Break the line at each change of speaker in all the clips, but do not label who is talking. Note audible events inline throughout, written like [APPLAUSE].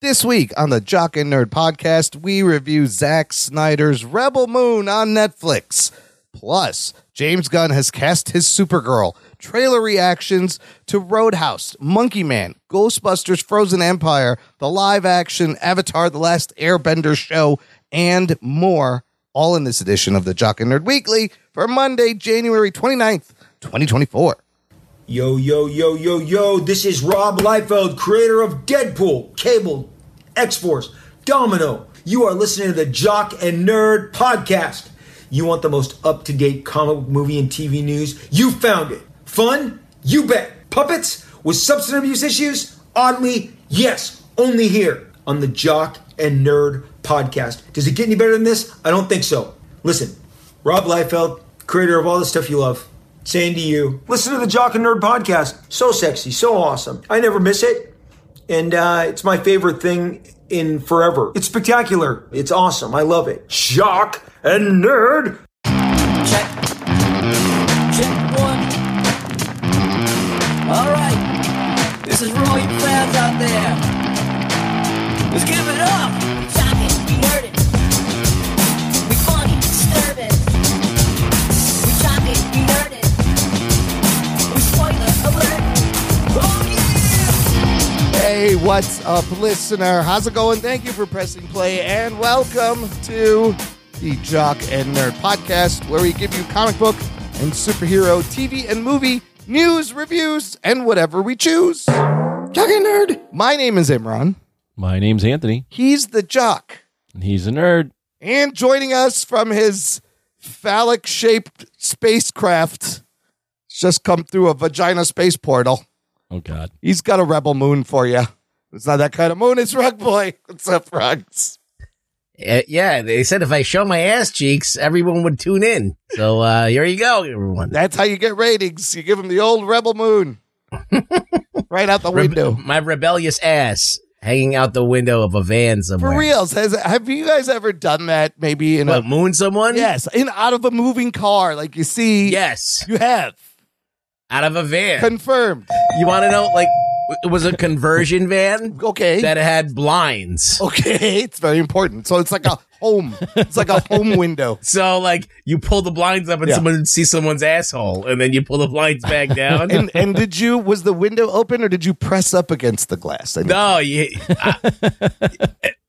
This week on the Jock and Nerd podcast, we review Zack Snyder's Rebel Moon on Netflix. Plus, James Gunn has cast his Supergirl. Trailer reactions to Roadhouse, Monkey Man, Ghostbusters Frozen Empire, the live action Avatar The Last Airbender show, and more, all in this edition of the Jock and Nerd Weekly for Monday, January 29th, 2024.
Yo, yo, yo, yo, yo, this is Rob Liefeld, creator of Deadpool, Cable, X Force, Domino. You are listening to the Jock and Nerd Podcast. You want the most up to date comic book movie and TV news? You found it. Fun? You bet. Puppets? With substance abuse issues? Oddly, yes, only here on the Jock and Nerd Podcast. Does it get any better than this? I don't think so. Listen, Rob Liefeld, creator of all the stuff you love saying to you, listen to the Jock and Nerd podcast. So sexy, so awesome. I never miss it. And uh, it's my favorite thing in forever. It's spectacular. It's awesome. I love it. Jock and Nerd.
Check. Check one. All right. This is for all you fans out there. Let's give it up. Stop it. Be nerded. We funny, disturbing. We chop it. Be nerded. We spoiler alert. Oh yeah.
Hey, what's up, listener? How's it going? Thank you for pressing play and welcome to the Jock and Nerd Podcast, where we give you comic book and superhero TV and movie news, reviews, and whatever we choose. Jock and Nerd. My name is Imran.
My name's Anthony,
He's the Jock.
and he's a nerd.
And joining us from his phallic shaped spacecraft, it's just come through a vagina space portal.
Oh God,
He's got a rebel moon for you. It's not that kind of moon. It's Rug Boy. What's up, Rugs?
Uh, yeah, they said if I show my ass cheeks, everyone would tune in. So uh, here you go, everyone.
That's how you get ratings. You give him the old rebel
[LAUGHS]
moon right out the window.
My rebellious ass hanging out the window of a van somewhere.
For reals, has have you guys ever done that? Maybe in
What,
a
moon someone?
yes, in out of a moving car, like you see.
Yes.
you have
Out of a van.
confirmed.
you want to know, like, it was a conversion van
Okay,
that had blinds.
okay, [LAUGHS] it's very important. So it's like a home. It's like a
[LAUGHS]
home window.
So, like, you pull the blinds up and
Yeah.
someone would see someone's asshole, and then you pull the
[LAUGHS]
blinds back down.
And and did you was the window open or did you press up against the glass? I mean,
No, you, Oh, I,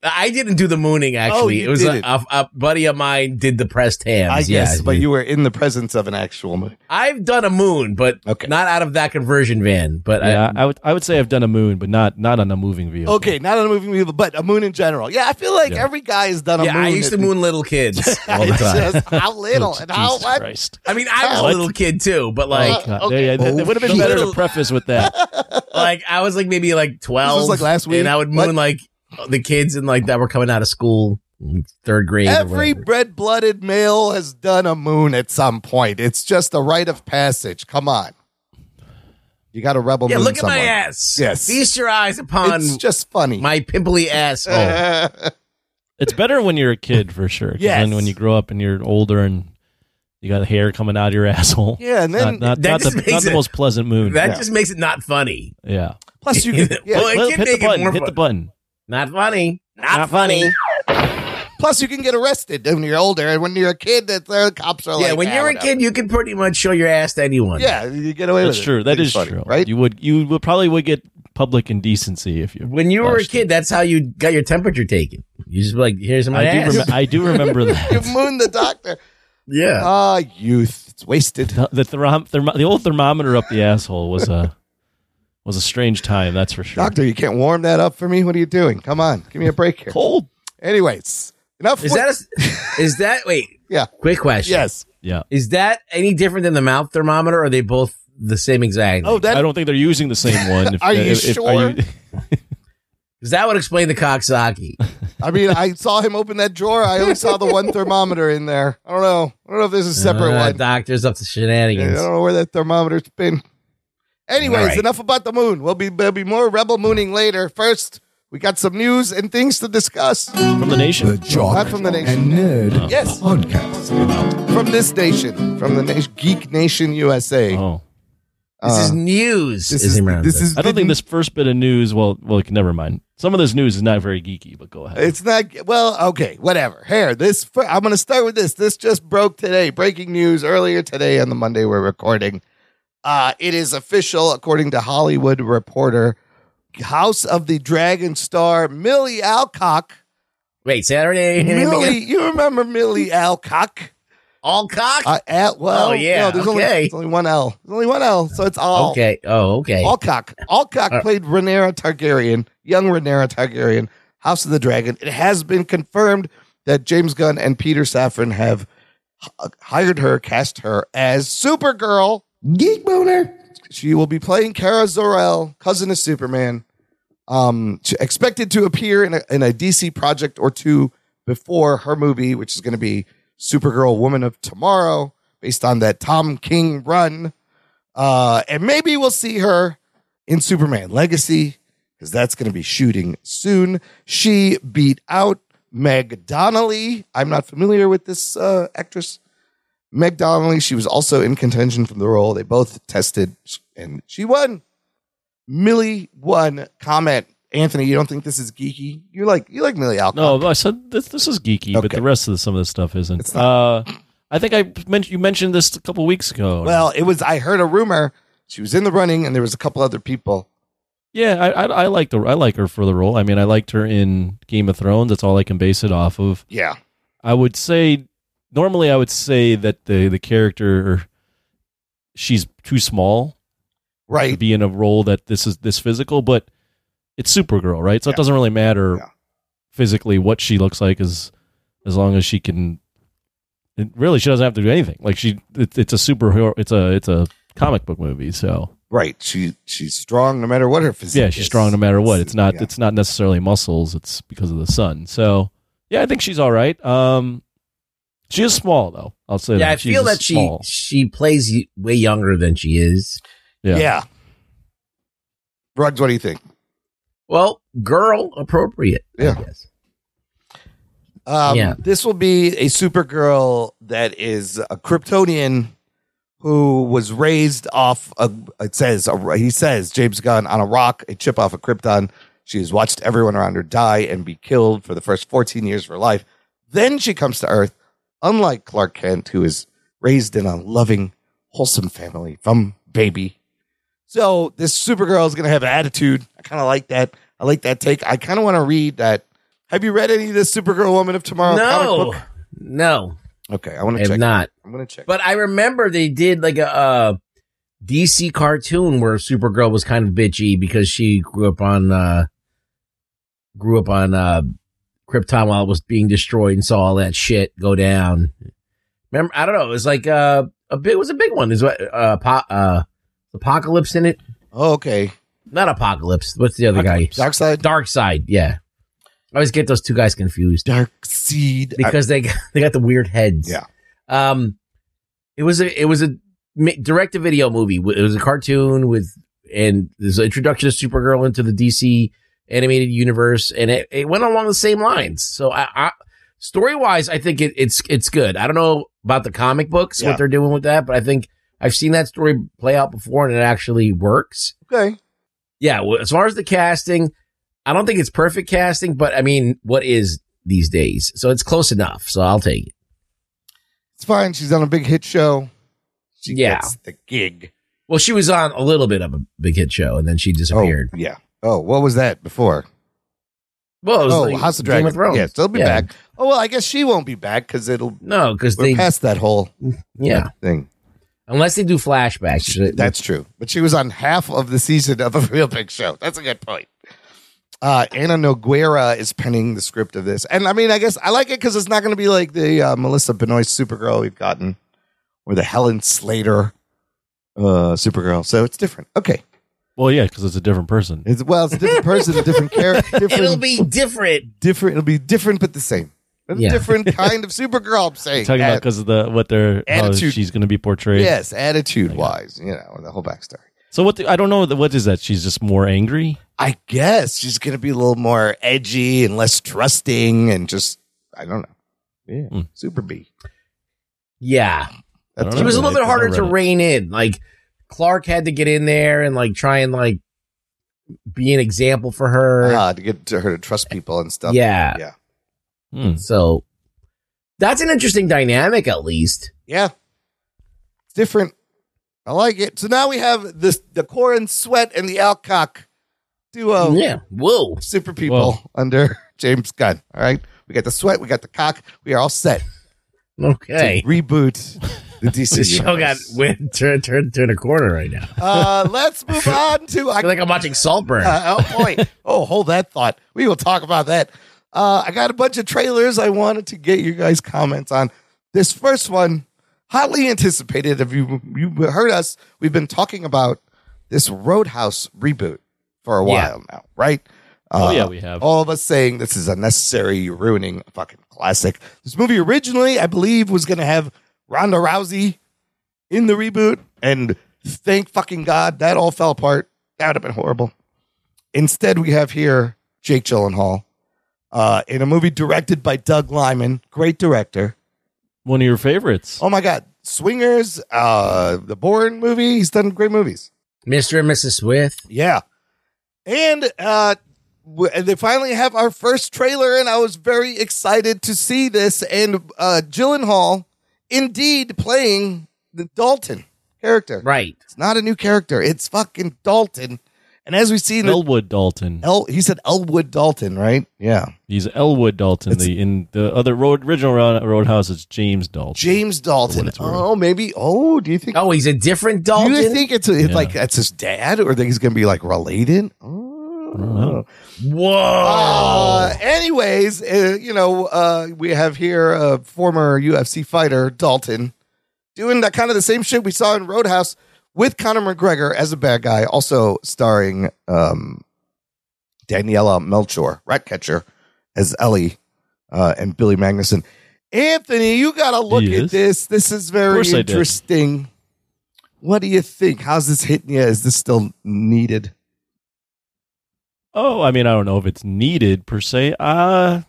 I didn't do the mooning. Actually,
Oh, you
it was a,
didn't.
a, a buddy of mine did the pressed hams.
I guess,
yeah,
but you were in the presence of an actual moon.
I've done a moon, but
Okay.
not out of that conversion van. But
yeah, I, would I would say I've done a moon, but not not on a moving vehicle.
Okay, not on a moving vehicle, but a moon in general. Yeah, I feel like
Yeah.
every guy has done
I,
a
yeah,
moon.
I used
[LAUGHS]
to
at-
moon little kids all the
It's
time.
just how little
[LAUGHS]
Oh,
and how
Jesus
what?
Christ.
I mean, I was
What?
a little kid too,
Oh,
but like,
God,
okay.
there, yeah, that- that would have been
The
better to
little-
preface with that.
[LAUGHS] like I was like maybe like twelve,
like last week?
and I would
What?
moon like the kids and like that were coming out of school, third grade. or
Every
whatever.
red blooded male has done a moon at some point. It's just a rite of passage. Come on. You got a rebel
yeah,
moon.
look at my
someone.
ass.
Yes.
feast your eyes upon
It's just funny.
my
[LAUGHS]
pimply asshole.
Oh. It's better when you're a kid for sure. 'cause
Yes.
Then when you grow up and you're older and you got hair coming out of your [LAUGHS] asshole.
yeah, and then
Not, not,
That
not the,
just makes
not the
it-
most pleasant moon.
That
Yeah.
just makes it not funny.
yeah.
plus you
[LAUGHS]
could, yeah,
Well, it
Well,
can
hit the
make it
button.
more
hit the
fun.
button.
Not funny. Not,
Not funny.
funny.
plus you can get arrested when you're older, and when you're a kid, that the cops are like,
yeah, when
"Ah,
you're a
whatever."
kid, you can pretty much show your ass to anyone.
yeah, you get away
That's
with
true.
it.
That
It's
is
funny,
true.
right?
You would you would probably would get public indecency if you.
When you were a
Busted.
kid, that's how you got your temperature taken. You just be like, here's my
I do,
ass.
rem- I do
[LAUGHS]
[LAUGHS]
remember
you
that.
moon the doctor.
yeah.
Ah, youth. It's wasted.
the the, therm- therm- the old thermometer up the [LAUGHS] asshole was a was a strange time. That's for sure.
Doctor, you can't warm that up for me? What are you doing? Come on. Give me a break
[LAUGHS]
here.
Cold.
Anyways, enough.
Is
with-
that
[LAUGHS]
a, is that wait?
Yeah.
Quick question.
yes.
Yeah.
Is that any different than the mouth thermometer? Or are they both the same exactly?
Oh,
I
that
don't think they're using
[LAUGHS]
the same one. If,
Are you
if- if- are you- [LAUGHS]
because that would explain the cocksaki.
I mean, I saw him open that drawer. I only saw the one thermometer in there. I don't know. I don't know if there's a separate
Uh,
one.
Doctors up
I
to shenanigans.
don't know where that thermometer's been. Anyways,
All right.
enough about the moon. We'll be there'll be more rebel mooning later. First, we got some news and things to discuss.
from the
The
nation.
Jock
Not from the nation.
and Nerd
Yes,
Podcast.
from this nation, from the nation, Geek Nation USA.
Oh,
This is
Uh,
news.
this
as
is,
Imran
this
says.
is
I don't think this first bit of news. Well, well, never mind. Some of this news is not very geeky, but go ahead.
It's not well. Okay, whatever. Here, this fir- I'm going to start with this. This just broke today. Breaking news earlier today on the Monday we're recording. Uh, it is official, according to Hollywood Reporter. House of the Dragon star Millie
[LAUGHS]
Alcock.
Wait, Saturday.
Millie, you remember Millie Alcock?
All cock.
Uh, Al, well,
Oh, yeah,
no, there's
okay.
only there's only one L. There's only one L, so it's all.
okay. Oh, okay.
Alcock. Alcock
Uh,
played Rhaenyra Targaryen, young Rhaenyra Targaryen, House of the Dragon. It has been confirmed that James Gunn and Peter Safran have h- hired her, cast her as Supergirl.
Geek boner.
She will be playing Kara Zor-El, cousin of Superman. Um, to- expected to appear in a, in a DC project or two before her movie, which is going to be Supergirl, Woman of Tomorrow, based on that Tom King run. Uh, and maybe we'll see her in Superman Legacy because that's going to be shooting soon. She beat out Meg Donnelly. I'm not familiar with this uh, actress. Meg Donnelly, she was also in contention for the role. They both tested and she won. Millie won. Comment. Anthony, you don't think this is geeky? You like you like Millie Alcott.
No, I said this, this is geeky, but
Okay.
the rest of the, some of this stuff isn't.
It's
Uh, I think I mentioned you mentioned this a couple weeks ago.
Well, it was I heard a rumor. She was in the running and there was a couple other people.
yeah, I, I, I like the I like her for the role. I mean, I liked her in Game of Thrones. That's all I can base it off of.
Yeah.
I would say normally I would say that the the character she's too small to
Right.
be in a role that this is this physical, but it's Supergirl, right? So
Yeah.
it doesn't really matter
Yeah.
physically what she looks like as as long as she can it really she doesn't have to do anything. Like she it, it's a superhero it's a it's a comic book movie, so
Right. She she's strong no matter what her physique.
yeah, she's
is.
strong no matter what. It's not
Yeah.
it's not necessarily muscles, it's because of the sun. So yeah, I think she's all right. Um she is small though. I'll say
yeah,
that.
I
She's
feel that she
small.
she plays y- way younger than she is.
Yeah.
Yeah.
Ruggs, what do you think?
Well, girl appropriate. I
Yeah.
guess.
Um,
Yeah.
This will be a Supergirl that is a Kryptonian who was raised off. A, it says a, he says James Gunn on a rock, a chip off a Krypton. She has watched everyone around her die and be killed for the first 14 years of her life. Then she comes to Earth, unlike Clark Kent, who is raised in a loving, wholesome family from baby. So this Supergirl is going to have an attitude. I kind of like that. I like that take. I kind of want to read that. Have you read any of this Supergirl Woman of Tomorrow Uh, comic
no,
book?
no,
Okay, I want
I
to
have
check.
not.
I'm going to check.
But I remember they did like a, uh DC cartoon where Supergirl was kind of bitchy because she grew up on uh grew up on uh Krypton while it was being destroyed and saw all that shit go down. Remember, I don't know. It was like uh, a big. It was a big one. Is what uh, po- uh, apocalypse in it?
oh, okay,
Not apocalypse. What's the other guy?
Dark Side,
Dark Side. Yeah, I always get those two guys confused
Dark Seed. I-
because they got, [LAUGHS] they got the weird heads.
Yeah.
Um, it was a it was a direct to video movie. It was a cartoon with and there's an introduction of Supergirl into the DC animated universe, and it, it went along the same lines. So I, I story wise, I think it, it's it's good. I don't know about the comic books
Yeah.
what they're doing with that, but I think I've seen that story play out before, and it actually works
Uh, okay,
yeah, well, as far as the casting, I don't think it's perfect casting, but I mean, what is these days? So it's close enough. So I'll take it.
it's fine. She's on a big hit show. She
Yeah.
gets the gig.
Well, she was on a little bit of a big hit show, and then she disappeared.
Oh, yeah. Oh, what was that before?
well, it was
Oh,
like
House of
Game
Dragon.
of Thrones.
Yes, they'll be
Yeah.
back. Oh well, I guess she won't be back because it'll
No, because
we're
they
past that whole
yeah,
thing.
unless they do flashbacks.
That's true. But she was on half of the season of a real big show. That's a good point. Uh, Anna Noguera is penning the script of this. And I mean, I guess I like it because it's not going to be like the uh, Melissa Benoist Supergirl we've gotten or the Helen Slater uh, Supergirl. So it's different. Okay.
Well, yeah, because it's a different person.
It's, well, it's a different person, a different [LAUGHS] character. Different,
it'll be different.
different. It'll be different, but the same. A
Yeah.
[LAUGHS] different kind of Supergirl, I'm saying.
talking about
At-
because of the what they're how
Attitude.
she's going to be portrayed.
yes, attitude wise, you know, and the whole backstory.
So what? The, I don't know. the- What is that? She's just more angry.
I guess she's going to be a little more edgy and less trusting and just, I don't know. Yeah.
Hmm.
Super B.
Yeah,
I don't
That's
know.
she was a
Reddit,
little bit
there's no
harder to
Reddit.
rein in. Like Clark had to get in there and like try and like be an example for her.
Ah, to get to her to trust people and stuff.
Yeah.
Yeah.
Hmm.
So that's an interesting dynamic, at least.
Yeah. It's different. I like it. So now we have this the Corin Sweat and the Alcock duo.
Yeah. Whoa.
Super people
Whoa.
under James Gunn. All right. We got the sweat, we got the cock, we are all set
Okay.
to reboot
[LAUGHS]
the DC.
The show got
universe.
went turned turned turn a corner right now.
uh let's move on to I
I feel like I'm watching Saltburn.
Uh, oh boy! [LAUGHS] oh, hold that thought. We will talk about that. Uh, I got a bunch of trailers I wanted to get you guys comments on. This first one, hotly anticipated. If you you heard us, we've been talking about this Roadhouse reboot for a
Yeah.
while now, right?
Oh, yeah, we have.
Uh, All of us saying this is unnecessary, you're ruining a fucking classic. This movie originally, I believe, was going to have Ronda Rousey in the reboot, and thank fucking God that all fell apart. That would have been horrible. Instead, we have here Jake Gyllenhaal uh, in a movie directed by Doug Lyman, great director.
One of your favorites.
Oh my God, Swingers, uh, the Bourne movie. He's done great movies.
Mr. and Mrs. Swift.
Yeah. And uh w- and they finally have our first trailer, and I was very excited to see this. And uh Gyllenhaal indeed playing the Dalton character.
Right.
It's not a new character, it's fucking Dalton. And as we see in the
Elwood Dalton.
El, he said Elwood Dalton, right? Yeah.
He's Elwood Dalton.
It's-
The in the other road original road, Roadhouse is James Dalton.
James
When
Dalton.
it's ruined.
Oh, maybe. Oh, do you think?
Oh, he's a different
Do
Dalton.
you think it's, it's
Yeah.
like that's his dad, or think he's gonna be like related? Oh.
know.
Whoa.
Uh,
Oh.
anyways, uh, you know, uh, we have here a former UFC fighter, Dalton, doing that kind of the same shit we saw in Roadhouse with Conor McGregor as a bad guy, also starring um, Daniela Melchior, Ratcatcher, as Ellie, uh, and Billy Magnuson. Anthony, you got to look at
Yes.
this. This is
Of
very
course I did.
interesting. What do you think? How's this hitting you? Is this still needed?
Oh, I mean, I don't know if it's needed per se. Uh,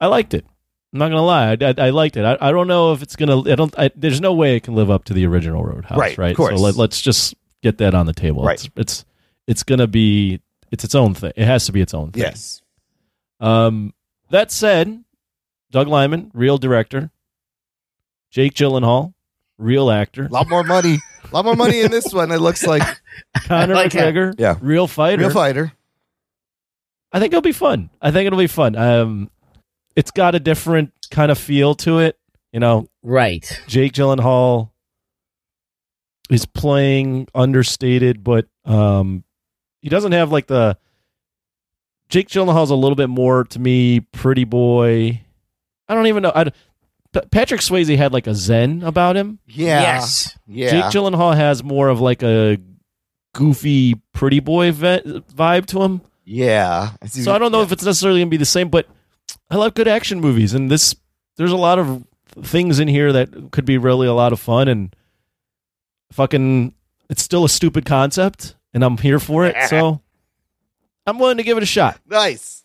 I liked it. I'm not gonna lie, I, I, I liked it. I, I don't know if it's gonna. I don't. I, there's no way it can live up to the original Roadhouse,
Right,
right?
of course.
So let, let's just get that on the table.
Right.
It's, it's it's gonna be it's its own thing. It has to be its own thing.
Yes.
Um, that said, Doug Lyman, real director. Jake Gyllenhaal, real
[LAUGHS]
actor.
A lot more money. A lot more money in this one. It looks
[LAUGHS]
like
Conor
Like him.
McGregor,
Yeah.
real fighter.
real fighter.
I think it'll be fun. I think it'll be fun. Um, it's got a different kind of feel to it. You know,
Right.
Jake Gyllenhaal is playing understated, but um, he doesn't have like the Jake Gyllenhaal's a little bit more to me, pretty boy. I don't even know. I, P- Patrick Swayze had like a zen about him.
Yeah.
Yes.
Yeah.
Jake Gyllenhaal has more of like a goofy, pretty boy ve- vibe to him.
yeah.
So I don't know if it's necessarily gonna be the same, but I love good action movies, and this there's a lot of things in here that could be really a lot of fun, and fucking, it's still a stupid concept, and I'm here for it,
[LAUGHS]
so I'm willing to give it a shot.
nice.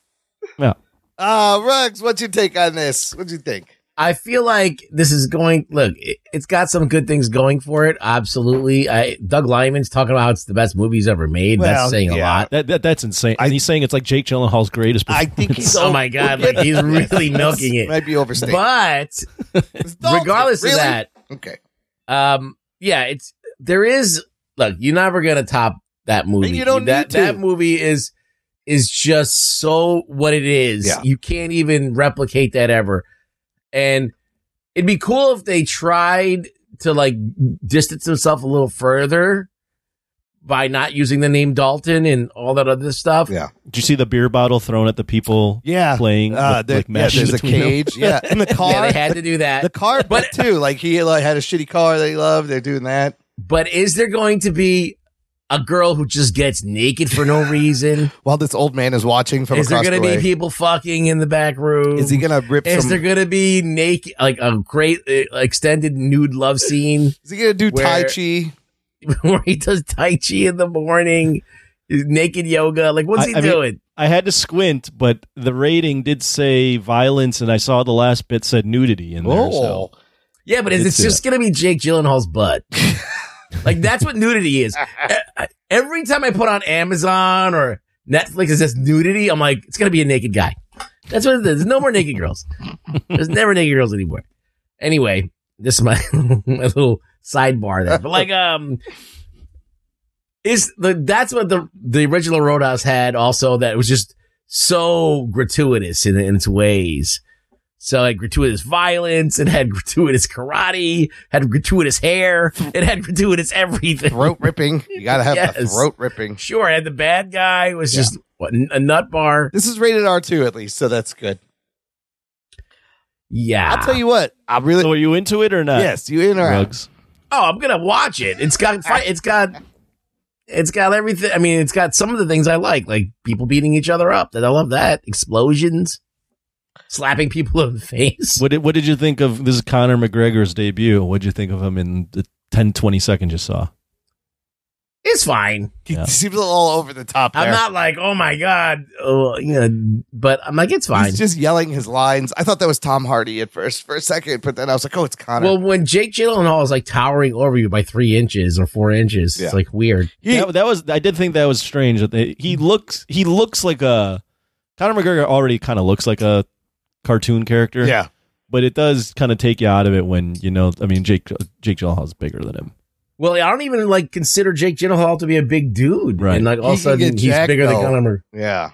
Yeah.
Uh Ruggs, what's your take on this? What'd you think?
I feel like this is going. Look, it, it's got some good things going for it. Absolutely. I, Doug Lyman's talking about how it's the best movie he's ever made.
Well,
That's saying
yeah.
a lot.
That, that that's insane.
I-
and he's saying it's like Jake Gyllenhaal's greatest.
I
Performance.
think
[LAUGHS]
he's
Oh my god! Like
[LAUGHS]
he's really milking it.
might be overstated.
But
It's Dalton,
regardless
really?
of that,
Okay.
um, yeah, it's there is. Look, you're never gonna top that movie.
you don't
that,
need to.
That movie is is just so what it is.
Yeah.
You can't even replicate that ever. And it'd be cool if they tried to like distance themselves a little further by not using the name Dalton and all that other stuff.
Yeah.
Did you see the beer bottle thrown at the people
Yeah.
playing?
Uh,
with,
there-
like,
yeah,
matches
there's a
between them?
cage. Yeah. In the car.
[LAUGHS] Yeah, they had to do
[LAUGHS]
that.
the car but too. Like he like, had a shitty car that he loved. They're doing that.
But is there going to be a girl who just gets naked for no reason?
While this old man is watching from
is there
across
going
the
to
way.
be people fucking in the back room?
is he gonna rip
Is
some
there going to be naked, like a great uh, extended nude love scene [LAUGHS]
Is he gonna do Tai
where-
Chi?
where he does tai chi in the morning, naked yoga? Like, what's
I-
he
I mean-
doing?
I had to squint, but the rating did say violence, and I saw the last bit said nudity in there. so-
Oh.
Yeah, but it's, it's
It's, uh,
just gonna be Jake
[LAUGHS]
Gyllenhaal's butt. like that's what nudity is. E- Every time I put on Amazon or Netflix, it says nudity. I'm like, it's gonna be a naked guy. That's what it is. There's no more naked girls. There's never naked girls anymore. Anyway, this is my, [LAUGHS] my little sidebar there. But like, um, is the that's what the the original Roadhouse had also that was just so gratuitous in, in its ways. So it had gratuitous violence, it had gratuitous karate, had gratuitous hair, it had gratuitous everything.
throat ripping. You gotta have the
Yes.
throat ripping.
Sure, and the bad guy was just what, n- a nut bar.
This is rated R two at least, so that's good.
Yeah.
I'll tell you what. I really
So are you into it or
uh,
not?
yes, you interact.
Rugs.
Oh, I'm gonna watch it. It's got fi- it's got it's got everything. I mean, it's got some of the things I like, like people beating each other up. That I love that explosions, slapping people in the face.
What did, what did you think of this is Conor McGregor's debut? What did you think of him in the 10, 20 seconds you saw?
It's fine.
[LAUGHS] He
Yeah.
seems a little all over the top. There.
I'm not like oh my god, oh, you know. But I'm like it's fine.
He's just yelling his lines. I thought that was Tom Hardy at first for a second, but then I was like, oh, it's Connor.
Well, when Jake Gyllenhaal is like towering over you by three inches or four inches,
Yeah.
it's like weird.
that, that was I did think that was strange that they, he looks he looks like a Conor McGregor already kind of looks like a cartoon character.
yeah.
but it does kind of take you out of it when you know. I mean, Jake Jake Gyllenhaal's bigger than him.
Well, I don't even like consider Jake Gyllenhaal to be a big dude,
Right.
and like all of
He can
a
get
sudden he's
jacked,
bigger
though.
than Conor.
Yeah.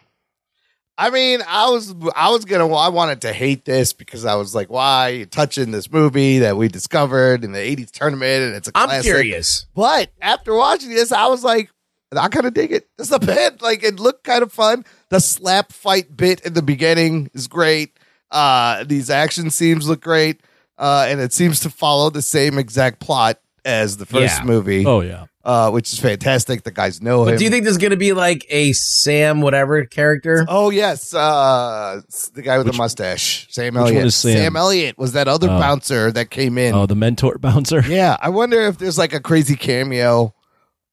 I mean, I was I was gonna I wanted to hate this because I was like, why are you touching this movie that we discovered in the '80s tournament and it's a
I'm
classic.
curious.
But after watching this, I was like, I kind of dig it. It's not bad. Like it looked kind of fun. The slap fight bit in the beginning is great. Uh, these action scenes look great, uh, and it seems to follow the same exact plot as the first
Yeah.
movie,
Oh yeah,
uh, which is fantastic. The guys know him.
But do you think there's going to be like a Sam whatever character?
Oh yes, uh, s- the guy with the mustache, Sam
which one
Elliott.
is Sam?
Elliott was that other
Oh.
bouncer that came in.
oh the mentor [LAUGHS] bouncer.
Yeah, I wonder if there's like a crazy cameo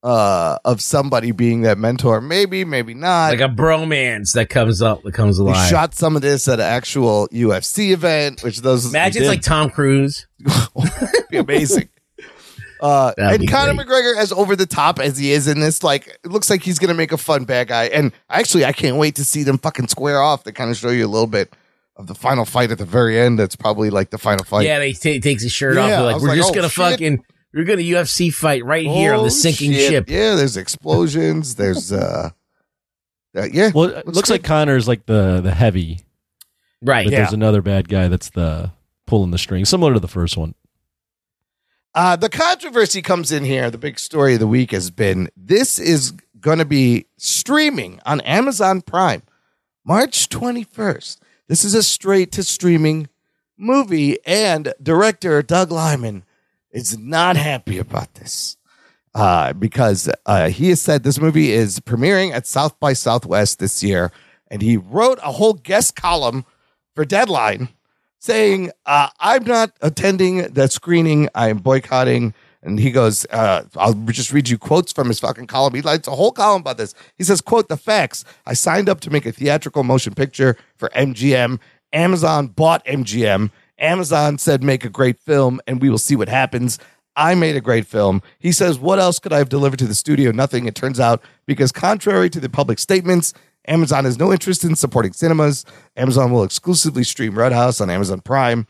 uh, of somebody being that mentor. Maybe, maybe not.
Like a bromance that comes up that comes
we
alive.
shot some of this at an actual UFC event, which those
Imagine
They
it's
did.
like Tom Cruise.
[LAUGHS] would be amazing. Uh, and
That'd be
Conor
great.
McGregor, as over the top as he is in this, like it looks like he's gonna make a fun bad guy. And actually, I can't wait to see them fucking square off. They kind of show you a little bit of the final fight at the very end. That's probably like the final fight.
yeah, they t- takes his shirt off.
Yeah,
They're
I
like
was
we're
like,
just
oh,
gonna
shit."
fucking we're gonna UFC fight right here on
Oh,
the sinking
shit.
ship.
Yeah, there's explosions. there's uh, uh, yeah,
Well, it looks,
Looks
like
good.
Connor's like the the heavy,
Right.
but there's another bad guy that's the pulling the string, similar to the first one.
Uh, the controversy comes in here. The big story of the week has been this is going to be streaming on Amazon Prime March 21st. This is a straight to streaming movie, and director Doug Lyman is not happy about this uh, because uh, he has said this movie is premiering at South by Southwest this year, and he wrote a whole guest column for Deadline saying, uh, I'm not attending that screening. I'm boycotting. And he goes, uh, I'll just read you quotes from his fucking column. He writes a whole column about this. He says, quote, the facts. I signed up to make a theatrical motion picture for MGM. Amazon bought MGM. Amazon said, make a great film and we will see what happens. I made a great film. He says, What else could I have delivered to the studio? Nothing, it turns out, because contrary to the public statements, Amazon has no interest in supporting cinemas. Amazon will exclusively stream Red House on Amazon Prime.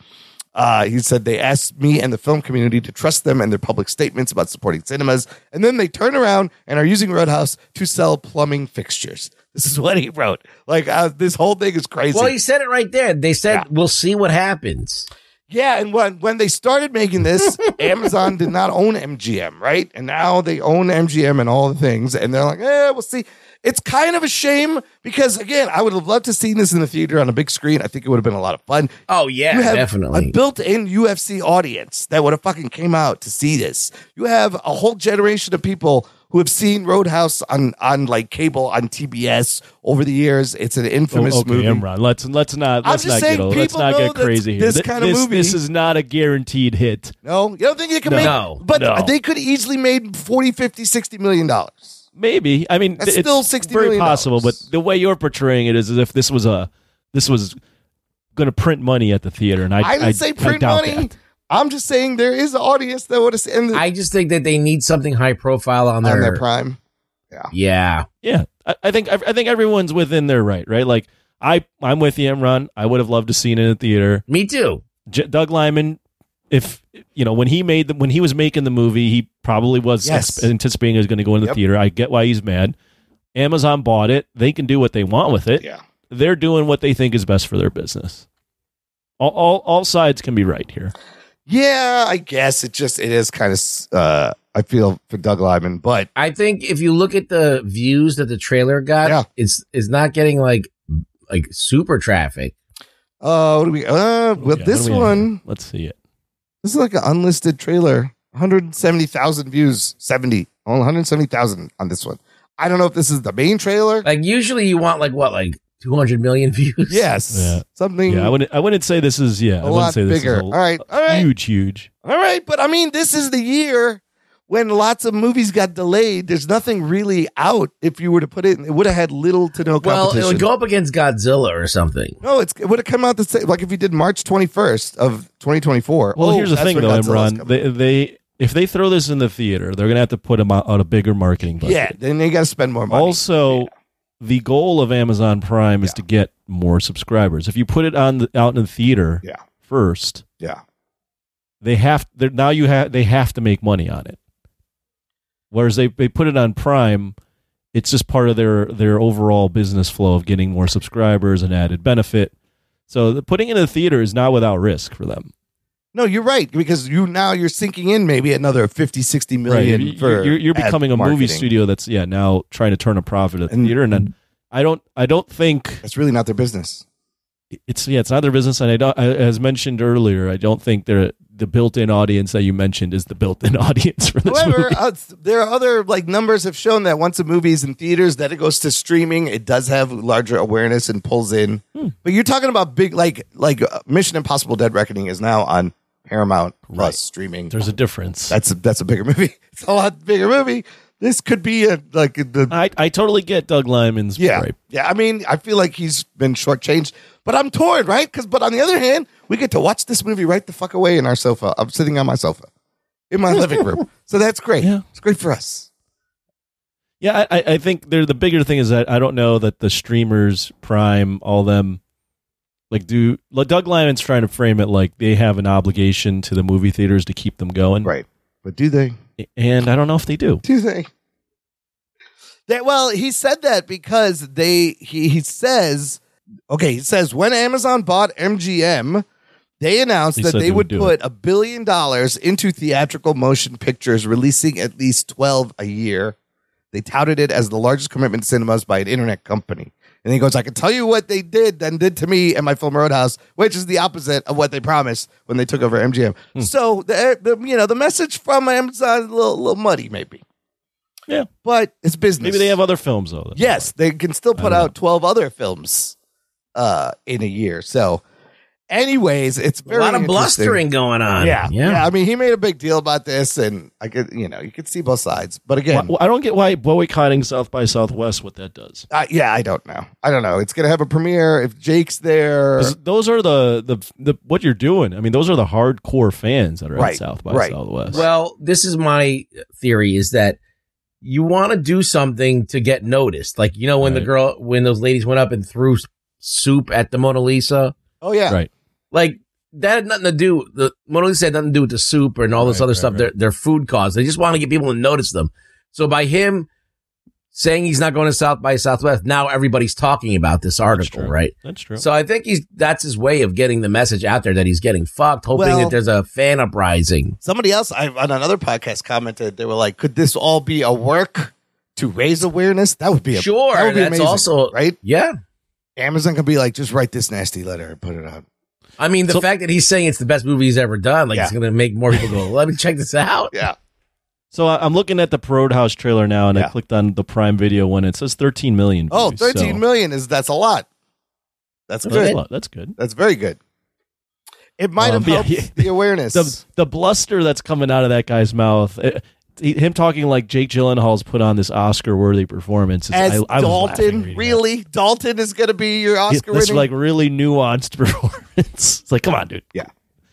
Uh, he said, They asked me and the film community to trust them and their public statements about supporting cinemas. And then they turn around and are using Red House to sell plumbing fixtures. This is what he wrote. Like, uh, this whole thing is crazy.
Well, he said it right there. They said
Yeah.
we'll see what happens.
Yeah, and when when they started making this,
[LAUGHS]
Amazon did not own MGM, right? And now they own MGM and all the things, and they're like, eh, we'll see. It's kind of a shame because again, I would have loved to see this in the theater on a big screen. I think it would have been a lot of fun.
Oh yeah,
You have
definitely.
a built-in UFC audience that would have fucking came out to see this. You have a whole generation of people who have seen Roadhouse on on like cable on TBS over the years. It's an infamous
Oh, okay,
movie.
Emron. Let's let's not
I'm
let's
just
not
saying
get old. let's
people
not
know
get
that
crazy here.
this
Th-
kinda
this,
movie-
this is not a guaranteed hit.
No, you don't think they could
No.
make
No.
but
No.
they could easily made 40, 50, 60 million dollars.
Maybe I mean
That's
th-
still
it's
$60
very
million.
possible, but the way you're portraying it is as if this was a this was going to print money at the theater, and I
I didn't
I,
say
I
print
doubt
money.
that.
I'm just saying there is an audience that would have seen
I just think that they need something high profile on
on
their,
their prime.
yeah.
Yeah, I, I think I, I think everyone's within their right, right? Like I I'm with you, Imran. I would have loved to seen it in the theater.
Me too.
J- Doug Lyman, if you know when he made the when he was making the movie, he probably was
Yes.
ex- anticipating it was going to go in the
Yep.
theater. I get why he's mad. Amazon bought it. They can do what they want with it.
Yeah.
They're doing what they think is best for their business. All all, all sides can be right here.
Yeah, I guess it just it is kind of uh I feel for Doug Lyman, but
I think if you look at the views that the trailer got,
Yeah.
it's it's not getting like like super traffic.
uh what do we uh
Yeah,
well
what
this
do we have
one
here? let's see it.
this is like an unlisted trailer. 170,000 views, 70 only 170,000 on this one. I don't know if this is the main trailer.
Like usually you want like what like 200 million [LAUGHS] views.
Yes.
Yeah.
Something
Yeah, I wouldn't I wouldn't say this is yeah. I
a
wouldn't
lot
say this
bigger.
is a,
all right. All right.
huge huge.
All right, but I mean, this is the year when lots of movies got delayed. There's nothing really out. If you were to put it, in, it would have had little to no
Well,
competition.
it would go up against Godzilla or something.
no, it's, it would have come out the same. Like if you did March 21st of 2024.
Well,
oh,
here's the
that's
thing
when
though,
Godzilla's
Imran.
coming.
They, they if they throw this in the theater, they're gonna have to put them out, on a bigger marketing budget.
yeah, then they got to spend more money.
Also, the goal of Amazon Prime is to get more subscribers. If you put it on the, out in the theater
Yeah.
first,
yeah,
they have they're- now you have they have to make money on it. Whereas they, they put it on Prime, it's just part of their their overall business flow of getting more subscribers and added benefit. So the, putting it in the theater is not without risk for them.
no, you're right because you now you're sinking in maybe another 50, 60 million.
Right.
for
You're, you're, you're
ad
becoming a movie
marketing.
studio that's yeah now trying to turn a profit at the
And-
theater, and then I don't I don't think
That's really not their business.
it's yeah it's not their business, and I don't I, as mentioned earlier I don't think they're the built-in audience that you mentioned is the built-in [LAUGHS] audience for this
However,
movie.
uh, there are other like numbers have shown that once a movie is in theaters, that it goes to streaming. It does have larger awareness and pulls in.
Hmm.
But you're talking about big like like uh, Mission Impossible: Dead Reckoning is now on Paramount Plus streaming.
There's a difference.
that's a, that's a bigger movie. [LAUGHS] It's a lot bigger movie. This could be a like the
I, I totally get Doug Lyman's
yeah
gripe.
yeah. I mean, I feel like he's been shortchanged, but I'm torn, right? Because but on the other hand, we get to watch this movie right the fuck away in our sofa. I'm sitting on my sofa in
[LAUGHS]
my living room, so that's great.
Yeah.
It's great for us.
Yeah, I, I- I think they're the bigger thing is that I don't know that the streamers, Prime, all them, like do like Doug Lyman's trying to frame it like they have an obligation to the movie theaters to keep them going,
Right. But do they?
And I don't know if they do.
Do they? That well, he said that because they he, he says okay, he says when Amazon bought MGM, they announced
They
that
said
they,
they
would
would do
put a billion dollars into theatrical motion pictures, releasing at least 12 a year. They touted it as the largest commitment to cinemas by an internet company. And he goes, I can tell you what they did then did to me and my film Roadhouse, which is the opposite of what they promised when they took over MGM.
Hmm.
So the, the you know the message from Amazon is a little, little muddy, maybe.
Yeah.
But it's business.
Maybe they have other films though. that-
Yes, they can still
I
put
don't
out 12 other films uh in a year. So anyways, it's
A
very
lot of
interesting.
blustering going on.
Yeah, yeah.
yeah.
I mean, he made a big deal about this and I could, you know, you could see both sides. But
Why-
again,
I don't get why boycotting South by Southwest what that does.
uh, yeah, I don't know. I don't know. It's going to have a premiere if Jake's there.
'Cause Those are the, the the what you're doing. I mean, those are the hardcore fans that are
Right,
at South by
right.
Southwest.
Well, this is my theory is that you want to do something to get noticed. Like, you know, when the
Right.
girl, when those ladies went up and threw s- soup at the Mona Lisa,
Oh yeah.
Right.
like that had nothing to do, the Mona Lisa had nothing to do with the soup and all this
Right,
other
right,
stuff.
right.
They're, they're food cause. They just want to get people to notice them. So by him saying he's not going to South by Southwest, now everybody's talking about this article,
true.
right?
that's true.
So I think he's, that's his way of getting the message out there that he's getting fucked, hoping
Well-
that there's a fan uprising.
Somebody else I, on another podcast commented they were like, "Could this all be a work to raise awareness?" That would be a,
Sure,
That would be
that's
amazing,
also-
right.
Yeah.
Amazon could be like, "Just write this nasty letter and put it out."
I mean, the
So-
fact that he's saying it's the best movie he's ever done, like
Yeah.
it's going to make more people go, let me check this out.
[LAUGHS] Yeah.
So I- I'm looking at the Roadhouse trailer now, and
Yeah.
I clicked on the Prime Video one. It says 13 million. Views,
Oh, 13
so-
million is that's a lot. That's
That's,
good.
a lot. That's good.
That's very good. It might
Um,
have
yeah,
helped
yeah.
the awareness.
[LAUGHS] The the bluster that's coming out of that guy's mouth, it- he- him talking like Jake Gyllenhaal's put on this Oscar-worthy performance. is-
As
I- I was laughing
Dalton,
reading
really? Dalton is going to be your
that. Yeah,
Oscar
This
winning.
[LAUGHS] like really nuanced performance. It's like, come on, dude.
Yeah.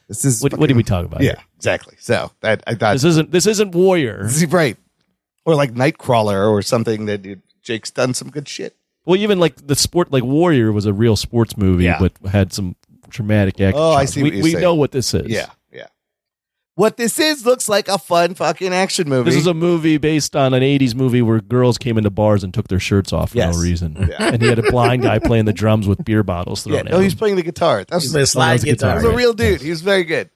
This is
What, what did we talk about?
fucking- Yeah, exactly. So that I
here?
thought
This isn't this isn't Warrior.
this is right, or like Nightcrawler or something that it- Jake's done some good shit.
Well, even like the sport, like Warrior was a real sports movie,
Yeah.
but had some traumatic action.
Oh, I
shots.
see
We,
what you're
we
saying.
know what this is.
Yeah, yeah. What this is looks like a fun fucking action movie.
This is a movie based on an 80s movie where girls came into bars and took their shirts off for
Yes.
no reason.
[LAUGHS] Yeah.
And he had a blind guy playing the drums with beer bottles thrown
yeah,
at
no,
him.
he's playing the guitar. That was,
He's a slide
that's a guitar,
guitar.
that was a real dude. He was very good.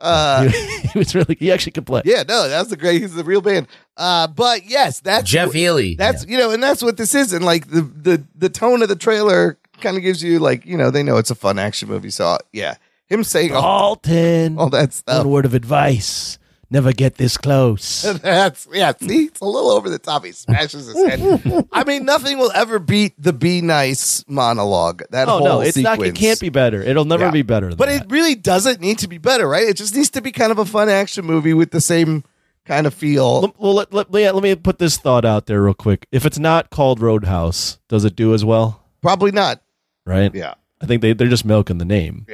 Uh,
[LAUGHS] he was really, he actually could play.
yeah, no, that was the great. He's the real band. Uh, but yes, that's
Jeff Healy.
That's you know, and that's what this is, and like the the the tone of the trailer kind of gives you like you know they know it's a fun action movie, so uh, yeah, him saying
Oh,
all,
Alton,
all that
one
stuff.
word of advice. Never get
[LAUGHS]
this close.
That's yeah. See, it's a little over the top. He smashes his head. I mean, nothing will ever beat the "Be Nice" monologue. That
Oh
whole
no, it's
sequence.
not. It can't be better. It'll never
Yeah.
be better. Than
But
that.
it really doesn't need to be better, right? It just needs to be kind of a fun action movie with the same kind of feel.
Lem- well, let, let, yeah, let me put this thought out there real quick. If it's not called Roadhouse, does it do as well?
Probably not.
Right?
Yeah.
I think they, they're just milking the name.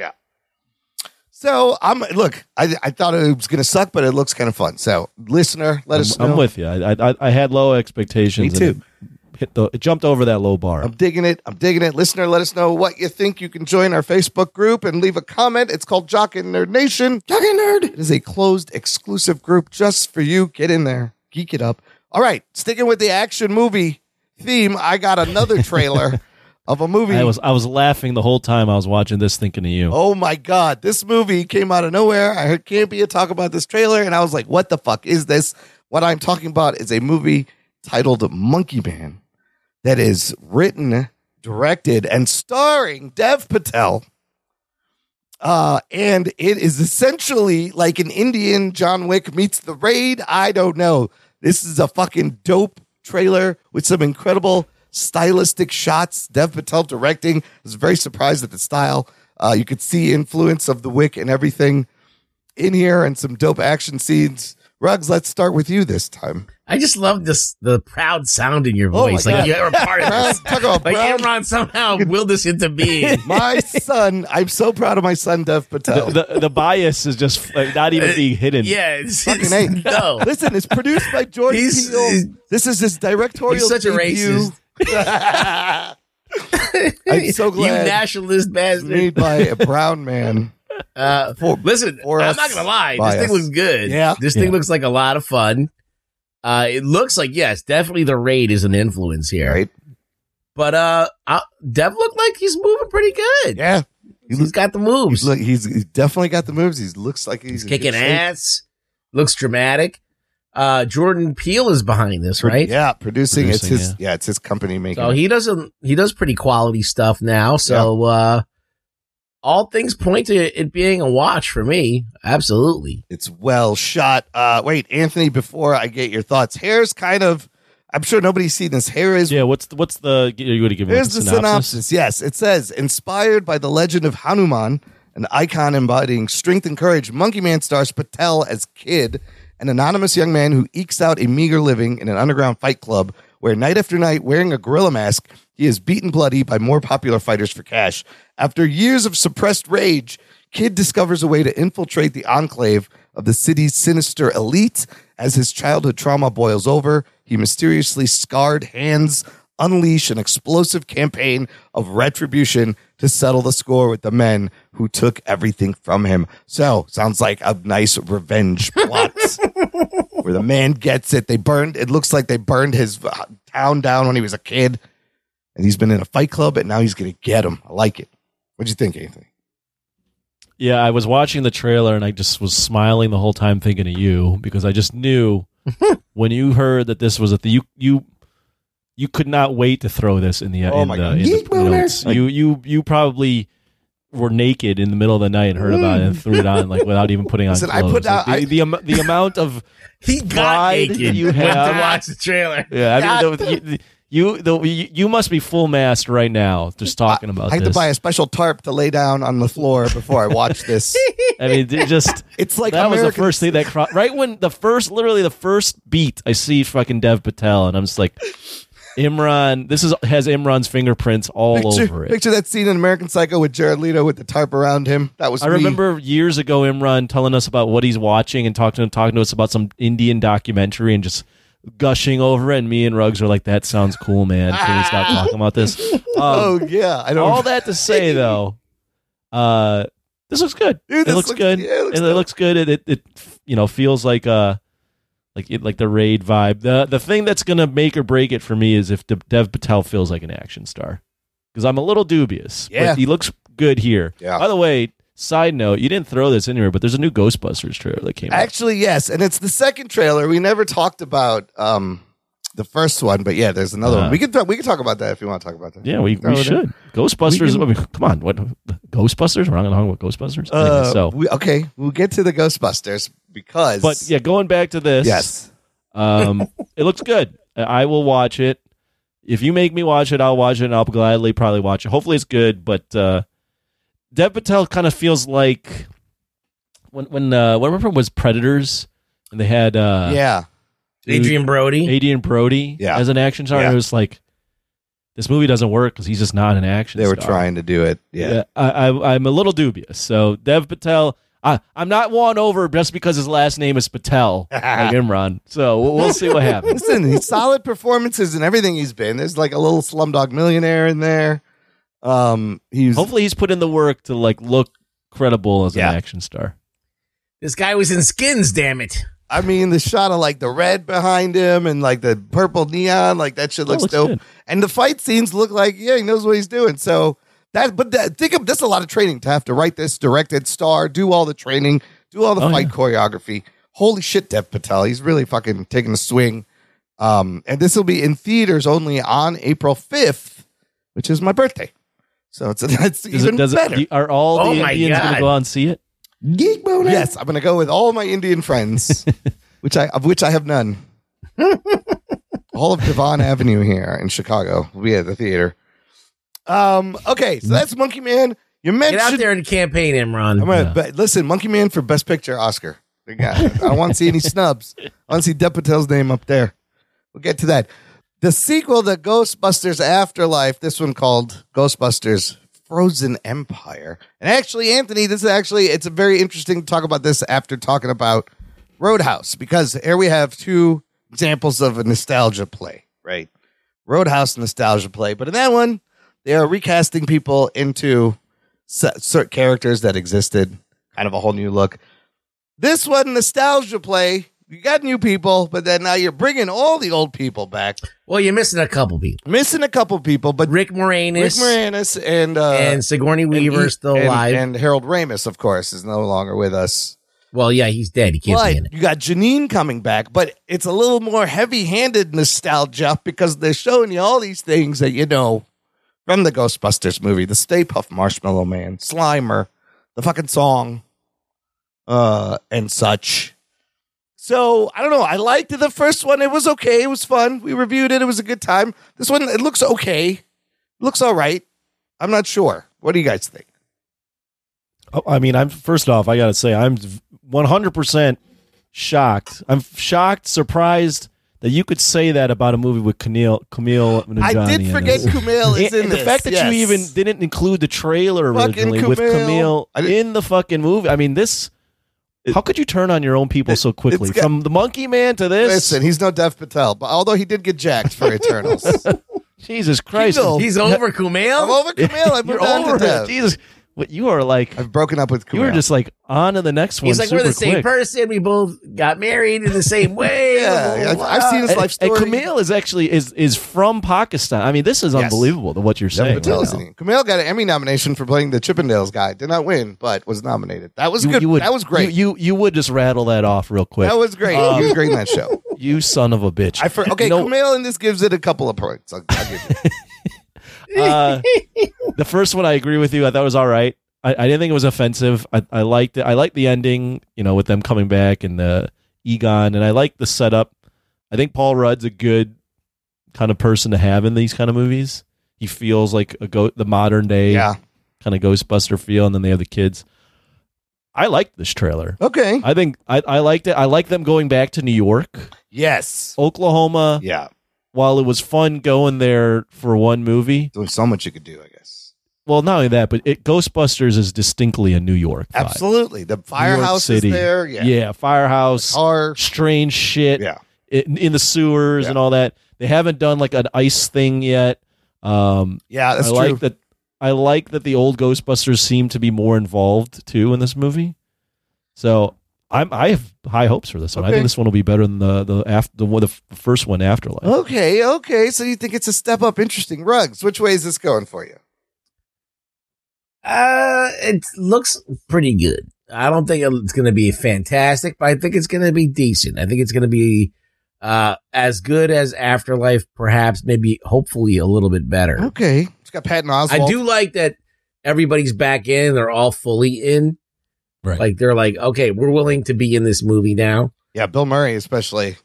So I'm look. I, I thought it was gonna suck, but it looks kind of fun. So listener, let
I'm,
us know.
I'm with you. I, I, I had low expectations.
Me too.
and it hit the, it jumped over that low bar.
I'm digging it. I'm digging it. Listener, let us know what you think. You can join our Facebook group and leave a comment. It's called Jock and Nerd Nation. Jock and Nerd. It is a closed, exclusive group just for you. Get in there, geek it up. All right, sticking with the action movie theme, I got another trailer [LAUGHS] of a movie.
I was I was laughing the whole time I was watching this, thinking of you.
[LAUGHS] Oh my God, this movie came out of nowhere. I heard Campia talk about this trailer, and I was like, what the fuck is this? What I'm talking about is a movie titled Monkey Man that is written, directed, and starring Dev Patel. Uh, and it is essentially like an Indian John Wick meets the raid. I don't know. This is a fucking dope trailer with some incredible stylistic shots. Dev Patel directing. I was very surprised at the style. Uh, you could see influence of the Wick and everything in here and some dope action scenes. Rugs, let's start with you this time.
I just love this the proud sound in your
Oh my
voice. like
God.
you are a part of
Brown, [LAUGHS]
this.
talk about
Like
Brown.
Imran somehow willed this into
[LAUGHS]
being.
My son, I'm so proud of my son, Dev Patel.
The, the the bias is just like,
[LAUGHS]
not even being hidden.
Yeah, it's,
Fucking
it's,
A.
no.
[LAUGHS] Listen, it's produced by Jordan
He's-
Peele. This is his directorial
He's such a
debut.
racist.
[LAUGHS]
[LAUGHS]
I'm so glad.
you nationalist
Made
bastard.
by a brown
[LAUGHS]
man.
Uh, listen,
for
I'm
us,
not gonna lie.
by
This thing
us.
looks good.
Yeah.
this thing
Yeah.
looks like a lot of fun. Uh, it looks like yes, definitely the raid is an influence here.
Right?
But uh, I, Dev looked like he's moving pretty good.
Yeah. He
he's
looks,
got the
he's,
moves.
look, he's, he's definitely got the moves. He looks like he's,
He's
in
kicking
good shape.
ass. Looks dramatic. Uh, Jordan Peele is behind this,
Pro-
right?
Yeah, producing. it's
Producing,
his. Yeah. it's his company making.
So
it.
he doesn't. He does pretty quality stuff now. So uh, all things point to it being a watch for me. Absolutely.
It's well shot. Uh, wait, Anthony. Before I get your thoughts, hair's kind of. I'm sure nobody's seen this. Hair is
Yeah. What's the, what's the? Are you going to give me
Here's
like,
the
a
synopsis. Yes, it says inspired by the legend of Hanuman, an icon embodying strength and courage, Monkey Man stars Patel as Kid, an anonymous young man who ekes out a meager living in an underground fight club where night after night, wearing a gorilla mask, he is beaten bloody by more popular fighters for cash. After years of suppressed rage, Kid discovers a way to infiltrate the enclave of the city's sinister elite. As his childhood trauma boils over, he mysteriously scarred hands unleash an explosive campaign of retribution to settle the score with the men who took everything from him. So, sounds like a nice revenge
[LAUGHS]
plot where the man gets it. They burned, it looks like they burned his uh, town down when he was a kid and he's been in a fight club and now he's going to get him. I like it. What'd you think, Anthony?
Yeah, I was watching the trailer and I just was smiling the whole time thinking of you because I
[LAUGHS]
just knew when you heard that this was a th- you you you could not wait to throw this in the
Oh
in
my
the,
God.
in
Yeet,
the
boner.
notes. You you you probably were naked in the middle of the night and heard about it and threw it on like without even putting on
Mm. Listen, I
clothes.
put
Like,
out-
the,
I-
the, am- the
[LAUGHS]
amount of
He got
Pride
naked.
you
went
have.
to watch the trailer.
yeah, I mean, the, you, you, the, you you must be full mast right now just talking about
I had
this.
to buy a special tarp to lay down on the floor before I watch
[LAUGHS]
this.
I mean, it just
[LAUGHS] It's like
that was the
American
first thing that cro- right when the first literally the first beat I see fucking Dev Patel and I'm just like Imran. This is has Imran's fingerprints all
picture,
over it.
Picture that scene in American Psycho with Jared Leto with the tarp around him. That was
I
me.
remember years ago Imran telling us about what he's watching and talking to talking to us about some Indian documentary and just gushing over it. And me and Ruggs are like, "That sounds cool, man. Can we stop talking
[LAUGHS]
about this?" Um,
Oh yeah, I don't.
all that to say though, uh, this looks good.
Dude,
it
this
looks
looks-
good.
yeah, it
it
looks
looks,
dope.
good. It, it it you know feels like uh like it, like the raid vibe. The the thing that's gonna make or break it for me is if De- Dev Patel feels like an action star because I'm a little dubious.
Yeah.
but he looks good here.
Yeah.
By the way, side note, you didn't throw this anywhere, but there's a new Ghostbusters trailer that came out.
Actually, yes, and it's the second trailer. We never talked about um the first one, but yeah, there's another
Uh,
one. We could talk, we could talk about that if you want to talk about that.
Yeah, we,
Throw it
we
in.
should. Ghostbusters.
We
I mean, come on, what Ghostbusters? We're not going to talk about Ghostbusters. Anyway,
Uh,
so,
we- okay, we'll get to the Ghostbusters because
but yeah, going back to this.
yes,
Um, it looks good. I- I will watch it. If you make me watch it, I'll watch it and I'll gladly probably watch it. Hopefully it's good, but uh Dev Patel kind of feels like when when uh what I remember was Predators and they had uh
yeah,
Adrian Brody.
Adrian Brody
Yeah.
as an action star.
Yeah.
It was like this movie doesn't work because he's just not an action
they were
star.
trying to do it. Yeah,
I, I I'm a little dubious. So Dev Patel I, I'm not won over just because his last name is Patel,
[LAUGHS]
like Imran. So we'll we'll see what happens.
listen, he's solid performances in everything he's been. There's like a little Slumdog Millionaire in there. Um, he's
[LAUGHS] Hopefully, he's put in the work to like look credible as
Yeah.
an action star.
This guy was in Skins. Damn it!
I mean, the shot of like the red behind him and like the purple neon, like that shit looks
looks
dope.
good.
And the fight scenes look like, yeah, he knows what he's doing. So that, but that, think of that's a lot of training to have to write this, direct it, star, do all the training, do all the
Oh,
fight
yeah.
choreography. Holy shit, Dev Patel, he's really fucking taking a swing. Um, and this will be in theaters only on April fifth, which is my birthday. So it's [LAUGHS] that's
Does
even
it, does
better.
It, are all
Oh
the
my
Indians going
God.
to go out and see it?
Geek boner.
yes, I'm gonna go with all my Indian friends, which I of which I have none. all of Devon Avenue here in Chicago. will be at the theater. Um. Okay, so that's Monkey Man. You
Get out
mentioned.
there and campaign, Imran.
I'm gonna but listen, Monkey Man for Best Picture Oscar. They got it. I don't want to see any snubs. I want to see Dev Patel's name up there. We'll get to that. The sequel to Ghostbusters Afterlife, this one called Ghostbusters Frozen Empire. And actually, Anthony, this is actually it's a very interesting to talk about this after talking about Roadhouse, because here we have two examples of a nostalgia play, right? Roadhouse nostalgia play. But in that one, they are recasting people into se- certain characters that existed, kind of a whole new look. This one, nostalgia play. You got new people, but then now you're bringing all the old people back.
well, you're missing a couple people.
Missing a couple people, but Rick
Rick Moranis,
Moranis and uh,
and Sigourney
and
Weaver
E-
is still
and-
alive.
and Harold Ramis, of course, is no longer with us.
well, yeah, he's dead. He can't be in
But
it.
you got Janine coming back, but it's a little more heavy-handed nostalgia because they're showing you all these things that you know from the Ghostbusters movie, the Stay Puff Marshmallow Man, Slimer, the fucking song, uh, and such. So I don't know. I liked the first one. It was okay. It was fun. We reviewed it. It was a good time. This one, it looks okay. Looks all right. I'm not sure. What do you guys think?
Oh, I mean, I'm first off, I gotta say, I'm 100% shocked. I'm shocked, surprised that you could say that about a movie with Camille. Camille,
I did forget Kumail
[LAUGHS]
is in
the
this,
fact that you
yes.
even didn't include the trailer
Fucking
originally with
Kumail.
Camille
I didn't-
in the fucking movie. I mean, this. how could you turn on your own people so quickly?
got-
From the Monkey Man to this,
Listen, he's no Dev Patel, but although he did get jacked for
[LAUGHS]
Eternals,
Jesus Christ!
Kumail.
He's over Kumail.
I'm over Camille. I'm
You're
down
over
to
it.
Dev.
Jesus, what you are like?
I've broken up with Camille.
You were just like on to the next one.
He's like, we're the
super
same
quick.
person. We both got married in
[LAUGHS]
the same way.
Yeah,
Blah, blah,
I've-
blah.
I've seen his life
And,
story.
and Camille is actually is is from Pakistan. I mean, this is
Yes.
unbelievable. The, what you're
Dev
saying.
Patel
right
is
now.
in it. Camille got an Emmy nomination for playing the Chippendales guy. Did not win, but was nominated. That was
You-
good.
you would-
that was great.
You, you you would just rattle that off real quick.
that was great. he was great in that show.
you son of a bitch.
I for,
[LAUGHS]
okay,
You know,
Camille, and this gives it a couple of points. I'll, I'll give you.
uh, [LAUGHS] the first one, I agree with you. I thought it was all right. I, I didn't think it was offensive. I, I liked it. I liked the ending. You know, with them coming back and the Egon, and I like the setup. I think Paul Rudd's a good kind of person to have in these kind of movies. He feels like a go the modern day
yeah.
kind of Ghostbuster feel, and then they have the kids. I liked this trailer.
Okay.
I think I, I liked it. I like them going back to New York,
Yes.
Oklahoma,
Yeah.
while it was fun going there for one movie,
There's so much you could do, I guess.
well, not only that, but it, Ghostbusters is distinctly a New York. vibe.
Absolutely. The firehouse is
City.
there. Yeah.
firehouse,
Car.
strange shit
Yeah.
in, in the sewers
Yeah.
and all that. They haven't done like an ice thing yet. Um,
Yeah, that's
I
true.
like that. I like that the old Ghostbusters seem to be more involved too in this movie. So I'm I have high hopes for this one. I
Okay.
think this one will be better than the the after the, one- the f- first one, Afterlife.
Oh, okay, okay. So you think it's a step up interesting rugs. Which way is this going for you?
Uh, it looks pretty good. I don't think it's going to be fantastic, but I think it's going to be decent. I think it's going to be uh as good as Afterlife, perhaps, maybe, hopefully, a little bit better.
Okay. It's got Patton Oswalt.
I do like that everybody's back in; they're all fully in.
Right.
Like they're like, okay, we're willing to be in this movie now.
Yeah, Bill Murray especially.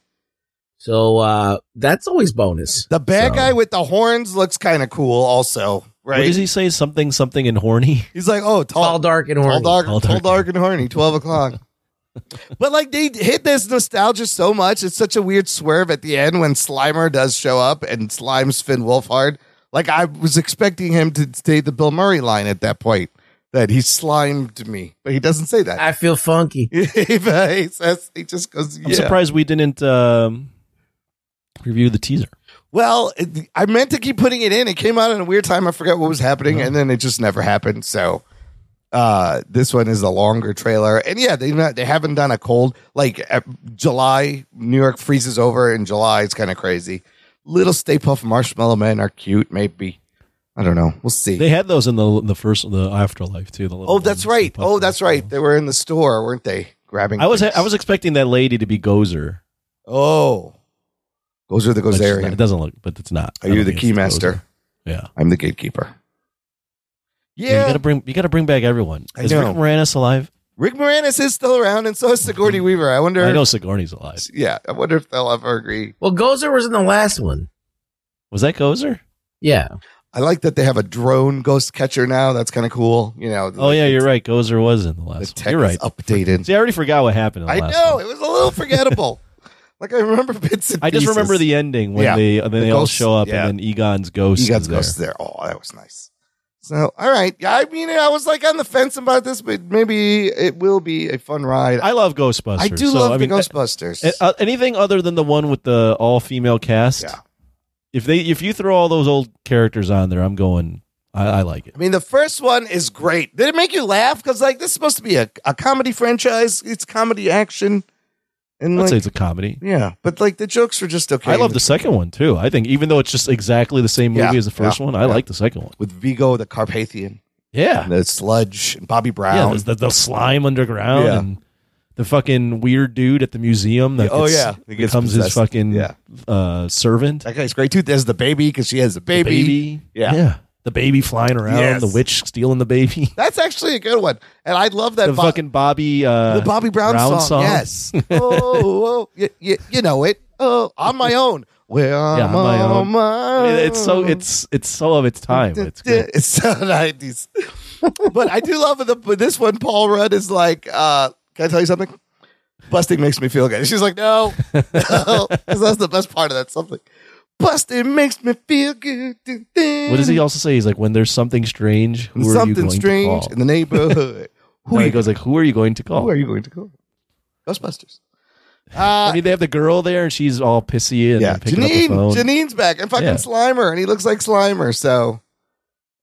So uh that's always bonus.
The bad
So-
guy with the horns looks kind of cool also, right?
What does he say? Something something
[LAUGHS]
and horny.
He's like, oh, tall,
Tall, dark, and
tall,
horny.
dark, tall,
Tall,
dark,
dark.
and horny. Twelve o'clock. [LAUGHS] but like they hit this nostalgia so much, it's such a weird swerve at the end when Slimer does show up and slimes Finn Wolfhard. Like I was expecting him to say the Bill Murray line at that point that he slimed me, but he doesn't say that.
I feel funky.
he says he just goes.
I'm
yeah.
surprised we didn't um, review the teaser.
Well, it, I meant to keep putting it in. It came out at a weird time. I forgot what was happening,
Uh-huh.
and then it just never happened. So, uh, this one is a longer trailer, and yeah, they not, they haven't done a cold like uh, July. New York freezes over in July. It's kind of crazy. Little Stay Puff Marshmallow Men are cute, maybe. I don't know. We'll see.
They had those in the the first the Afterlife too. The little
oh, that's
ones,
right.
the
Oh,
puppets.
that's right. They were in the store, weren't they? Grabbing.
I was
things.
I was expecting that lady to be Gozer.
Oh, those are the
but she's not- It
Gozerian.
doesn't look, but it's not.
Are you
I don't
the
think it's
keymaster?
Gozer. Yeah.
I'm the gatekeeper.
Yeah. you gotta bring you gotta bring back everyone.
I
Is
know.
Rick Moranis alive?
Rick Moranis is still around, and so is Sigourney Weaver. I wonder.
Mm-hmm. I know Sigourney's alive.
Yeah, I wonder if they'll ever agree.
Well, Gozer was in the last one.
Was that Gozer?
Yeah.
I like that they have a drone ghost catcher now. That's kind of cool. You know.
Oh yeah, you're right. Gozer was in the
The
last.
tech
one. You're
is
right.
updated.
See, I already forgot what happened. In the
I
last
know
one.
it was a little
[LAUGHS]
forgettable. like I remember bits and
I just
pieces.
remember the ending when
Yeah.
they then
The
they
ghosts,
all show up
yeah.
and then Egon's ghost.
You got
is
the
there.
ghost there. Oh, that was nice. So, all right. Yeah, I mean, I was like on the fence about this, but maybe it will be a fun ride. I,
I love Ghostbusters.
do
so,
love
I mean,
the Ghostbusters.
a- a- uh, anything other than the one with the all female cast.
Yeah.
If they if you throw all those old characters on there, I'm going. I, I like it.
I mean, the first one is great. Did it make you laugh? Because like this is supposed to be a, a comedy franchise. It's comedy action, and
I'd
like
say it's a comedy.
yeah, but like the jokes were just okay.
I love the second one too. I think even though it's just exactly the same movie
Yeah,
as the first
yeah,
one, I
yeah.
like the second one.
with Vigo the Carpathian,
Yeah,
the Sludge, and Bobby
yeah.
Brown.
there's The, the slime underground
Yeah.
and the fucking weird dude at the museum that
oh
gets-
yeah, He gets
becomes his
possessed.
fucking
yeah.
uh, servant.
That guy's great too. There's the baby because she has a
The
baby. Yeah.
the baby flying around,
Yes.
the witch stealing the baby,
That's actually a good one, and I love that
[LAUGHS] the
Bo-
fucking Bobby, uh,
the Bobby Brown, song.
[LAUGHS]
Yes. oh, oh you, you, know it. Oh, on my own. Well, I'm
on my
on
own.
my
It- it's so
own.
it's it's so of its time. It's good.
[LAUGHS] It's so 90s. but I do love the but this one, Paul Rudd is like, uh, can I tell you something? Busting makes me feel good. She's like, no. [LAUGHS] no. 'Cause that's the best part of that something. Busting makes me feel good.
What does he also say? He's like, when there's something strange, who are you
Something
going
strange
to
in
call?
the neighborhood. who,
[LAUGHS] No,
are
he
you,
goes like, who are you going to call?
who are you going to call? Ghostbusters.
I
Uh,
mean, they have the girl there, and she's all pissy and
yeah,
picking up the
Janine.
phone.
Janine's back and fucking
Yeah.
Slimer, and he looks like Slimer. So,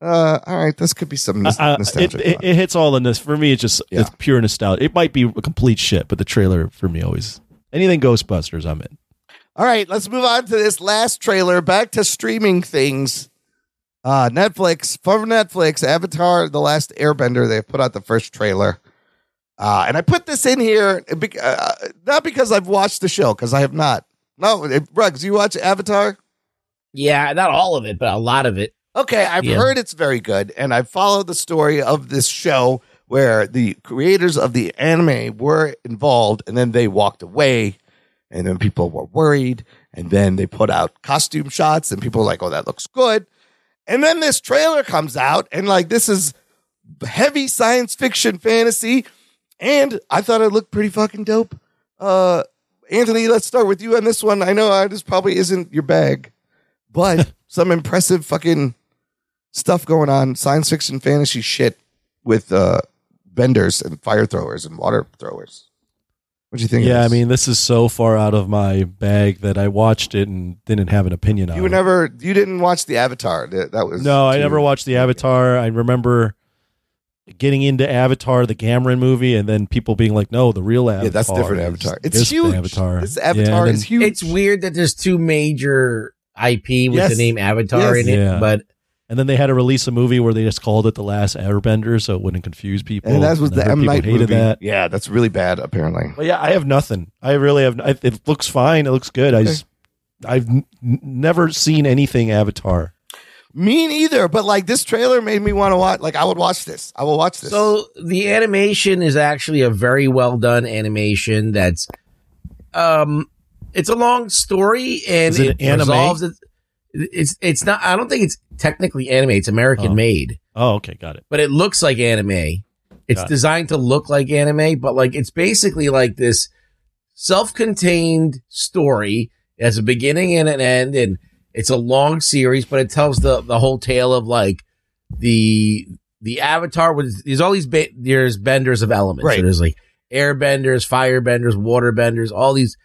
uh, all right, this could be some nos-
Uh, it,
nostalgic.
it,
fun.
it hits all in this for me. It's just
Yeah.
it's pure nostalgia. It might be complete shit, but the trailer for me always anything Ghostbusters, I'm in.
All right, let's move on to this last trailer. Back to streaming things. Uh, Netflix, from Netflix, Avatar, The Last Airbender, they put out the first trailer. Uh, and I put this in here, be- uh, not because I've watched the show, because I have not. No, it, Ruggs, you watch Avatar?
Yeah, not all of it, but a lot of it.
Okay, I've
Yeah.
heard it's very good, and I followed the story of this show where the creators of the anime were involved, and then they walked away, and then people were worried, and then they put out costume shots, and people were like, "Oh, that looks good," and then this trailer comes out, and like this is heavy science fiction fantasy, and I thought it looked pretty fucking dope. Uh, Anthony, let's start with you on this one. I know uh, this probably isn't your bag. but
[LAUGHS]
some impressive fucking stuff going on. Science fiction, fantasy shit with uh, benders and fire throwers and water throwers. What do you think? of
yeah, I
this?
mean, this is so far out of my bag that I watched it and didn't have an opinion on
you were
it.
never, you didn't watch the Avatar. That, that was
no, I
too-
never watched the Avatar. I remember getting into Avatar, the Cameron movie, and then people being like, "No, the real Avatar."
Yeah, that's different
is
Avatar.
this
It's huge.
Avatar.
This
Yeah, and
Avatar
then-
is huge.
It's weird that there's two major IP with
Yes.
the name Avatar
Yes.
in it,
Yeah.
but
And then they had to release a movie where they just called it The Last Airbender, so it wouldn't confuse people.
And that was
And I
the
heard
M
people
Night
hated
movie.
that.
Yeah, that's really bad. Apparently,
But yeah, I have nothing. I really have. I, it looks fine. It looks good. I just, I've n- n- never seen anything Avatar.
me neither. But like this trailer made me want to watch. Like I would watch this. I will watch this.
So the animation is actually a very well done animation. That's um, it's a long story and
Is it
it,
anime?
resolves it. It's it's not. I don't think it's technically anime. It's American
Oh.
made,
Oh, okay, got it.
but it looks like anime. It's
Got it.
designed to look like anime, but like it's basically like this self-contained story. It has a beginning and an end, and it's a long series, but it tells the the whole tale of like the the avatar was there's all these ba- there's benders of elements.
Right.
So there's like airbenders, firebenders, waterbenders, all these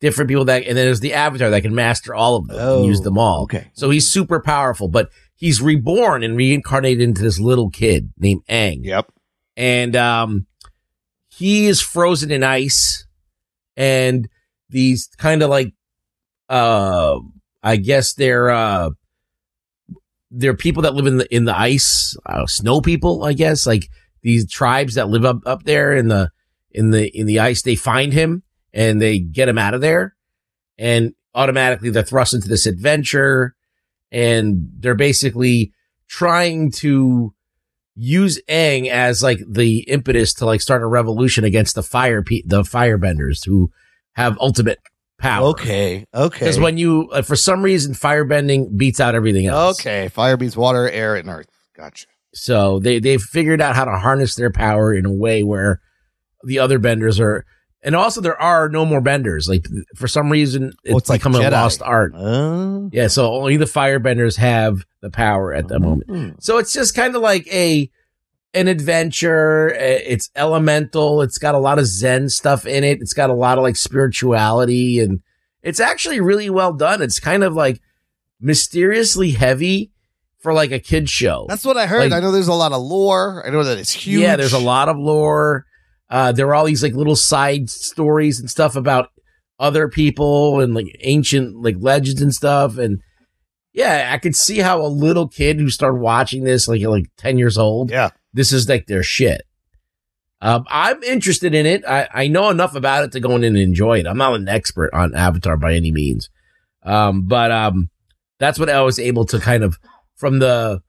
different people that and then there's the avatar that can master all of them and use them all.
Oh, okay.
So he's super powerful, but he's reborn and reincarnated into this little kid named Aang.
yep.
And um he is frozen in ice and these kind of like uh I guess they're uh they're people that live in the in the ice, uh, snow people, I guess, like these tribes that live up up there in the in the in the ice. They find him and they get him out of there, and automatically they're thrust into this adventure, and they're basically trying to use Aang as like the impetus to like start a revolution against the fire pe- the firebenders who have ultimate power.
Okay. Okay.
Because when you, uh, for some reason, firebending beats out everything else.
Okay. Fire beats water, air, and earth. Gotcha.
So they, they've figured out how to harness their power in a way where the other benders are. And also, there are no more benders. Like, for some reason, it's,
Well, it's like
become a
Jedi.
lost art. Yeah, so only the firebenders have the power at that moment. So it's just kind of like a an adventure. Uh, It's elemental. It's got a lot of Zen stuff in it. It's got a lot of like spirituality, and it's actually really well done. It's kind of like mysteriously heavy for like a kid show.
That's what I heard.
Like-
I know there's a lot of lore. I know that it's huge.
Yeah, there's a lot of lore. Uh, there are all these like little side stories and stuff about other people and like ancient like legends and stuff. And yeah, I could see how a little kid who started watching this like at, like ten years old,
Yeah.
this is like their shit. Um, I'm interested in it. I, I know enough about it to go in and enjoy it. I'm not an expert on Avatar by any means, um, but um, that's what I was able to kind of from the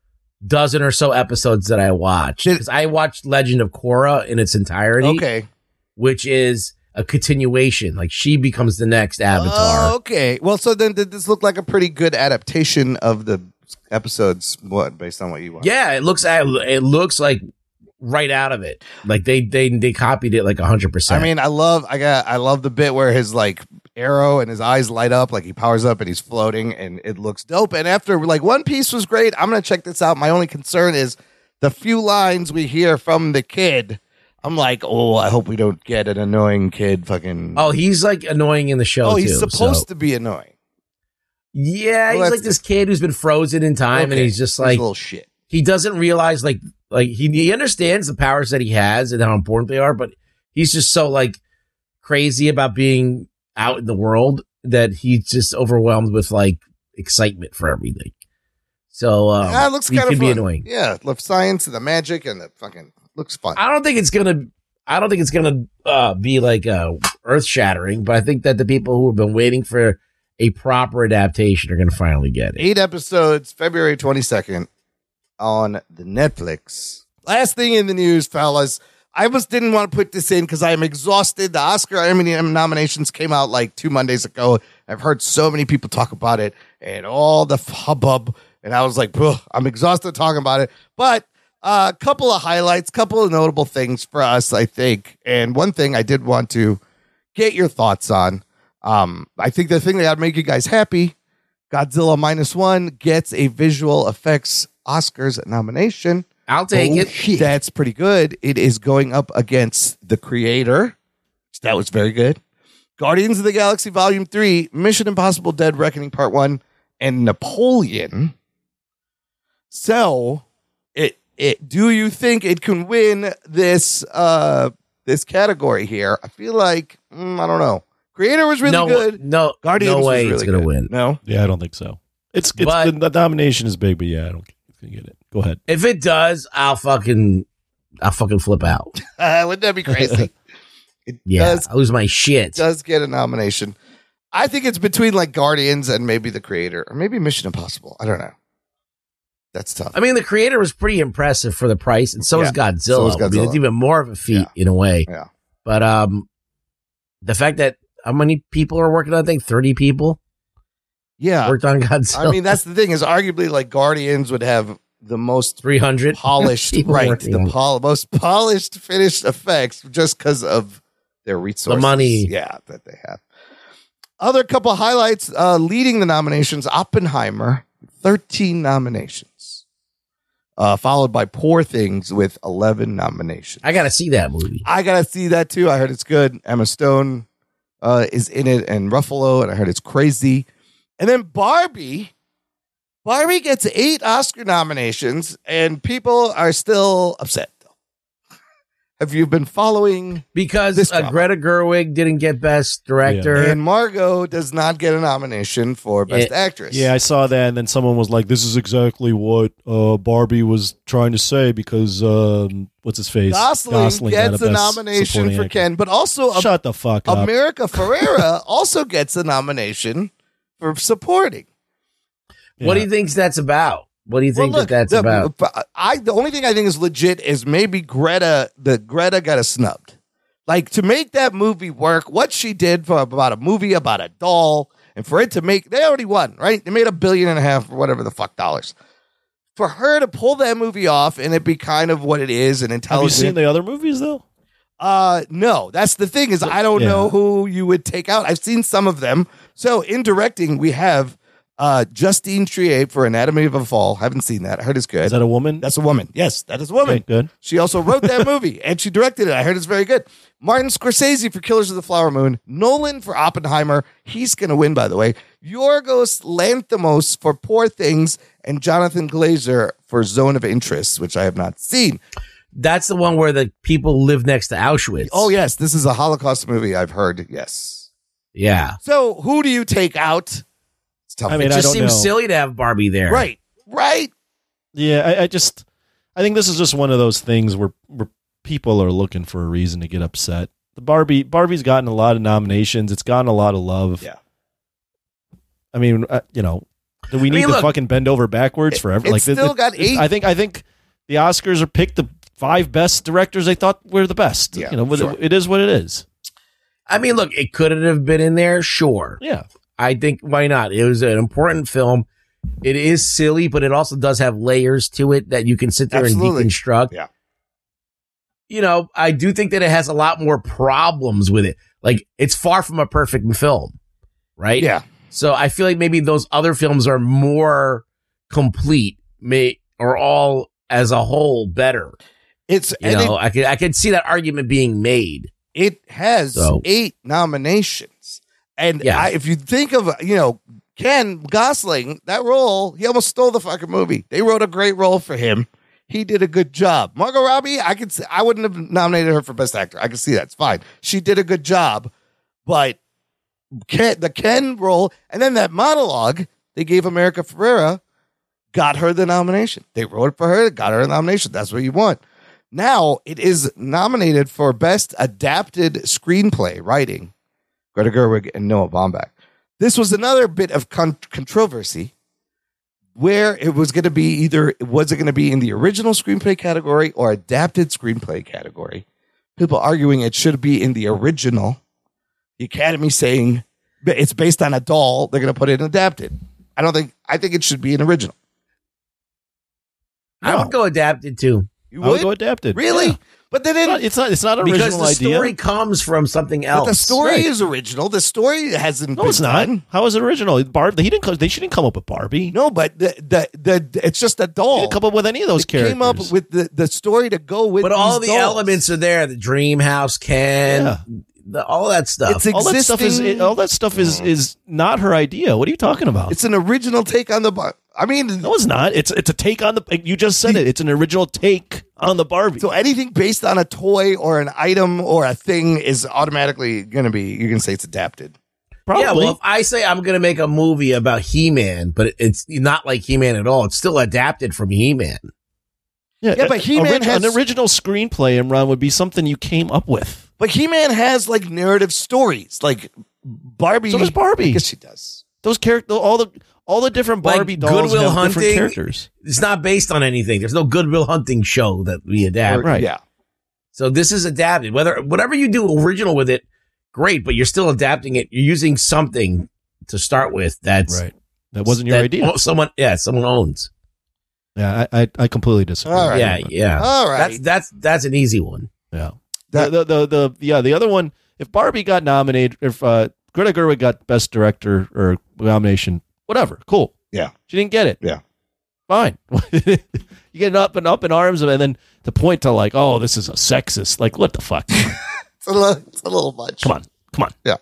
dozen or so episodes that I watched.
Did-
'Cause I watched Legend of Korra in its entirety,
Okay.
which is a continuation. Like she becomes the next Avatar.
Oh, okay. Well, so then did this look like a pretty good adaptation of the episodes? What based on what you watched?
Yeah, it looks it looks like right out of it. Like they they they copied it like 100%.
I mean, I love I got I love the bit where his like arrow and his eyes light up, like he powers up and he's floating, and it looks dope. And after like One Piece was great, I'm gonna check this out. My only concern is the few lines we hear from the kid. I'm like, oh, I hope we don't get an annoying kid. Fucking
Oh, he's like annoying in the show.
Oh,
too,
he's supposed
so-
to be annoying. Well,
Yeah, he's
that's-
like this kid who's been frozen in time,
Okay.
and he's just like
little shit.
he doesn't realize like like he, he understands the powers that he has and how important they are, but he's just so like crazy about being out in the world that he's just overwhelmed with like excitement for everything. So um,
Yeah, Ah, it looks
he
kind of
can
fun.
be annoying.
Yeah, love science and the magic and the fucking looks fun.
I don't think it's gonna. I don't think it's gonna uh, be like uh, earth shattering, but I think that the people who have been waiting for a proper adaptation are gonna finally get it.
Eight episodes, February 22nd on the Netflix. Last thing in the news, fellas. I just didn't want to put this in because I'm exhausted. The Oscar I mean, nominations came out like two Mondays ago. I've heard so many people talk about it and all the hubbub. And I was like, "Ugh, I'm exhausted talking about it. But a couple of highlights, couple of notable things for us, I think. And one thing I did want to get your thoughts on. Um, I think the thing that would make you guys happy Godzilla minus one gets a visual effects Oscars nomination.
I'll take
Oh,
it.
shit. That's pretty good. It is going up against The Creator. That was very good. Guardians of the Galaxy Volume 3, Mission Impossible Dead Reckoning Part 1, and Napoleon. So, it it do you think it can win this uh this category here? I feel like mm, I don't know. Creator was really
no,
good.
No,
Guardians
no way
was really
it's gonna
good.
win.
No.
Yeah, I don't think so. It's, it's
But-
the, the nomination is big, but yeah, I don't think it's gonna get it. Go ahead.
If it does, I'll fucking, I'll fucking
[LAUGHS]
flip out.
Uh, wouldn't that be crazy? [LAUGHS] it
Yeah,
does
I lose my shit.
does get a nomination. I think it's between like Guardians and maybe The Creator, or maybe Mission Impossible. I don't know. That's tough.
I mean, the creator was pretty impressive for the price, and so is Godzilla.
so is
I mean,
Godzilla.
it's even more of a feat
Yeah.
in a way.
Yeah.
But um, the fact that how many people are working on? I think thirty people
yeah,
worked on Godzilla.
I mean that's the thing is arguably like Guardians would have the most
[LAUGHS] three hundred [LAUGHS]
polished, right? The pol- most polished finished effects just because of their resources,
money.
yeah, that they have. Other couple highlights uh, leading the nominations: Oppenheimer, thirteen nominations, uh, followed by Poor Things with eleven nominations.
I gotta see that movie.
I gotta see that too. I heard it's good. Emma Stone uh, is in it, and Ruffalo, and I heard it's crazy. And then Barbie, Barbie gets eight Oscar nominations, and people are still upset. [LAUGHS] Have you been following? This
Because uh,
drama.
Greta Gerwig didn't get best director.
And Margot does not get a nomination for Best
Yeah.
Actress.
Yeah, I saw that, and then someone was like, "This is exactly what uh, Barbie was trying to say." Because um, what's his face?
Gosling,
got
gets a
Best
nomination
Supporting
for
Actor.
Ken, but also a
Shut the fuck up.
America Ferrera [LAUGHS] also gets a nomination for supporting.
What do
Yeah.
you think that's about? What do you think
Well,
that that's
the,
about?
I the only thing I think is legit is maybe Greta the Greta got a snubbed. Like to make that movie work, what she did for about a movie about a doll, and for it to make they already won, right? They made a billion and a half or whatever the fuck dollars. For her to pull that movie off and it be kind of what it is and
Have you
intelligent.
seen the other movies though?
Uh, no, that's the thing is I don't
Yeah.
know who you would take out. I've seen some of them. So in directing, we have uh Justine Triet for Anatomy of a Fall. Haven't seen that. I heard it's good.
Is that a woman?
that's a woman. Yes, that is a
Okay,
woman.
good.
She also wrote
[LAUGHS]
that movie and she directed it. I heard it's very good. Martin Scorsese for Killers of the Flower Moon. Nolan for Oppenheimer. He's going to win, by the way. Yorgos Lanthimos for Poor Things and Jonathan Glazer for Zone of Interest, which I have not seen.
That's the one where the people live next to Auschwitz.
Oh, yes, this is a Holocaust movie. I've heard. Yes.
yeah.
So who do you take out? It's tough.
I mean,
It just
don't
seems
know.
silly to have Barbie there.
right, right.
Yeah, I, I just, I think this is just one of those things where where people are looking for a reason to get upset. The Barbie, Barbie's gotten a lot of nominations. It's gotten a lot of love.
Yeah.
I mean, uh, you know, do we
I
need
mean,
to
look,
fucking bend over backwards for every?
it's
like, th-
still
th-
got
th-
eight.
I think I think the Oscars are picked the five best directors they thought were the best.
Yeah,
you know,
sure.
it is what it is.
I mean, look, it could have been in there. Sure.
Yeah,
I think why not? It was an important film. It is silly, but it also does have layers to it that you can sit there
Absolutely.
and deconstruct.
Yeah.
You know, I do think that it has a lot more problems with it. Like it's far from a perfect film, right?
Yeah,
So I feel like maybe those other films are more complete, may or all as a whole better.
it's
You
and it-
know, I could I could see that argument being made.
It has
So-
eight nominations. And
Yeah.
I, if you think of, you know, Ken Gosling, that role, he almost stole the fucking movie. They wrote a great role for him. He did a good job. Margot Robbie, I could see, I wouldn't have nominated her for best actor. I can see that's fine. She did a good job, but Ken, the Ken role, and then that monologue they gave America Ferrera got her the nomination. They wrote it for her, got her a nomination. That's what you want. Now it is nominated for Best Adapted Screenplay Writing, Greta Gerwig and Noah Baumbach. This was another bit of con- controversy where it was going to be either was it going to be in the original screenplay category or adapted screenplay category. People arguing it should be in the original. The Academy saying that it's based on a doll. They're going to put it in adapted. I don't think. I think it should be an original.
I would go adapted too.
Oh.
You
I would go adapted.
Really?
Yeah.
But they didn't.
It's not. It's not an
because
original
the
idea.
story comes from something
But
else.
the story
Right.
is original. The story hasn't.
no,
been
it's not.
done.
How is it original? Barb. He didn't. co- They shouldn't come up with Barbie.
No, but the the, the it's just a
They
doll.
didn't come up with any of those
It
characters.
Oh. came up with the, the story to go with.
but all the
these dolls.
elements are there. The dream house, Ken,
Yeah.
the, all that stuff.
It's a-
all that stuff is.
existing-
all that stuff is is not her idea. What are you talking about?
It's an original take on the. Bar- I mean,
no, it's not. It's it's a take on the. You just said it. It's an original take on the Barbie.
so anything based on a toy or an item or a thing is automatically going to be. You can say it's adapted.
Probably.
Yeah, well, if I say I'm going to make a movie about He-Man, but it's not like He-Man at all. It's still adapted from He-Man.
Yeah, but
a-
He-Man
orig-
has-
an original screenplay. Imran would be something you came up with.
But He Man has like narrative stories, like Barbie.
So does
I
Barbie.
guess she does.
Those characters, all the all the different
Like
Barbie dolls
Goodwill
have different
Hunting.
characters.
It's not based on anything. There's no Goodwill Hunting show that we adapt.
Or-
right.
Yeah.
So this is adapted. Whether whatever you do original with it, great, but you're still adapting it. You're using something to start with that's
That wasn't your
that
idea.
Someone, yeah, someone owns.
Yeah, I I, I completely disagree.
All right.
Yeah, yeah.
All right.
That's that's that's an easy one.
Yeah.
That-
the, the, the, the, yeah, the other one, if Barbie got nominated, if uh, Greta Gerwig got best director or nomination, whatever, cool.
Yeah.
She didn't get it.
Yeah.
Fine. [LAUGHS] you get up and up in arms and then to point to like, oh, this is a sexist. Like, what the fuck?
it's, a little, it's a little much.
Come on. Come on.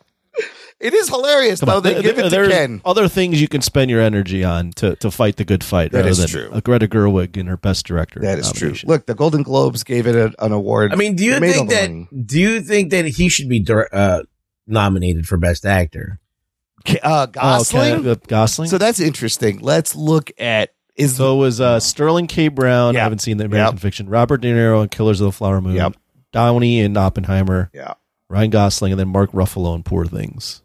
It is hilarious
Come
though.
on.
Oh, They
There-
give it to
there's
Ken.
other things you can spend your energy on to, to fight the good fight
That
rather
is
than
true.
a Greta Gerwig in her best director.
That is true.
nomination.
Look, the Golden Globes gave it a, an award.
I mean, do you
It made all
think
the
that
money.
do you think that he should be dir- uh, nominated for best actor?
K- uh,
Oh,
Gosling.
okay, uh, Gosling.
So that's interesting. Let's look at is
So it was uh, Sterling K. Brown.
Yeah.
I haven't seen the American
Yep.
Fiction. Robert De Niro and Killers of the Flower Moon.
Yep.
Downey and Oppenheimer.
Yeah.
Ryan Gosling and then Mark Ruffalo and Poor Things.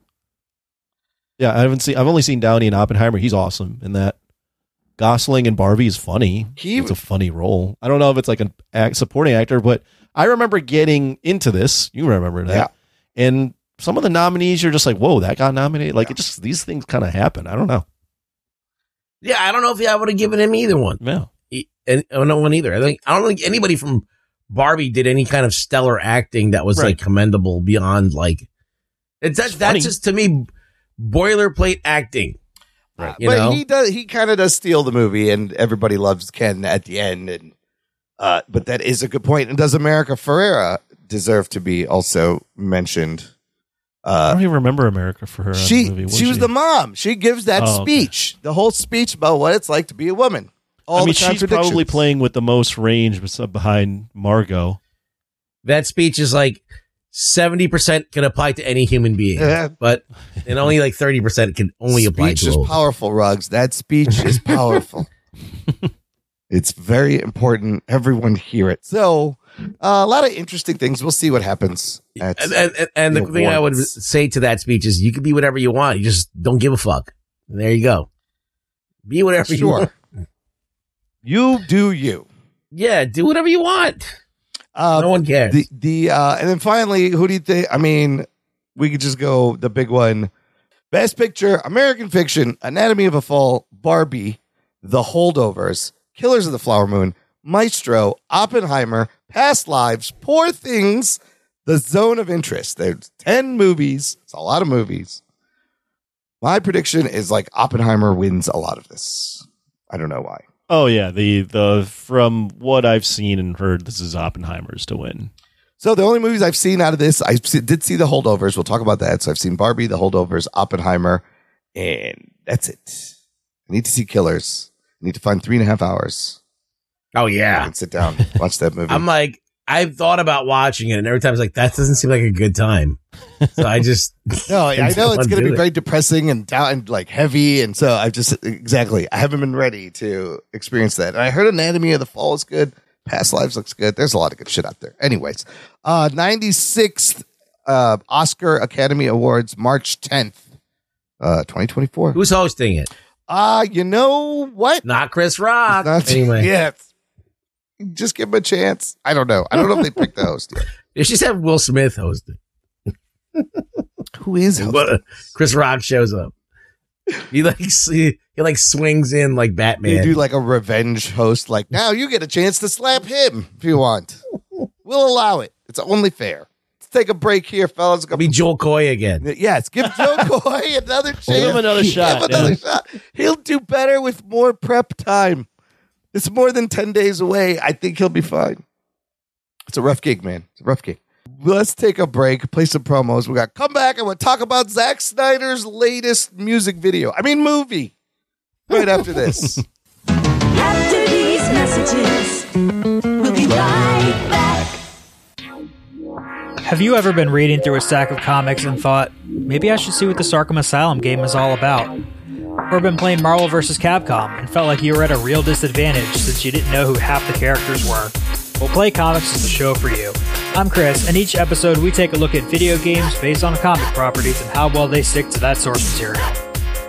Yeah, I haven't seen. I've only seen Downey and Oppenheimer. He's awesome in that. Gosling and Barbie is funny.
He-
it's a funny role. I don't know if it's like an act, supporting actor, but I remember getting into this. You remember that? And some of the nominees, you're just like, whoa, that got nominated. Like it just these things kind of happen. I don't know.
Yeah, I don't know if I would have given him either one.
Yeah.
E- And oh, no one either. I think I don't think anybody from Barbie did any kind of stellar acting that was
Right.
like commendable beyond like it's that,
It's funny.
that's just to me boilerplate acting.
Uh,
you
but
know?
he does he kind of does steal the movie and everybody loves Ken at the end and uh but that is a good point. And does America Ferrera deserve to be also mentioned?
I
Uh
don't even remember America for her. on
she
the movie,
she was the mom. She gives that
Oh, okay.
speech, the whole speech about what it's like to be a woman. All
I mean,
the
she's probably
contradictions.
playing with the most range bes- behind Margot.
That speech is like seventy percent can apply to any human being,
Yeah.
but and only like thirty percent can only apply
speech
to.
is
a-
powerful rugs that speech
[LAUGHS]
is powerful it's very important everyone hear it so uh, a lot of interesting things we'll see what happens at,
[LAUGHS] and and, and, and the
the
thing I would
awards.
say to that speech is, you can be whatever you want. You just don't give a fuck. And there you go. Be whatever you want.
sure you do you
Yeah, do whatever you want.
uh,
no one cares.
the the uh, and then finally who do you think i mean we could just go the big one best picture american fiction anatomy of a fall barbie the holdovers killers of the flower moon maestro oppenheimer past lives poor things the zone of interest there's 10 movies it's a lot of movies my prediction is like oppenheimer wins a lot of this i don't know why
Oh yeah, the the from what I've seen and heard, this is Oppenheimer's to win.
So the only movies I've seen out of this, I se- did see the holdovers. We'll talk about that. So I've seen Barbie, the holdovers, Oppenheimer, and that's it. I need to see Killers. I need to find three and a half hours.
oh
I
yeah,
can sit down, watch
[LAUGHS]
that movie.
I'm like, I've thought about watching it, and every time it's like, that doesn't seem like a good time. So I just [LAUGHS]
no, I I know it's going to
Do
be
it.
very depressing and down and like heavy, and so I've just exactly I haven't been ready to experience that. And I heard Anatomy of the Fall is good. Past Lives looks good. There's a lot of good shit out there. Anyways, uh, 96th uh, Oscar Academy Awards, March 10th, uh, 2024.
who's hosting it?
Uh, you know what?
Not Chris Rock.
That's-
anyway,
Yes. Just give him a chance. I don't know. I don't know if they picked the host yet.
they should have Will Smith host it.
Who is hosting?
But [LAUGHS] Chris Rock shows up. He like s- he like swings in like
[LAUGHS]
Batman.
They do like a revenge host, like now you get a chance to slap him if you want. We'll allow it. It's only fair. Let's take a break here, fellas.
I'll be Joel Coy again.
[LAUGHS] Yes, give
[LAUGHS]
Joe Coy another chance.
Give him another shot.
Give him another
yeah.
shot. He'll do better with more prep time. It's more than 10 days away. I think he'll be fine. It's a rough gig, man. It's a rough gig. Let's take a break, play some promos. We got come back and we'll talk about Zack Snyder's latest music video. I mean, movie. Right after
[LAUGHS]
this.
After these messages, we'll be right back.
Have you ever been reading through a stack of comics and thought, maybe I should see what this Arkham Asylum game is all about? Or been playing Marvel vs. Capcom and felt like you were at a real disadvantage since you didn't know who half the characters were? Well, Play Comics is the show for you. I'm Chris, and each episode we take a look at video games based on comic properties and how well they stick to that source material.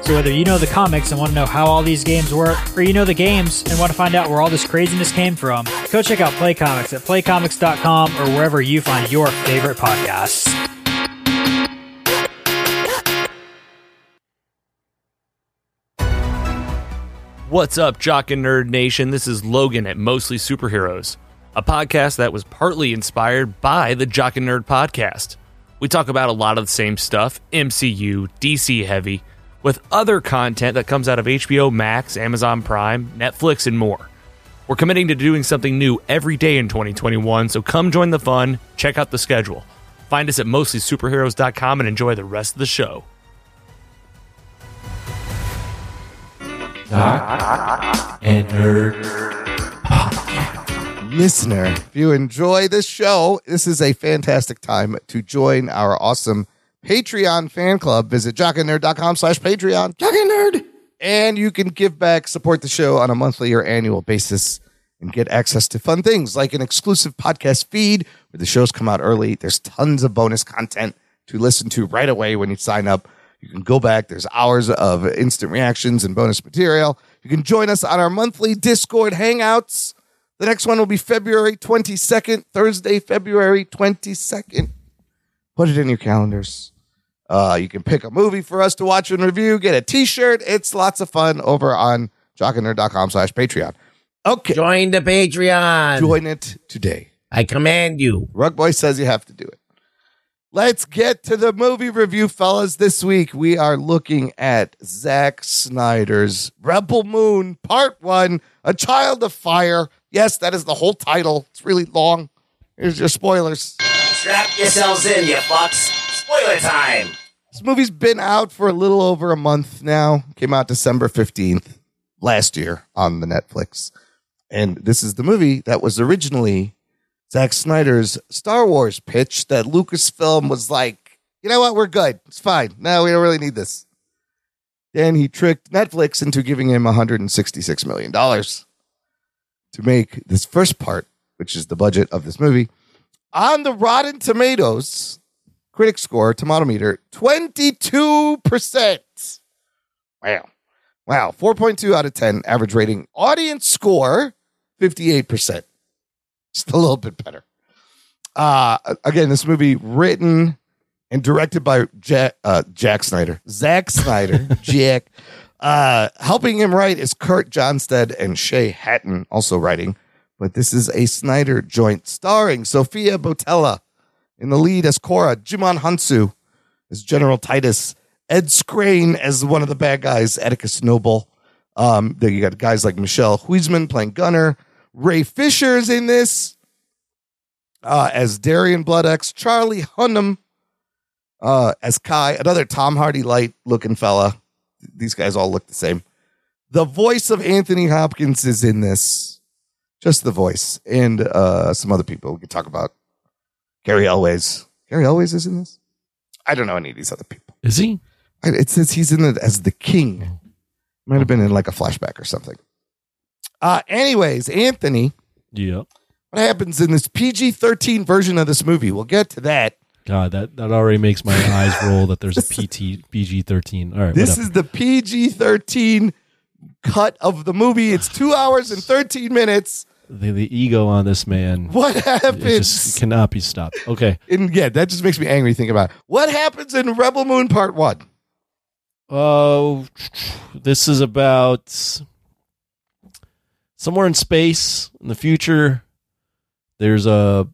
So whether you know the comics and want to know how all these games work, or you know the games and want to find out where all this craziness came from, go check out Play Comics at playcomics.com or wherever you find your favorite podcasts.
What's up, Jock and Nerd Nation? This is Logan at Mostly Superheroes, a podcast that was partly inspired by the Jock and Nerd podcast. We talk about a lot of the same stuff MCU, DC heavy, with other content that comes out of HBO Max, Amazon Prime, Netflix, and more. We're committing to doing something new every day in 2021, so come join the fun, check out the schedule. Find us at mostlysuperheroes.com and enjoy the rest of the show.
listener, if you enjoy this show, this is a fantastic time to join our awesome Patreon fan club. Visit jockandnerd.com slash Patreon. Jock and Nerd. And you can give back, support the show on a monthly or annual basis, and get access to fun things like an exclusive podcast feed where the shows come out early. There's tons of bonus content to listen to right away when you sign up. You can go back. There's hours of instant reactions and bonus material. You can join us on our monthly Discord hangouts. The next one will be February 22nd, Thursday, February 22nd. Put it in your calendars. Uh, you can pick a movie for us to watch and review, get a t shirt. It's lots of fun over on jockandnerd.com slash Patreon. Okay.
Join the Patreon.
Join it today.
I command you.
Rug Boy says you have to do it. Let's get to the movie review, fellas. This week we are looking at Zack Snyder's Rebel Moon Part One A Child of Fire. Yes, that is the whole title. It's really long. Here's your spoilers.
Strap yourselves in, you fucks. Spoiler time!
This movie's been out for a little over a month now. Came out December 15th last year on the Netflix. And this is the movie that was originally Zack Snyder's Star Wars pitch that Lucasfilm was like, you know what, we're good. It's fine. No, we don't really need this. Then he tricked Netflix into giving him $166 million to make this first part, which is the budget of this movie, on the Rotten Tomatoes critic score, tomato meter, 22%. Wow. Wow. 4.2 out of 10 average rating. Audience score, 58%. Just a little bit better. Uh, again, this movie written and directed by Jack, uh, Jack Snyder. Zack Snyder. Jack. Uh, helping him write is Kurt Johnstead and Shay Hatton, also writing. But this is a Snyder joint starring Sophia Botella, in the lead as Cora, Jimon Hansu as General Titus, Ed Scrain as one of the bad guys, Atticus Noble. Um, then you got guys like Michelle Huisman playing Gunner. Ray Fisher's in this uh, as Darian Bloodex, Charlie Hunnam uh, as Kai, another Tom Hardy light looking fella. These guys all look the same. The voice of Anthony Hopkins is in this, just the voice, and uh, some other people we could talk about Gary Elways. Gary Elways is in this. I don't know any of these other people.
Is he?
I- It says he's in it as the king. Might have been in like a flashback or something. Uh, anyways, Anthony,
Yeah.
what happens in this PG thirteen version of this movie? We'll get to that.
God, that, that already makes my eyes roll that there's a PT PG thirteen. All right,
This
whatever.
is the PG thirteen cut of the movie. It's two hours and thirteen minutes.
the, the ego on this man
What happens?
it just cannot be stopped. Okay.
and yeah, that just makes me angry thinking about it. What happens in Rebel Moon Part One?
Oh, this is about somewhere in space in the future. There's a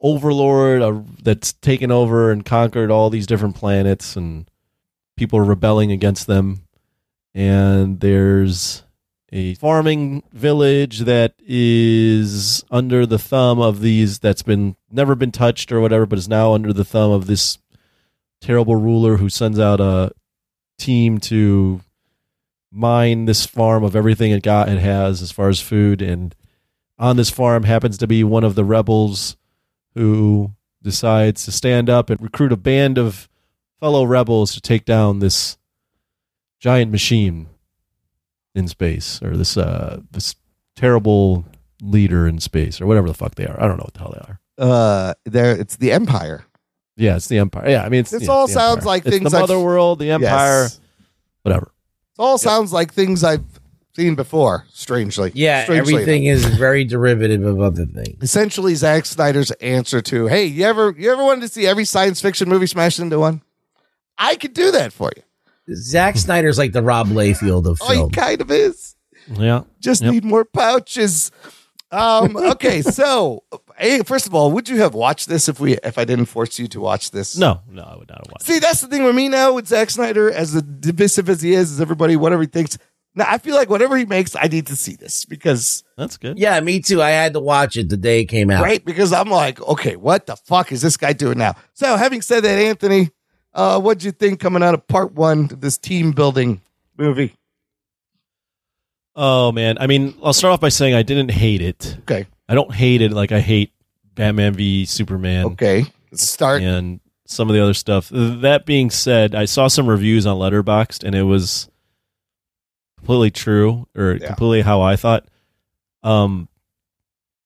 overlord uh, that's taken over and conquered all these different planets, and people are rebelling against them. And there's a farming village that is under the thumb of these that's been never been touched or whatever, but is now under the thumb of this terrible ruler who sends out a team to mine this farm of everything it got it has as far as food and on this farm happens to be one of the rebels who decides to stand up and recruit a band of fellow rebels to take down this giant machine in space or this uh this terrible leader in space or whatever the fuck they are. I don't know what the hell they are.
Uh, there it's the Empire.
Yeah, it's the Empire. Yeah, I mean it's
This
yeah,
all
the
sounds
Empire.
like
It's
things
the
I've-
mother world, the empire,
Yes.
whatever.
It all sounds like things I've seen before. Strangely,
Yeah,
Strangely
everything
enough.
is very derivative of other things.
essentially Zack Snyder's answer to, "Hey, you ever you ever wanted to see every science fiction movie smashed into one? I could do that for you.
Zack Snyder's like the Rob Layfield of
Oh,
film.
he kind of is.
Yeah.
Just
Yep.
need more pouches."
[LAUGHS]
Um, okay, so hey, first of all, would you have watched this if we if I didn't force you to watch this?
No, no, I would not have watched.
See, that's the thing with me now with Zack Snyder, as divisive as he is, is everybody whatever he thinks. Now I feel like whatever he makes, I need to see this because
That's good.
yeah, me too. I had to watch it the day it came out.
right because I'm like, okay, what the fuck is this guy doing now? So, having said that, Anthony, uh, what'd you think coming out of part one of this team building movie?
Oh man. I mean, I'll start off by saying I didn't hate it.
Okay,
I don't hate it like I hate Batman v Superman.
okay, let's start.
and some of the other stuff. That being said, I saw some reviews on Letterboxd, and it was completely true or
Yeah.
completely how I thought. Um,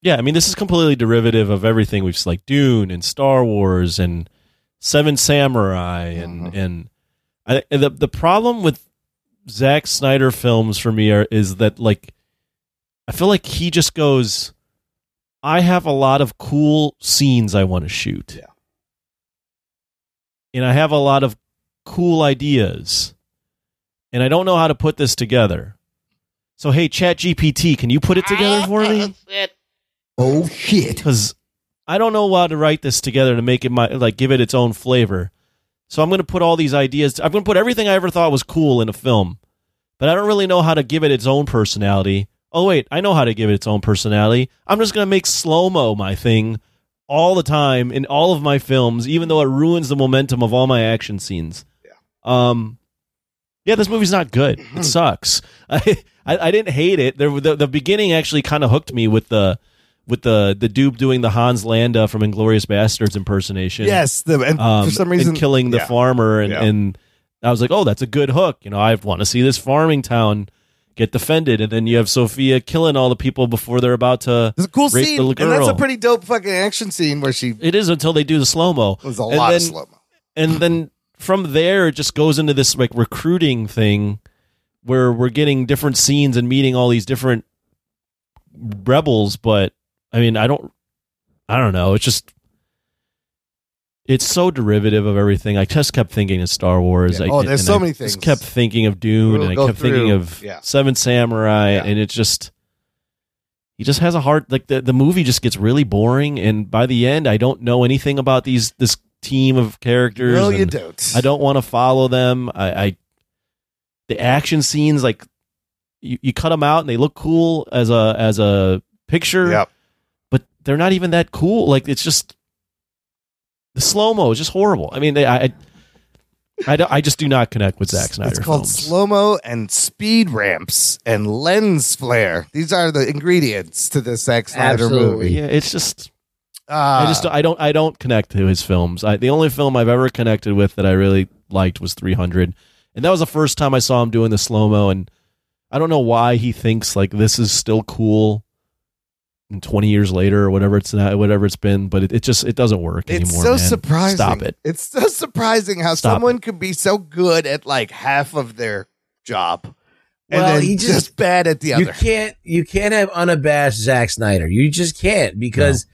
yeah, I mean, this is completely derivative of everything we've s- like Dune and Star Wars and Seven Samurai and
Mhm.
and I, and the the problem with Zack Snyder films for me are is that like I feel like he just goes. I have a lot of cool scenes I want to shoot.
Yeah.
And I have a lot of cool ideas. And I don't know how to put this together. So hey, Chat GPT, can you put it together for
[LAUGHS]
me?
Oh shit.
Because I don't know how to write this together to make it my like give it its own flavor. So I'm going to put all these ideas. I'm going to put everything I ever thought was cool in a film, but I don't really know how to give it its own personality. Oh wait, I know how to give it its own personality. I'm just going to make slow mo my thing all the time in all of my films, even though it ruins the momentum of all my action scenes. Yeah. Um. Yeah, this movie's not good.
Mm-hmm.
It sucks. [LAUGHS] I, I I didn't hate it. There, the, the beginning actually kind of hooked me with the with the the dude doing the Hans Landa from Inglorious Bastards impersonation.
Yes, the, and
Um,
for some
and
reason,
killing the
yeah.
farmer and,
Yeah.
and I was like, oh, that's a good hook. You know, I want to see this farming town get defended, and then you have Sophia killing all the people before they're about to.
It's a cool
rape
scene,
the
and that's a
girl.
pretty dope fucking action scene where she
It is until they do the slow mo.
was a lot of
then,
slow mo.
and then from there it just goes into this like recruiting thing where we're getting different scenes and meeting all these different rebels but i mean i don't i don't know it's just it's so derivative of everything i just kept thinking of star wars
Yeah.
I,
Oh, there's
and
so
I
many
just
things.
kept thinking of dune
We'll
and
go
i kept thinking
through-
of
yeah.
seven samurai
Yeah.
and it's just he just has a hard like the, the movie just gets really boring and by the end i don't know anything about these this team of characters
No, you
and
don't.
i don't want to follow them I, I the action scenes like you, you cut them out and they look cool as a as a picture
Yep.
but they're not even that cool like it's just the slow mo is just horrible i mean they, i I, I, don't- I just do not connect with Zack Snyder.
It's called
films.
slow mo and speed ramps and lens flare. These are the ingredients to this Zack Snyder
Absolutely.
movie.
Yeah, it's just
Uh,
I just I don't I don't connect to his films. I, the only film I've ever connected with that I really liked was 300, and that was the first time I saw him doing the slow mo. And I don't know why he thinks like this is still cool. And 20 years later, or whatever it's not, whatever it's been, but it, it just it doesn't work
it's
anymore.
so
man.
surprising.
Stop it.
It's so surprising how
Stop
someone could be so good at like half of their job and
Well,
then
he
just,
just-
bad at the
You
other.
can't you can't have unabashed Zack Snyder. You just can't because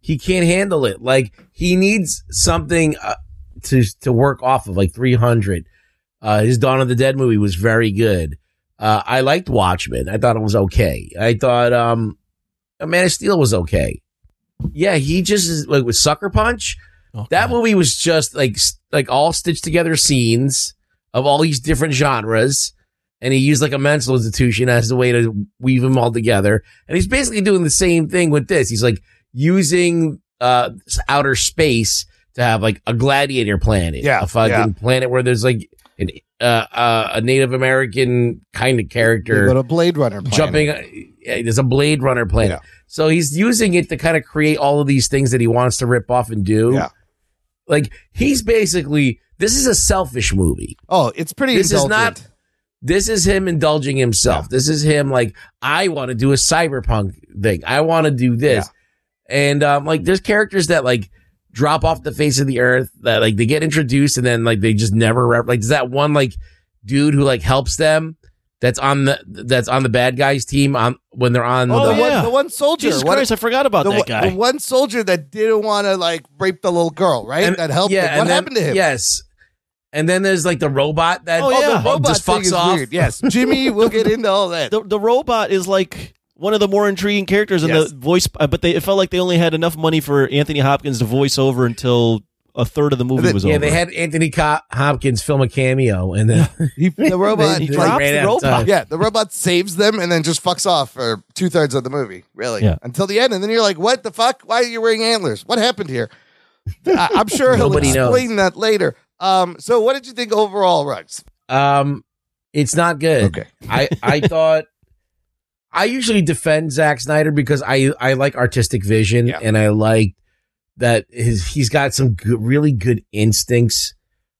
he can't handle it. Like he needs something uh, to to work off of like 300. Uh his Dawn of the Dead movie was very good. Uh I liked Watchmen. I thought it was okay. I thought um Man of Steel was okay. Yeah, he just is like with Sucker Punch.
Oh,
That
God.
movie was just like s- like all stitched together scenes of all these different genres, and he used like a mental institution as a way to weave them all together. And he's basically doing the same thing with this. He's like using uh s- outer space to have like a gladiator planet,
Yeah,
a fucking planet where there's like an, uh, uh, a Native American kind of
You
character
go to Blade Runner. planet.
jumping. uh, yeah, There's a Blade Runner planet.
Yeah.
So he's using it to kind of create all of these things that he wants to rip off and do.
Yeah.
Like he's basically this is a selfish movie.
Oh, it's pretty.
This is
indulgent.
not- This is him indulging himself. This is him like I want to do a cyberpunk thing. I want to do this. And um, like there's characters that like drop off the face of the earth that like they get introduced and then like they just never rep- like there's that one like dude who like helps them that's on the that's on the bad guys team on when they're on
Oh,
the
the,
yeah.
one, the one soldier.
Jesus
what-
Christ, I forgot about
the,
that
one-
guy.
the one soldier that didn't want to like rape the little girl, right?
And-
that helped.
yeah,
him. What
and then-
happened to him?
Yes. And then there's like the robot that
Oh,
Oh,
yeah.
the robot
just
thing
fucks
is
off.
Weird. Yes, Jimmy. We'll get into all
[LAUGHS]
that.
the, the robot is like one of the more intriguing characters in
Yes.
the voice, uh, but they it felt like they only had enough money for Anthony Hopkins to voice over until a third of the movie
They-
was
yeah,
over.
they had Anthony Co- Hopkins film a cameo
[LAUGHS]
and then
He- the robot.
he
[LAUGHS] they
like,
drops
ran
the
out
robot.
of time.
yeah, the robot saves them and then just fucks off for two thirds of the movie, really,
Yeah.
until the end. And then you're like, "What the fuck? Why are you wearing antlers? What happened here?" I, I'm sure he'll
Nobody knows.
explain that later. Um, so, what did you think overall, Rugs?
Um, it's not good. I
[LAUGHS]
I thought I usually defend Zack Snyder because I I like artistic vision
Yeah.
and I like that his he's got some good, really good instincts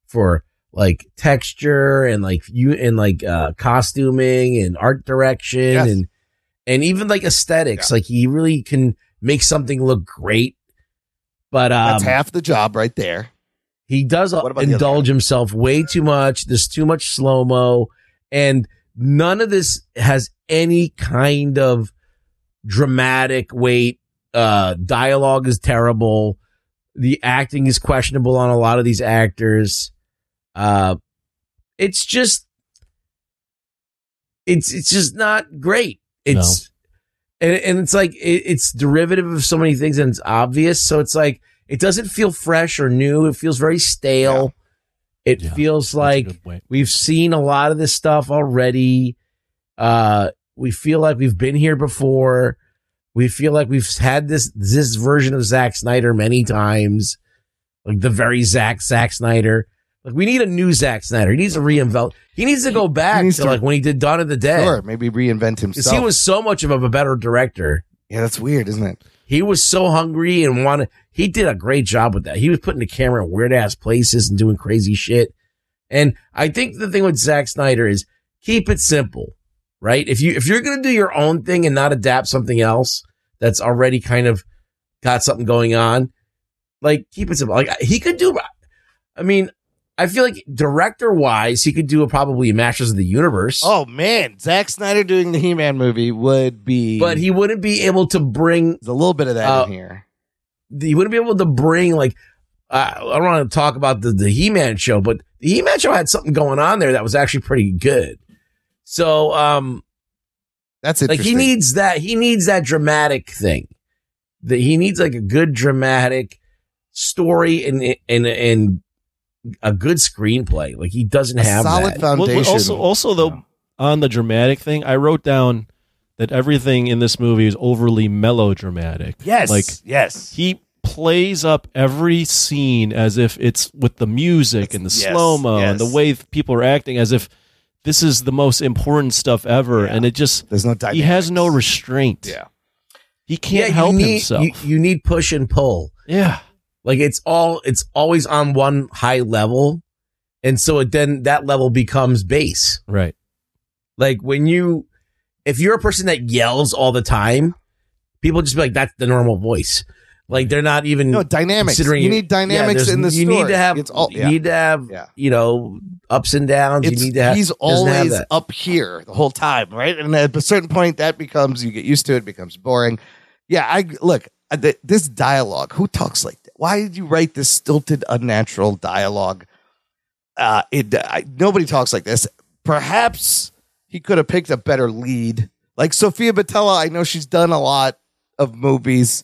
for like texture and like you and like uh costuming and art direction
Yes.
and and even like aesthetics like he really can make something look great but um
that's half the job right there.
he does
What about the other
indulge himself way too much. There's too much slow mo, and none of this has any kind of dramatic weight. Uh, dialogue is terrible. The acting is questionable on a lot of these actors. Uh, it's just, it's it's just not great. It's and, and it's like it, it's derivative of so many things, and it's obvious. So it's like it doesn't feel fresh or new. It feels very stale. It
Yeah.
feels like we've seen a lot of this stuff already. Uh, we feel like we've been here before. We feel like we've had this this version of Zack Snyder many times, like the very Zack Zack Snyder. Like we need a new Zack Snyder. He needs to reinvent. He needs to go back
needs
to
to-
like when he did Dawn of the Dead.
Sure, maybe reinvent
Because
himself.
he was so much of a better director.
yeah, that's weird, isn't it?
He was so hungry and wanted. He did a great job with that. He was putting the camera in weird ass places and doing crazy shit. And I think the thing with Zack Snyder is keep it simple, right? If you if you're gonna do your own thing and not adapt something else that's already kind of got something going on, like keep it simple. Like he could do. I mean, I feel like director wise, he could do a, probably Masters of the Universe.
Oh man, Zack Snyder doing the He-Man movie would be,
But he wouldn't be able to bring
there's a little bit of that
Uh,
in here.
you wouldn't be able to bring like uh, I don't want to talk about the the He Man show, but the He Man show had something going on there that was actually pretty good. So um,
That's
like
interesting.
he needs that he needs that dramatic thing. That he needs like a good dramatic story and and and a good screenplay. Like he doesn't
a
have
solid
that.
Well,
foundation.
well, also, also though, on the dramatic thing, I wrote down that everything in this movie is overly melodramatic.
yes,
like
yes,
he plays up every scene as if it's with the music and the
Yes,
slow mo and the
yes.
way people are acting as if this is the most important stuff ever, and it just
there's no dynamics.
he has no restraint.
Yeah.
he can't
you
help
need-
himself.
You, you need push and pull.
yeah,
Like it's all it's always on one high level, and so it then that level becomes base.
right.
Like when you, if you're a person that yells all the time, people just be like, that's the normal voice. Like they're not even
no dynamics.
considering
You
it-
need
yeah,
dynamics
there's-
in the
You
story.
need to have
it's all.
you
Yeah.
need to have
Yeah.
you know ups and downs.
It's-
you need to have
he's
doesn't have
always
that.
up here the whole time, right? And at a certain point, that becomes you get used to it, it becomes boring. Yeah, I look I- th- this dialogue. Who talks like that? Why did you write this stilted, unnatural dialogue? Uh, it I, nobody talks like this. Perhaps he could have picked a better lead, like Sophia Batella. I know she's done a lot of movies.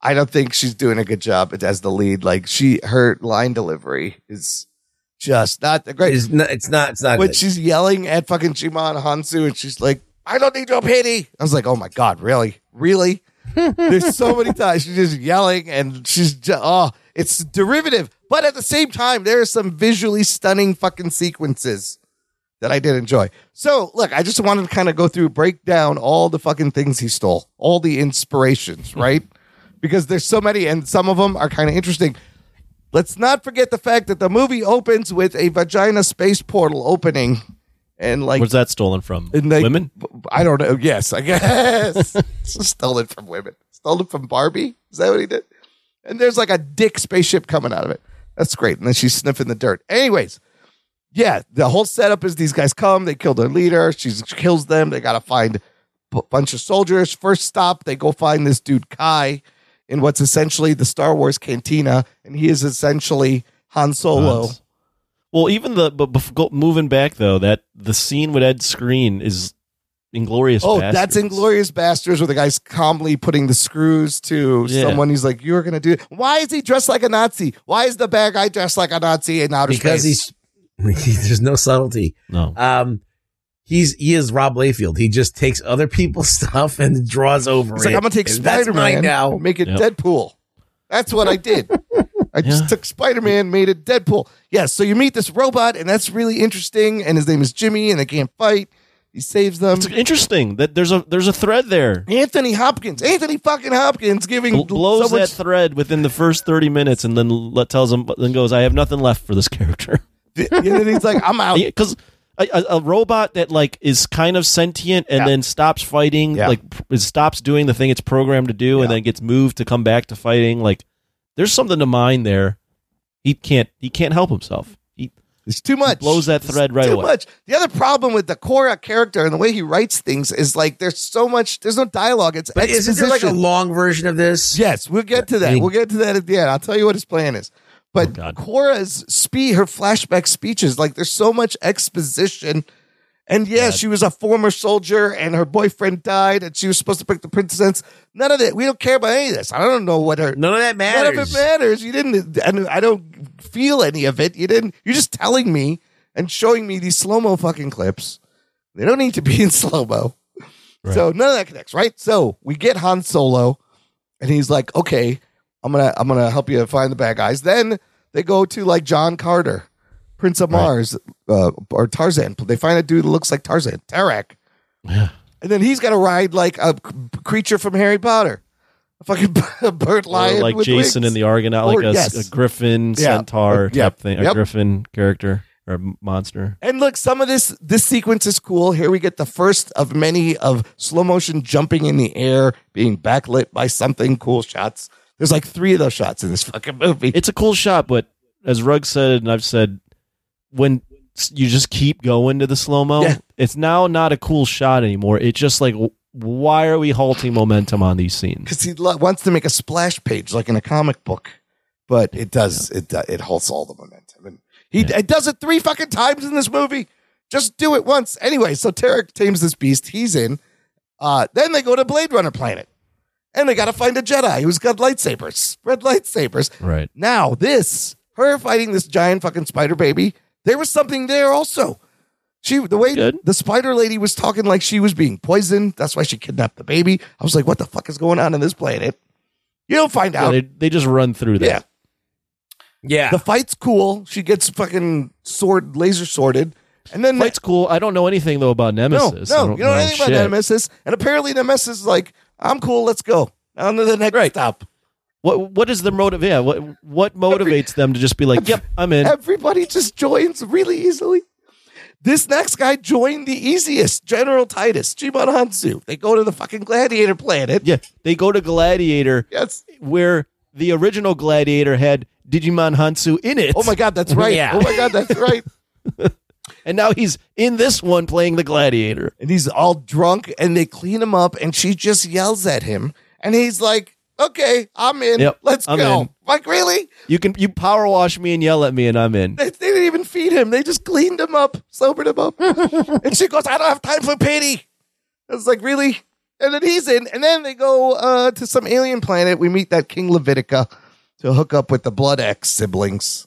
I don't think she's doing a good job as the lead. Like she, her line delivery is just not the great.
It's not. It's not. It's not
When
good.
she's yelling at fucking Shimon Hansu, and she's like, "I don't need your pity." I was like, "Oh my god, really, really?" There's so many times she's just yelling, and she's just, oh, it's derivative. But at the same time, there are some visually stunning fucking sequences that I did enjoy. So, look, I just wanted to kind of go through, break down all the fucking things he stole, all the inspirations, right? because there's so many, and some of them are kind of interesting. Let's not forget the fact that the movie opens with a vagina space portal opening, and like
Where's that stolen from?
and they-
Women?
I don't know. Yes, I
[LAUGHS]
guess. [LAUGHS] Stole it from women. Stole it from Barbie. Is that what he did? And there's like a dick spaceship coming out of it. That's great. And then she's sniffing the dirt. Anyways, yeah, the whole setup is these guys come, they kill their leader. She kills them. They got to find a bunch of soldiers. First stop, they go find this dude Kai in what's essentially the Star Wars cantina, and he is essentially Han Solo.
Hans. Well, even the but bef- go, moving back though, that the scene with Ed Screen is inglorious.
Oh, that's Inglorious Bastards, where the guy's calmly putting the screws to
Yeah.
someone. He's like, "You're gonna do it." Why is he dressed like a Nazi? Why is the bad guy dressed like a Nazi in outer
because
space?
he's [LAUGHS] there's no subtlety.
No,
Um, he's he is Rob Layfield. He just takes other people's [LAUGHS] stuff and draws over
He's
it.
like, "I'm gonna take
And that's
Spider
mine
Man
now.
now, make it
Yep.
Deadpool." That's what I did. I just
Yeah.
took Spider Man, made it Deadpool. Yeah, so you meet this robot, and that's really interesting. And his name is Jimmy, and they can't fight. He saves them.
it's interesting that there's a there's a thread there.
Anthony Hopkins, Anthony fucking Hopkins, giving
Bl- blows
someone-
that thread within the first thirty minutes, and then let, tells him, then goes, "I have nothing left for this character."
[LAUGHS] and then he's like, "I'm out."
[LAUGHS] because a, a, a robot that like is kind of sentient and
Yeah.
then stops fighting
Yeah.
like pr- stops doing the thing it's programmed to do and
Yeah.
then gets moved to come back to fighting like there's something to mine there he can't he can't help himself he
It's too much.
blows that thread right
too
away
much. The other problem with the Korra character and the way he writes things is like there's so much. There's no dialogue. It's
But
exposition.
isn't there like a long version of this?
yes, we'll get to that. We'll get to that at the end. I'll tell you what his plan is. But
Oh, God.
Korra's speech, her flashback speeches, like there's so much exposition. And yeah, she was a former soldier, and her boyfriend died, and she was supposed to pick the princess. None of that. We don't care about any of this. I don't know what her.
None of that matters.
None of it matters. You didn't, and I don't feel any of it. You didn't. You're just telling me and showing me these slow mo fucking clips. They don't need to be in [LAUGHS] slow mo. So none of that connects, right? So we get Han Solo, and he's like, "Okay, I'm gonna I'm gonna help you find the bad guys." Then they go to like John Carter, Prince of Mars, uh, or Tarzan. They find a dude that looks like Tarzan, Tarek, and then he's gotta ride like a c- creature from Harry Potter, a fucking bird
Or
lion,
like
with
jason
wings.
in the argonaut like
Or-
a, s-
yes.
a griffin
Yeah.
centaur
Yeah.
type thing a
Yep.
griffin character or m- monster
And look, some of this this sequence is cool. Here we get the first of many of slow motion jumping in the air, being backlit by something cool shots. There's like three of those shots in this fucking movie.
it's a cool shot, but as Rugg said and I've said, when s- you just keep going to the slow mo,
Yeah.
it's now not a cool shot anymore. It's just like, w- why are we halting momentum on these scenes?
Because he lo- wants to make a splash page like in a comic book, but it does it do- it halts all the momentum. And he it does it three fucking times in this movie. Just do it once. Anyway, so Tarek tames this beast. He's in. Uh, then they go to Blade Runner planet, and they got to find a Jedi who's got lightsabers, red lightsabers.
Right.
Now, this, her fighting this giant fucking spider baby, there was something there also. She, the way
Good.
the spider lady was talking like she was being poisoned. That's why she kidnapped the baby. I was like, what the fuck is going on in this planet? You don't find
Yeah,
out.
they, they just run through that.
yeah.
Yeah.
The fight's cool. She gets fucking sword, laser sorted. And then
Fight's cool. I don't know anything though about
no,
Nemesis. I
no, you don't know anything
shit.
about Nemesis. And apparently Nemesis is like, I'm cool. Let's go. On to the next stop.
What what is the motive? Yeah, what what motivates them to just be like, yep, I'm in.
Everybody just joins really easily. This next guy joined the easiest, General Titus, Jimon Hansu. They go to the fucking gladiator planet.
Yeah, they go to Gladiator
Yes.
where the original Gladiator had Digimon Hansu in it.
Oh my god, that's [LAUGHS] right.
Yeah.
Oh my god, that's right.
And now he's in this one playing the Gladiator.
[LAUGHS] and he's all drunk and they clean him up and she just yells at him and he's like, "Okay, I'm in.
Yep,
Let's
I'm
go."
in.
Like, really?
You can you power wash me and yell at me and I'm in.
[LAUGHS] They, they didn't even feed him. They just cleaned him up, sobered him up. and she goes, I don't have time for pity. I was like, really? and then he's in, and then they go uh, to some alien planet. We meet that King Levitica to hook up with the Blood X siblings.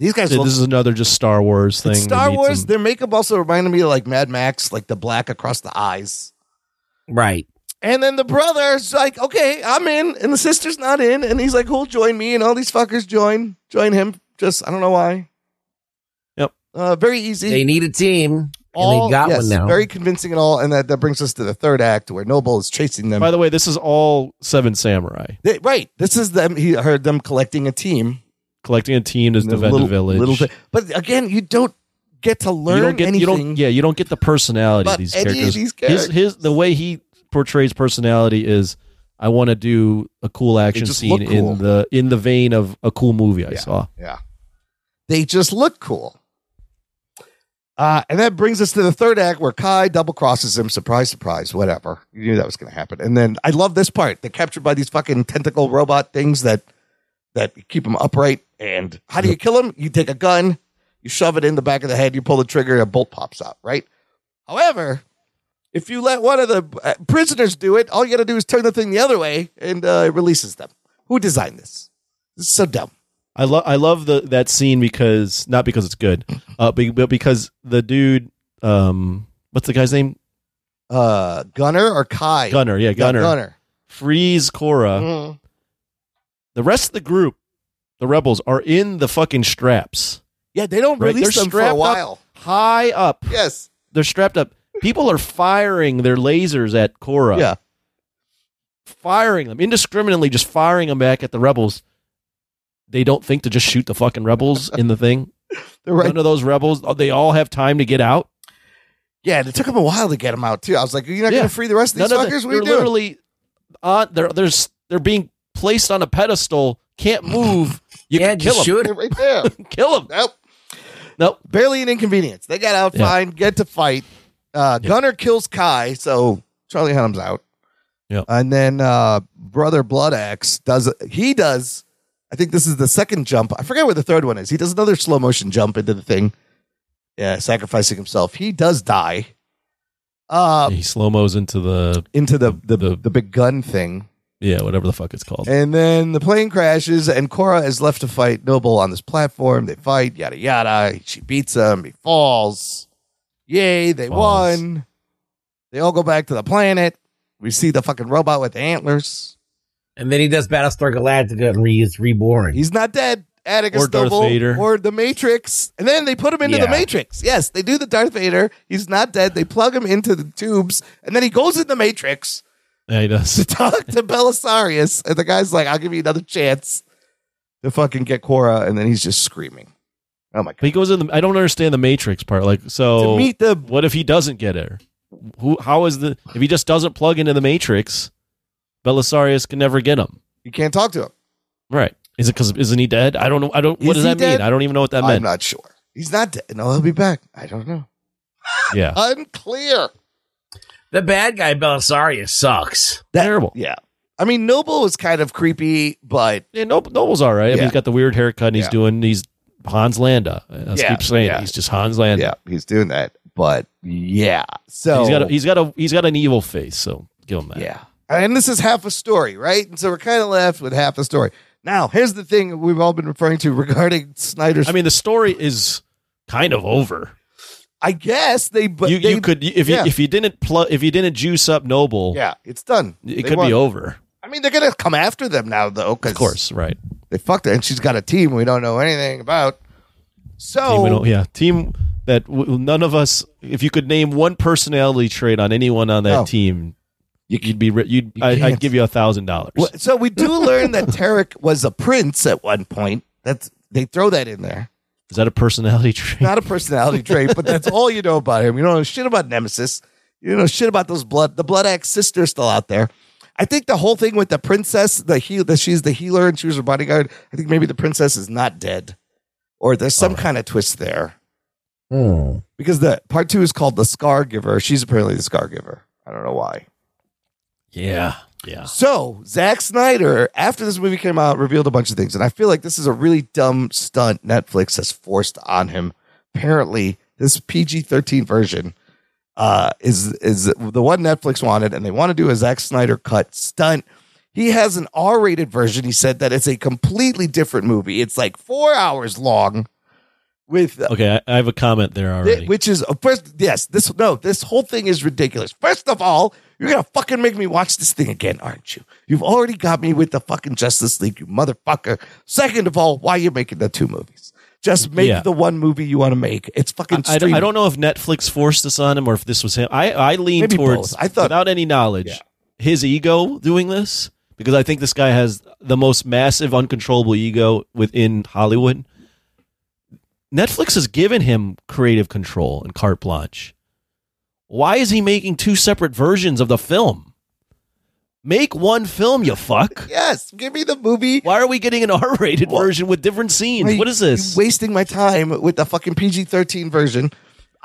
These guys
This
look
is another just Star Wars thing.
it's
We
Star
need
Wars.
some-
Their makeup also reminded me of like Mad Max, like the black across the eyes.
Right.
And then the brother's like, okay, I'm in. And the sister's not in. And he's like, who'll join me? And all these fuckers join. Join him. Just, I don't know why.
Yep.
Uh, very easy.
They need a team,
All-
and they got
yes,
one now.
Very convincing and all. And that, that brings us to the third act where Noble is chasing them.
By the way, this is all Seven Samurai
They- right. This is them. He heard them collecting a team.
collecting a team as
The
defend a
little-
village.
little thi- but again, you don't get to learn
you don't get
anything.
you don't yeah you don't get the personality
about
of these
any of
characters.
these
His his the way he portrays personality is I want to do a cool action
just
scene
look cool.
in the in the vein of a cool movie I saw.
they just look cool. Uh, and that brings us to the third act where Kai double crosses him. Surprise, surprise, whatever. You knew that was going to happen. And then I love this part. They're captured by these fucking tentacle robot things that that keep them upright. And how do you kill them? You take a gun, you shove it in the back of the head, you pull the trigger, a bolt pops out, right? However, if you let one of the uh, prisoners do it, all you got to do is turn the thing the other way and uh, it releases them. Who designed this? This is so dumb.
I love I love the that scene because not because it's good,
Mm-hmm.
uh, be- but because the dude um what's the guy's name
Uh, Gunner or Kai?
Gunner yeah Gunner,
Gunner. Mm-hmm.
frees Cora. The rest of the group, the rebels, are in the fucking straps
Yeah, they don't
Right,
release
they're
them for a
strapped up.
while.
high up.
Yes.
They're strapped up. People are firing their lasers at Cora.
Yeah.
firing them indiscriminately, just firing them back at the rebels. They don't think to just shoot the fucking rebels in the thing.
They're [LAUGHS] right.
None of those rebels, they all have time to get out.
Yeah, and it took them a while to get them out too. I was like, "You're not
Yeah.
going to free the rest of these
None of
fuckers?
the-
what are you doing?"
they're literally on. They're they're s- they're being placed on a pedestal. Can't move. You
yeah,
can kill
just
them.
[LAUGHS]
shoot
They're
it.
right there.
Kill them.
nope.
Nope.
Barely an inconvenience. They got out
Yeah.
fine. Get to fight. Uh, Gunner kills Kai, so Charlie Hunnam's out.
Yep.
And then uh, brother Blood Axe does. He does. I think this is the second jump. I forget where the third one is. He does another slow motion jump into the thing. Yeah, sacrificing himself. He does die. Uh,
He slow mos into the
into the the, the
The-
big gun thing.
yeah whatever the fuck it's called.
And then the plane crashes, and Cora is left to fight Noble on this platform. They fight, yada yada. She beats him. He falls. Yay! They
Falls.
won. They all go back to the planet. We see the fucking robot with the antlers.
And then he does Battlestar Galactica and re- it's reborn.
He's not dead. Atticus
Or Darth
Noble
Vader.
or the Matrix. And then they put him into the
Yeah.
Matrix. Yes, they do the Darth Vader. He's not dead. They plug him into the tubes, and then he goes in the Matrix.
Yeah, he does.
talk to Belisarius, and the guy's like, "I'll give you another chance to fucking get Cora," and then he's just screaming, "Oh my
But
god!"
he goes in the. I don't understand the Matrix part. Like so.
to meet the
What if he doesn't get her? Who? How is the? If he just doesn't plug into the matrix, Belisarius can never get him.
you can't talk to him.
Right? Is it because isn't he dead? I don't know. I don't.
Is
What does
he
that
dead?
mean? I don't even know what that
I'm
meant.
not sure. He's not dead. No, he'll be back. I don't know. [LAUGHS]
yeah.
Unclear.
the bad guy Belisarius sucks.
[LAUGHS]
Terrible.
Yeah. I mean, Noble was kind of creepy, but
Yeah, Nob- Noble's all right. I mean,
Yeah.
he's got the weird haircut. and He's
Yeah.
doing. He's Hans Landa. I
Yeah,
keep saying it.
yeah.
he's just Hans Landa.
yeah, he's doing that. But yeah, so
He's got. A, he's got a. He's got an evil face. So give him that.
Yeah. And this is half a story, right? And so we're kind of left with half a story. Now, here's the thing we've all been referring to [LAUGHS] regarding Snyder's.
I mean, the story is kind of over.
I guess they, but
you,
they,
you could if
yeah.
you if you didn't pl- if you didn't juice up Noble,
Yeah, it's done.
it
They
could
won.
be over.
I mean, they're gonna come after them now, though. 'cause
Of course, right?
they fucked her, and she's got a team we don't know anything about.
Team we
So
don't, yeah, team that w- none of us. If you could name one personality trait on anyone on that
No.
team,
Oh. You
you'd be. ri- You'd. I,
can't.
I'd give you a thousand dollars.
w- so we do learn that Tarek was a prince at one point. That's they throw that in there.
Is that a personality
[LAUGHS]
trait?
Not a personality trait, but that's all you know about him. You don't know shit about Nemesis. You don't know shit about those blood. The Blood Axe sister's still out there. I think the whole thing with the princess, the heal, that she's the healer and she was her bodyguard. I think maybe the princess is not dead, or there's some kind of twist there.
Hmm.
because the part two is called the scar giver she's apparently the scar giver i don't know why
yeah, yeah.
so Zack snyder after this movie came out revealed a bunch of things and i feel like this is a really dumb stunt netflix has forced on him apparently this pg-13 version uh, is is the one Netflix wanted, and they want to do a Zack Snyder cut stunt. He has an R-rated version. He said that it's a completely different movie. It's like four hours long, with
Okay, I, I have a comment there
Thi-
already.
which is uh, first yes this no this whole thing is ridiculous first of all you're gonna fucking make me watch this thing again aren't you you've already got me with the fucking justice league you motherfucker second of all why are you making the two movies just make
Yeah.
the one movie you want to make it's fucking
I, I don't, I don't know if Netflix forced this on him or if this was him. I, I lean
Maybe
towards,
both. I thought-
without any knowledge, his ego doing this because I think this guy has the most massive, uncontrollable ego within Hollywood. Netflix has given him creative control and carte blanche. Why is he making two separate versions of the film? Make one film, you fuck.
yes give me the movie
Why are we getting an R-rated
Well,
version with different scenes?
Why
what is
you-
this?
you wasting my time with the fucking pg-13 version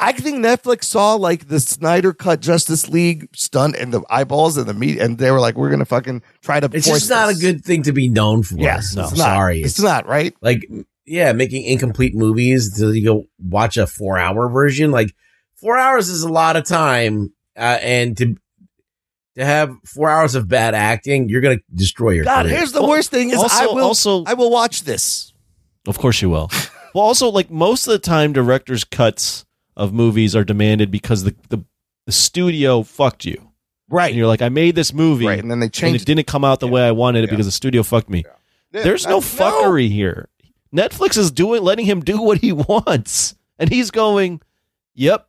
I think Netflix saw like the Snyder cut Justice League stunt and the eyeballs and the meat, and they were like, "We're gonna fucking try to."
It's
force
just not
this.
a good thing to be known for.
Yes,
no,
it's not.
sorry.
It's not right.
like yeah, making incomplete movies till you go watch a four hour version. Like four hours is a lot of time, uh, and to to have four hours of bad acting, you're gonna destroy your
God,
career.
here's the
Well,
worst thing is I
also-
will
also-
I will watch this.
Of course you will. [LAUGHS] well, also like most of the time, directors' cuts of movies are demanded because the the, the studio fucked you,
Right.
and you're like, I made this movie,
right. And then they
and
change
it didn't come out the way I wanted it
Yeah.
because the studio fucked me. There's no fuckery here. Netflix is doing letting him do what he [LAUGHS] wants, and he's going, "Yep,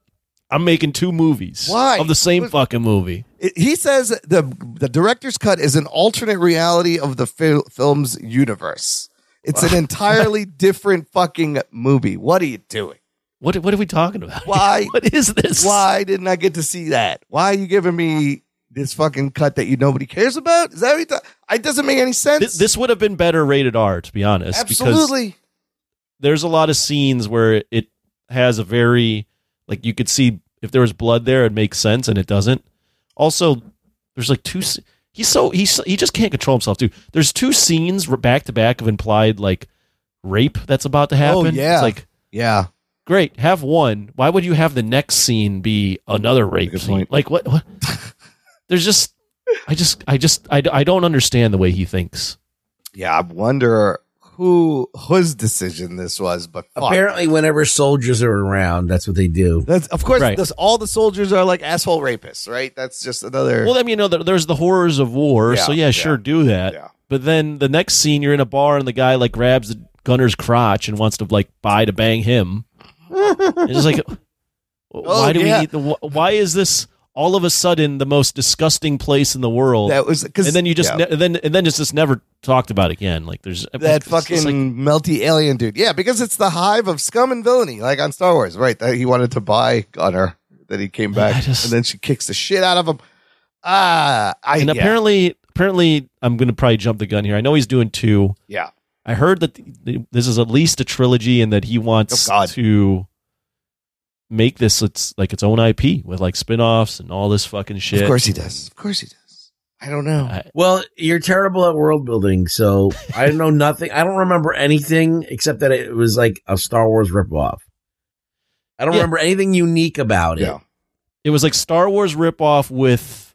I'm making two movies
Why?
of the same
Was-
fucking movie."
It- he says the the director's cut is an alternate reality of the fil- film's universe. It's
[LAUGHS]
an entirely different fucking movie. What are you doing?
What what are we talking about?
Why?
[LAUGHS] what is this?
Why didn't I get to see that? Why are you giving me this fucking cut that you nobody cares about? Is that what you thought? It doesn't make any sense.
This, this would have been better rated R, to be honest. because
absolutely.
there's a lot of scenes where it has a very like you could see if there was blood there it makes sense and it doesn't also there's like two s- he's so he's so- he just can't control himself dude there's two scenes r- back to back of implied like rape that's about to happen
Oh, yeah.
it's like
Yeah.
great have one why would you have the next scene be another rape
Good
scene
point.
like what
[LAUGHS]
what there's just i just i just I, d- I don't understand the way he thinks
Yeah. I wonder who whose decision this was, but fuck.
Apparently, whenever soldiers are around, that's what they do.
That's of course.
Right.
this- all the soldiers are like asshole rapists, right? That's just another.
Well, I mean, you know, there- there's the horrors of war.
Yeah,
so yeah,
yeah.
sure, do that.
Yeah.
But then the next scene, you're in a bar and the guy like grabs the gunner's crotch and wants to like buy to
[LAUGHS]
bang him. it's just like, w-
Oh,
why do
yeah.
we need the? wh- Why is this all of a sudden the most disgusting place in the world?
that was because
and then you just
yeah,
ne- and then and then it's just never talked about again. Like there's
that
it's just
fucking
like-
melty alien dude. Yeah, because it's the hive of scum and villainy, like on Star Wars, right? That he wanted to buy Gunner, then he came
I
back,
just-
and then she kicks the shit out of him. Ah, I
and
yeah,
apparently, apparently, I'm gonna probably jump the gun here. I know he's doing two.
yeah.
I heard that th- th- this is at least a trilogy, and that he wants
Oh, God.
to make this its like its own IP with like spin-offs and all this fucking shit.
Of course he does. Of course he does. I don't know.
I-
Well, you're terrible at world building, so I
[LAUGHS]
know nothing. I don't remember anything except that it was like a Star Wars ripoff. I don't
Yeah.
remember anything unique about it.
Yeah.
it was like Star Wars ripoff with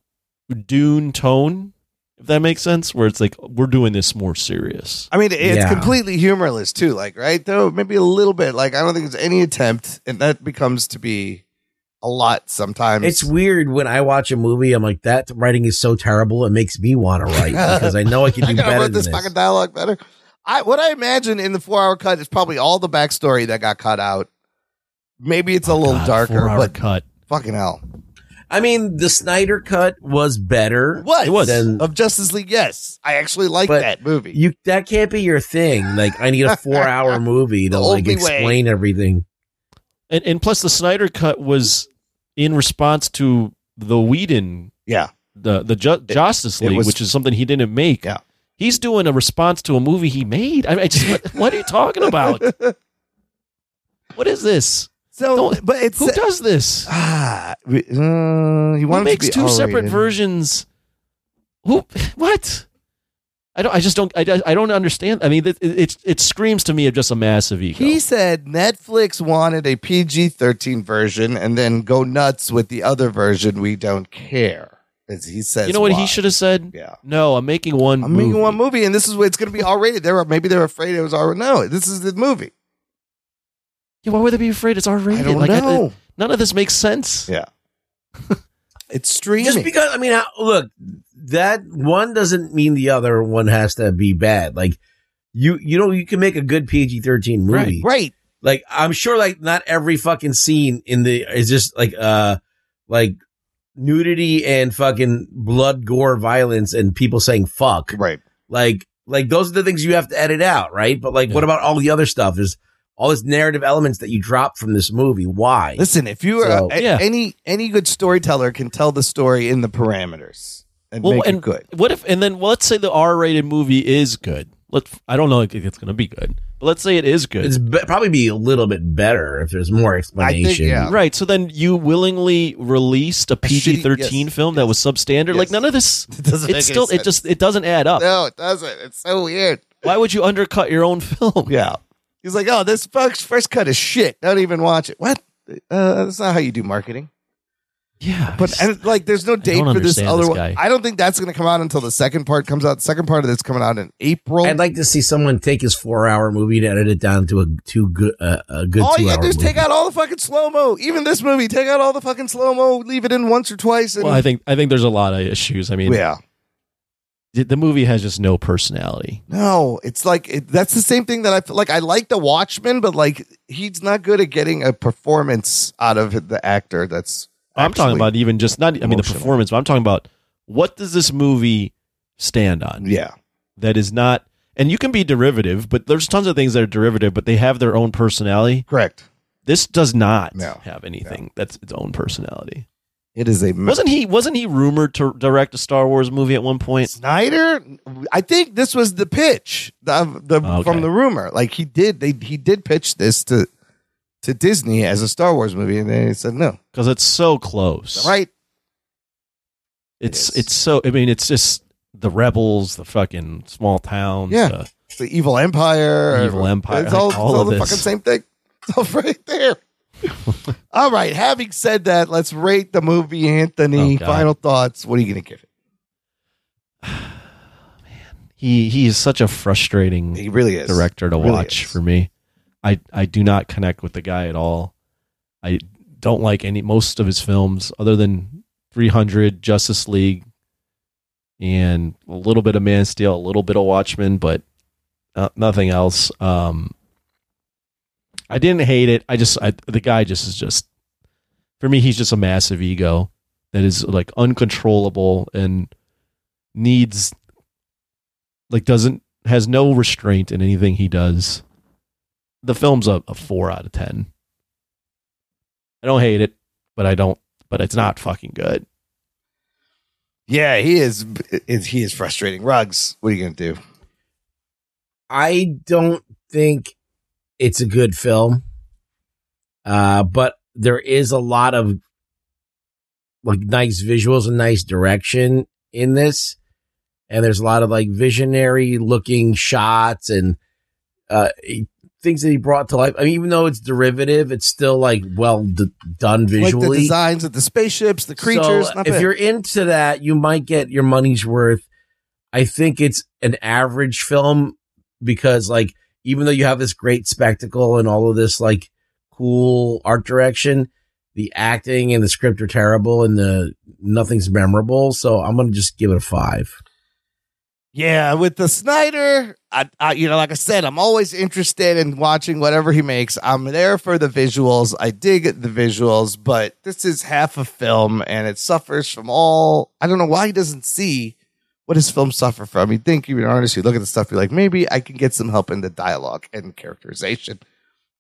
Dune tone, if that makes sense. Where it's like we're doing this more serious.
I mean, it's
Yeah.
completely humorless too. Like, right? Though maybe a little bit. Like, I don't think there's any attempt, and that becomes to be a lot sometimes.
It's weird when I watch a movie. I'm like, that writing is so terrible. It makes me want
[LAUGHS]
to write because I know I can
[LAUGHS] I
do
gotta
better
wrote
than
this
this.
fucking dialogue better. I what I imagine in the four hour cut is probably all the backstory that got cut out. Maybe it's a little
Oh God,
darker,
four-hour
but
cut.
fucking hell.
I mean, the Snyder cut was better.
What
It was.
Then-
of Justice League? Yes, I actually like
But
that movie.
You that can't be your thing. Like, I
[LAUGHS]
need a four hour movie to
The
like
only way.
explain everything.
And and plus the Snyder cut was in response to the Whedon
yeah,
the the Ju- Justice
it
League,
was-
which is something he didn't make.
Yeah.
He's doing a response to a movie he made. I, mean, I just, [LAUGHS] what, what are you
[LAUGHS]
talking about? What is this?
so
Don't-
but it's
Who does this?
ah, we- uh, he
Who
wanted
makes
to be
two separate
R-rated.
versions? Who? [LAUGHS] What? I don't. I just don't. I, I don't understand. I mean, it, it, it screams to me of just a massive ego.
He said Netflix wanted a PG 13 version and then go nuts with the other version. We don't care. As he says,
you know what
why.
he should have said?
Yeah.
No, I'm making one.
I'm making
movie.
one movie, and this is what it's going to be R rated. They're maybe they're afraid it was R. No, this is the movie.
Yeah, why would they be afraid? It's R-rated.
I don't
like,
know.
none of this makes sense.
yeah, [LAUGHS] it's streaming.
Just because, I mean, I- look, that one doesn't mean the other one has to be bad. Like you, you know, you can make a good PG thirteen movie.
right.
Like I'm sure, like not every fucking scene in the is just like uh like nudity and fucking blood, gore, violence, and people saying fuck.
Right.
Like like those are the things you have to edit out, right? But like, what about all the other stuff? There's all this narrative elements that you drop from this movie. Why?
Listen, if you are
So-
a-
Yeah.
any any good storyteller can tell the story in the parameters and
Well,
make
and
it good.
What if? And then well, let's say the R-rated movie is good. Let I don't know if it's going to be good, but let's say it is good.
It's be- probably be a little bit better if there's more explanation.
yeah.
Right. So then you willingly released a PG thirteen
yes,
film that was substandard.
yes.
Like none of this.
[LAUGHS] It doesn't make any
It's still.
sense.
It just. It doesn't add up.
No, it doesn't. It's so weird.
Why would you undercut your own film?
Yeah. He's like, oh, this first first cut is shit. Don't even watch it. What? Uh, that's not how you do marketing.
Yeah.
But and like, there's no date
don't
for this
understand
other
this
one.
guy.
I don't think that's going to come out until the second part comes out. The second part of this coming out in April.
I'd like to see someone take his four-hour movie and edit it down to a two good, uh, a good.
all
two
you
hour
gotta do is
movie.
take out all the fucking slow mo. Even this movie, take out all the fucking slow mo. Leave it in once or twice. And,
well, I think I think there's a lot of issues. I mean,
yeah.
the- the movie has just no personality.
No, it's like it, that's the same thing that I feel like. I like the Watchmen, but like he's not good at getting a performance out of the actor. That's
I'm talking
actually-
about even just not. I mean, the
emotional.
performance, but I'm talking about what does this movie stand on?
yeah,
That is not. And you can be derivative, but there's tons of things that are derivative, but they have their own personality.
correct.
This does not
No.
have anything that's its own personality.
It is a m-
Wasn't he? Wasn't he rumored to direct a Star Wars movie at one point?
Snyder. I think this was the pitch the, the,
Okay.
from the rumor. Like he did, they he did pitch this to to Disney as a Star Wars movie, and they said no.
Because it's so close,
Right?
It's
It is.
it's so. I mean, it's just the rebels, the fucking small towns.
Yeah.
the-
It's the Evil Empire.
The Evil Empire,
It's all,
like, all
it's all
of
the
this.
fucking same thing. [LAUGHS] It's all right
[LAUGHS]
there. all right. Having said that, let's rate the movie, Anthony.
Oh, God.
Final thoughts. What are you going to give it?
he he is such a frustrating
He really is.
director to
Really
watch
is.
for me. I I do not connect with the guy at all. I don't like any most of his films other than 300, Justice League, and a little bit of Man of Steel, a little bit of Watchmen, but uh, nothing else. Um, I didn't hate it. I just I, the guy just is just for me. He's just a massive ego that is like uncontrollable and needs like doesn't has no restraint in anything he does. The film's a, a four out of ten. I don't hate it, but I don't. But it's not fucking good.
Yeah, he is, is. He is frustrating. Rugs. What are you going to do?
I don't think it's a good film, uh, but there is a lot of like nice visuals and nice direction in this, and there's a lot of like visionary looking shots and uh, things that he brought to life. I mean, even though it's derivative, it's still like well d- done visually.
Like the designs of the spaceships, the creatures.
So,
not
if
bad.
you're into that, you might get your money's worth. I think it's an average film because, like, even though you have this great spectacle and all of this like cool art direction, the acting and the script are terrible, and the nothing's memorable. So I'm gonna just give it a five.
Yeah, with the Snyder, I, I you know, like I said, I'm always interested in watching whatever he makes. I'm there for the visuals. I dig the visuals, but this is half a film and it suffers from all I don't know why he doesn't see what his films suffer from. You'd think you're an artist, you look at the stuff, you're like, maybe I can get some help in the dialogue and characterization.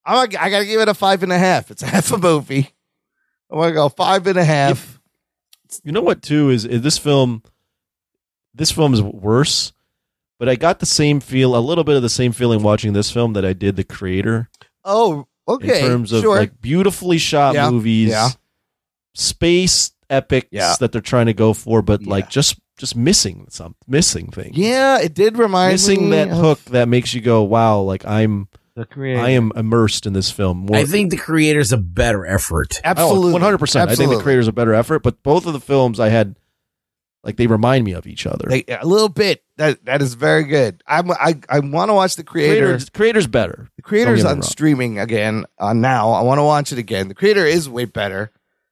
I'm like, I gotta give it a five and a half. It's [LAUGHS] half a movie. I'm gonna go five and a half.
You know what? Too is, is this film. This film is worse, but I got the same feel, a little bit of the same feeling watching this film that I did The Creator
Oh, okay.
in terms of
sure.
like beautifully shot
Yeah,
movies,
yeah.
space epics
Yeah.
that they're trying to go for, but like
Yeah.
just
just missing something, missing things.
Yeah, it did remind
missing
me
that
of-
hook that makes you go, "Wow!" Like I'm,
The creator.
I am immersed in this film. More, Oh,
I think the creator's a better effort.
Absolutely,
one hundred percent. I think the
Absolutely.
creator's a better effort, but both of the films I had, like they remind me of each other.
They- a little bit. That that is very good. I'm, I I want to watch the creator.
creator's, creator's better.
The
Don't
creator's
get me
on
wrong.
streaming again on now. I want to watch it again. The creator is way better.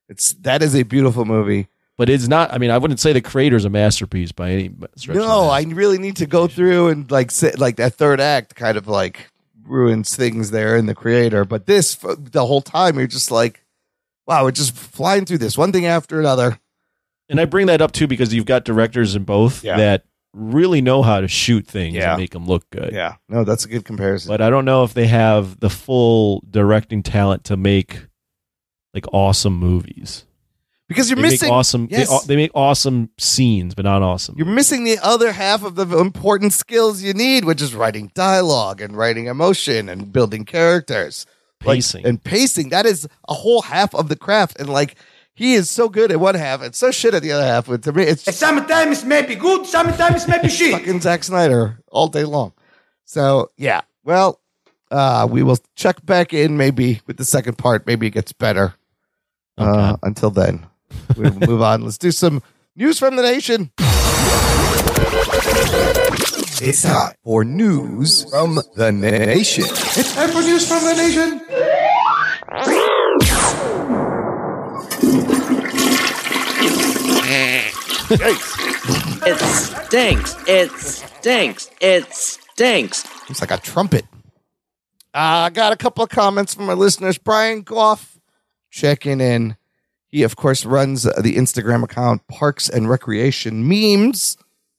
It's that is a beautiful movie.
but it's not. I mean, I wouldn't say the creator's a masterpiece by any stretch. of the
No, I really need to go through and like sit like that third act kind of like ruins things there in the creator. But this f- the whole time you're just like, wow, we're just flying through this one thing after another.
and I bring that up too because you've got directors in both
Yeah.
that really know how to shoot things
Yeah.
and make them look good.
Yeah, no, that's a good comparison.
But I don't know if they have the full directing talent to make like awesome movies.
because you're
they
missing
make awesome. they-
yes.
They, make awesome scenes, but not awesome.
You're missing the other half of the important skills you need, which is writing dialogue and writing emotion and building characters. Like,
Pacing.
and pacing. That is a whole half of the craft. And like he is so good at one half and so shit at the other half. But to me, it's just
Sometimes it may be good, sometimes it may be shit.
fucking Zack Snyder all day long. So yeah. Well, uh, we will check back in maybe with the second part. Maybe it gets better. Uh, until then, we'll move on. Let's do some news from the nation. It's time for news from the nation. It's time for news from the nation.
It stinks. It stinks. It stinks.
It's like a trumpet. Uh, I got a couple of comments from our listeners. Brian Goff checking in. He, of course, runs uh, the Instagram account Parks and Recreation Memes.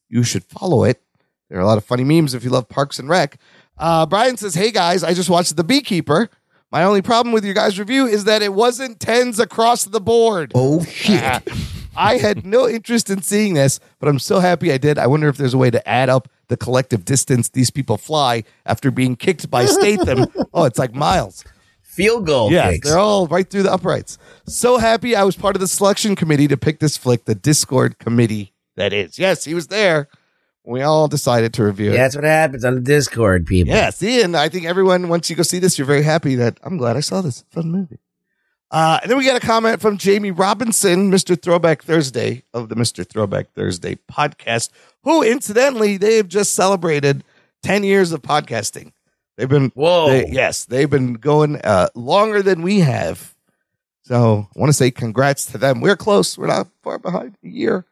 You should follow it. There are a lot of funny memes if you love Parks and Rec. Uh, Brian says, Hey guys, I just watched The Beekeeper. My only problem with your guys' review is that it wasn't tens across the board.
Oh shit.
[LAUGHS] I had no interest in seeing this, but I'm so happy I did. I wonder if there's a way to add up the collective distance these people fly after being kicked by Statham. oh, it's like miles.
Field goal
Yeah,
kicks.
They're all right through the uprights. So happy I was part of the selection committee to pick this flick, the Discord committee. That is. Yes, he was there. We all decided to review it.
That's what happens on the Discord, people.
Yeah, see, and I think everyone, once you go see this, you're very happy that I'm glad I saw this fun movie. Uh, and then we got a comment from Jamie Robinson, Mr. Throwback Thursday of the Mr. Throwback Thursday podcast, who incidentally, they have just celebrated 10 years of podcasting. They've been,
Whoa.
they- yes, they've been going uh, longer than we have. So I want to say congrats to them. We're close. We're not far behind a year.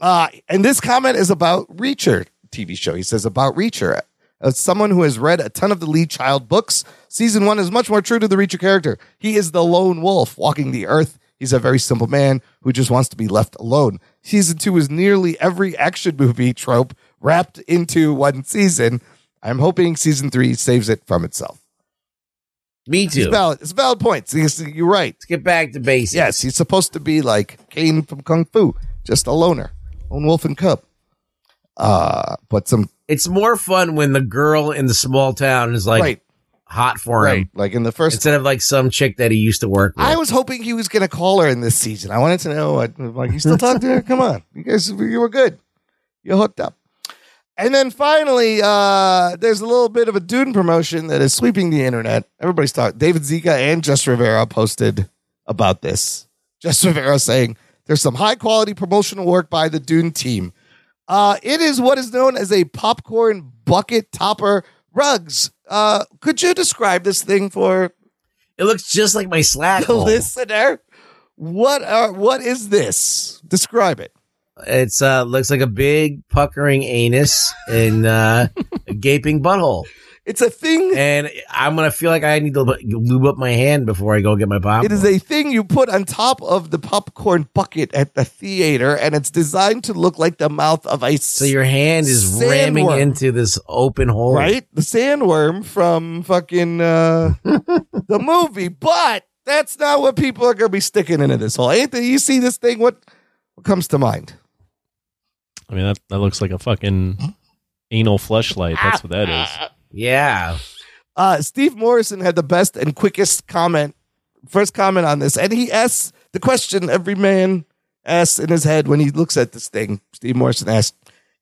Uh, and this comment is about Reacher TV show. He says about Reacher. As someone who has read a ton of the Lee Child books, season one is much more true to the Reacher character. He is the lone wolf walking the earth. He's a very simple man who just wants to be left alone. Season two is nearly every action movie trope wrapped into one season. I'm hoping season three saves it from itself.
Me
It's
too.
valid. It's valid points. You're right.
Let's get back to basics.
Yes, he's supposed to be like Kane from Kung Fu, just a loner, lone wolf and cub. Uh, but some
It's more fun when the girl in the small town is like
right,
hot for
right,
him
like in the first.
instead of like some chick that he used to work with.
I was hoping he was going to call her in this season. I wanted to know, like, I'm like, you still talk to her? Come on, you guys, you were good, you hooked up. And then finally, uh, there's a little bit of a Dune promotion that is sweeping the internet. Everybody's talking. David Zika and Jess Rivera posted about this. Jess Rivera saying there's some high quality promotional work by the Dune team. Uh, it is what is known as a popcorn bucket topper rugs. Uh, could you describe this thing for
it looks just like my slack
[LAUGHS] the
hole.
listener. What are what is this? Describe it.
It's uh looks like a big puckering anus and uh a gaping butthole.
It's a thing.
And I'm gonna feel like I need to lu- lube up my hand before I go get my popcorn.
It is a thing you put on top of the popcorn bucket at the theater, and it's designed to look like the mouth of a
so your hand is
Sandworm.
ramming into this open hole.
right the sandworm from fucking uh, the movie. But that's not what people are going to be sticking into this hole. Anthony, you see this thing? What what comes to mind?
I mean, that that looks like a fucking anal fleshlight. That's what that
[LAUGHS]
is.
Yeah.
Uh, Steve Morrison had the best and quickest comment, first comment on this, and he asks the question every man, asks in his head when he looks at this thing. Steve Morrison asks,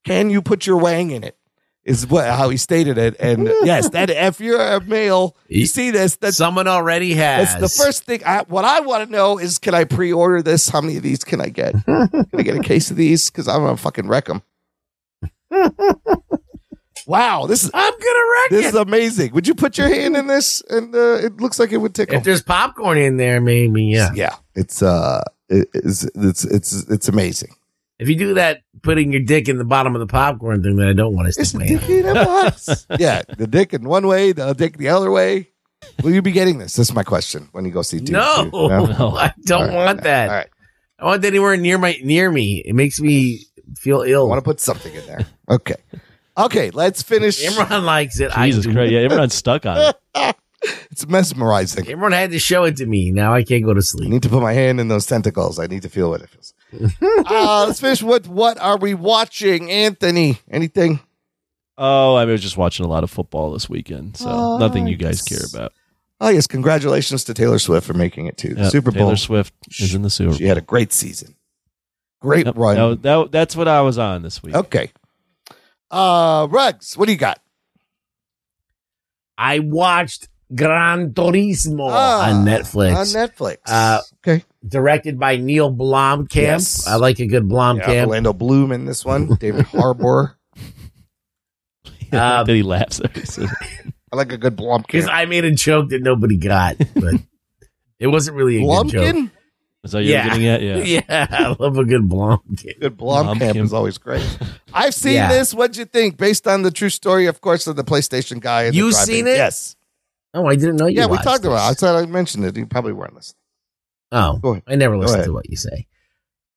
"Can you put your wang in it?" Is what how he stated it. And yes, that if you're a male, you see this. That's
Someone already
that's
has.
the first thing. I, what I want to know is, can I pre-order this? How many of these can I get? can I get a case of these? Because I'm gonna fucking wreck them. wow, this is
I'm gonna wreck
this
it.
is amazing. Would you put your hand in this? And uh, it looks like it would tickle.
if there's popcorn in there, maybe yeah.
yeah, it's uh, it- it's it's it's it's amazing.
If you do that, putting your dick in the bottom of the popcorn thing, then I don't want to
It's
stick
the
my hand.
dick in a box. [LAUGHS] yeah, the dick in one way, the dick the other way. Will you be getting this? This is my question. When you go see Dune
No,
two?
[LAUGHS] I
All
don't
right.
want that.
All right,
I don't want that anywhere near my near me. It makes me feel
I
ill.
want to put something in there. Okay, okay, let's finish.
[LAUGHS] Imran likes it.
Jesus
I do.
Christ.
[LAUGHS]
Yeah, everyone's stuck on it.
It's mesmerizing.
Imran had to show it to me. Now I can't go to
I
sleep.
need to put my hand in those tentacles. I need to feel what it
[LAUGHS]
feels. uh, let's finish with what are we watching, Anthony? Anything?
Oh, I was just watching a lot of football this weekend, so
Oh,
nothing you guys
nice.
care about.
Oh yes, congratulations to Taylor Swift for making it to the
Yeah,
Super Bowl.
Taylor Swift is in the Super Bowl.
She had a great season, great
Yep,
run.
that- that- that's what I was on this week.
Okay. Uh Rugs, what do you got?
I watched Gran Turismo
Ah,
Oh, on Netflix,
On Netflix.
Uh,
okay.
directed by Neil Blomkamp.
Yes.
I like a good
Yeah,
Blomkamp.
Orlando Bloom in this
[LAUGHS]
one. David Harbour.
[LAUGHS]
Uh,
then he
Um,
laughs. every [LAUGHS] so-
I like a good
Because
Blomkamp.
I made a joke that
[LAUGHS]
nobody got, but it wasn't really a good joke.
Blomkin?
Is that what you're
Yeah.
getting at? Yeah.
Yeah. [LAUGHS] I love a good Blomkamp.
Good Blomkamp
Blomkamp.
is always great.
[LAUGHS]
I've seen
Yeah.
this. What'd you think? Based on the true story, of course, of the PlayStation guy. and the
You
driving-
seen it?
Yes.
Oh, I didn't know you.
yeah, we
watched
talked
this.
about it. I said I mentioned it. You probably weren't listening.
Oh,
Go ahead.
I never listened
ahead.
to what you say.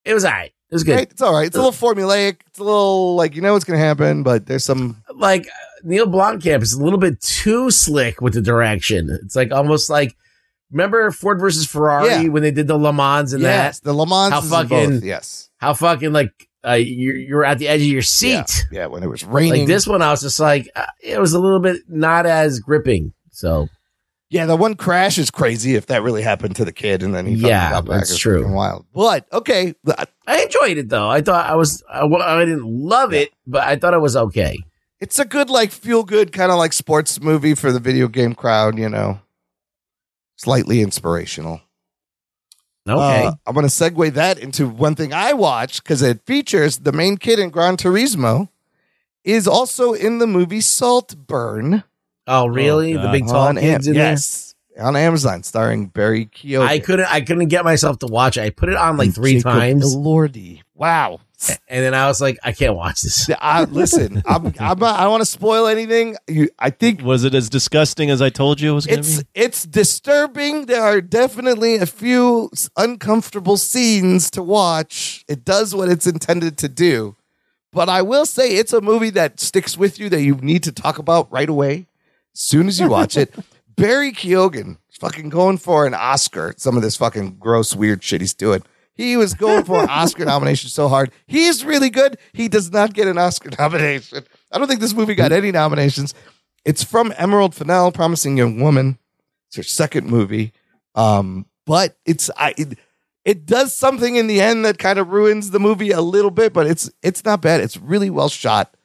It was all right. It was good.
Right? It's all right. It's a little formulaic. It's a little like you know what's gonna happen, but there's some
Like uh, Neil Blomkamp is a little bit too slick with the direction. It's like almost like remember Ford versus Ferrari
Yeah.
when they did the Le Mans and
yes,
that.
the Le Mans
How
is in both.
fucking-
Yes.
How fucking like uh, you're you're at the edge of your seat.
Yeah, when it was raining.
Like this one, I was just like uh, it was a little bit not as gripping. So
Yeah, the one crash is crazy if that really happened to the kid and then he fucking
Yeah,
got back.
that's
It's
true.
fucking Wild. But okay, th-
I enjoyed it though. I thought I was I, wa- I didn't love it, but I thought it was okay.
it's a good like feel good kind of like sports movie for the video game crowd, you know. Slightly inspirational.
Okay.
Uh, I'm going to segue that into one thing I watched because it features the main kid in Gran Turismo is also in the movie Saltburn
oh really? the
God.
big tall
on
kids
Am-
in there.
yes on Amazon, starring Barry Keoghan.
I couldn't I couldn't get myself to watch. it. I put it on like
and
three
Jacob
times,
Elordi.
[LAUGHS]
Wow,
and then I was like, I can't watch this.
I, listen, I'm, I'm not, I don't want to spoil anything. You, I think
Was it as disgusting as I told you it was going to
it's
be?
it's disturbing. There are definitely a few s- uncomfortable scenes to watch. It does what it's intended to do, but I will say it's a movie that sticks with you that you need to talk about right away, as soon as you watch it. Barry Keoghan is fucking going for an Oscar. Some of this fucking gross, weird shit he's doing. He was going for an Oscar nomination so hard. He's really good. He does not get an Oscar [LAUGHS] nomination. I don't think this movie got any nominations. It's from Emerald Fennell, Promising Young Woman. It's her second movie. Um, but it's I it, it does something in the end that kind of ruins the movie a little bit, but it's it's not bad. It's really well shot.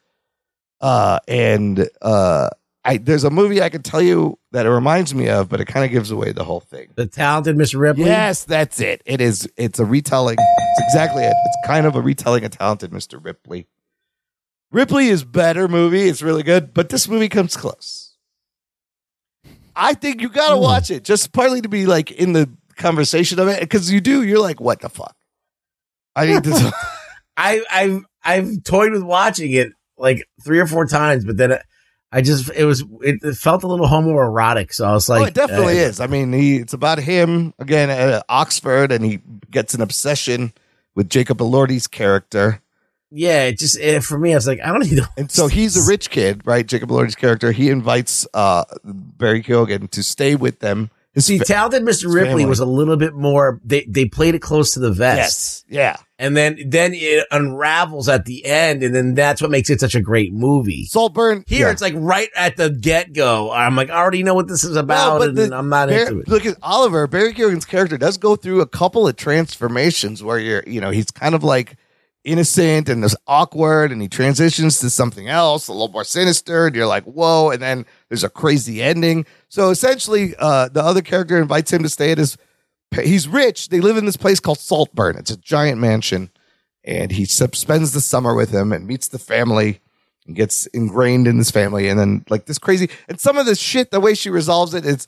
Uh and uh I there's a movie I could tell you that it reminds me of, but it kind of gives away the whole thing.
The talented Miss Ripley.
Yes, that's it. It is. It's a retelling. It's exactly it. It's kind of a retelling of talented Mr. Ripley. Ripley is better movie. It's really good, but this movie comes close. I think you gotta watch it just partly to be like in the conversation of it because you do. You're like, what the fuck? I need this.
I I've I've toyed with watching it like three or four times, but then I, I just it was it, it felt a little homoerotic, so I was like,
oh, it definitely
uh,
is. I mean, he, it's about him again at uh, Oxford, and he gets an obsession with Jacob Elordi's character.
Yeah, it just it, for me, I was like, I don't need to.
And so he's a rich kid, right? Jacob Elordi's character. He invites uh, Barry Keoghan to stay with them His
See,
fa-
talented Mr. Ripley
family.
was a little bit more. They they played it close to the
yes,
vest,
yeah.
and then then it unravels at the end, and then that's what makes it such a great movie.
Saltburn
Here,
yeah.
it's like right at the get go. I'm like, I already know what this is about,
but
and
the-
I'm not
Barry-
into it.
Look at Oliver Barry Keoghan's character does go through a couple of transformations where you're, you know, he's kind of like innocent and there's awkward, and he transitions to something else a little more sinister, and you're like, whoa! And then there's a crazy ending. So essentially, uh, the other character invites him to stay at his. He's rich. They live in this place called Saltburn. It's a giant mansion, and he sp- spends the summer with him and meets the family and gets ingrained in this family and then like this crazy and some of this shit the way she resolves it is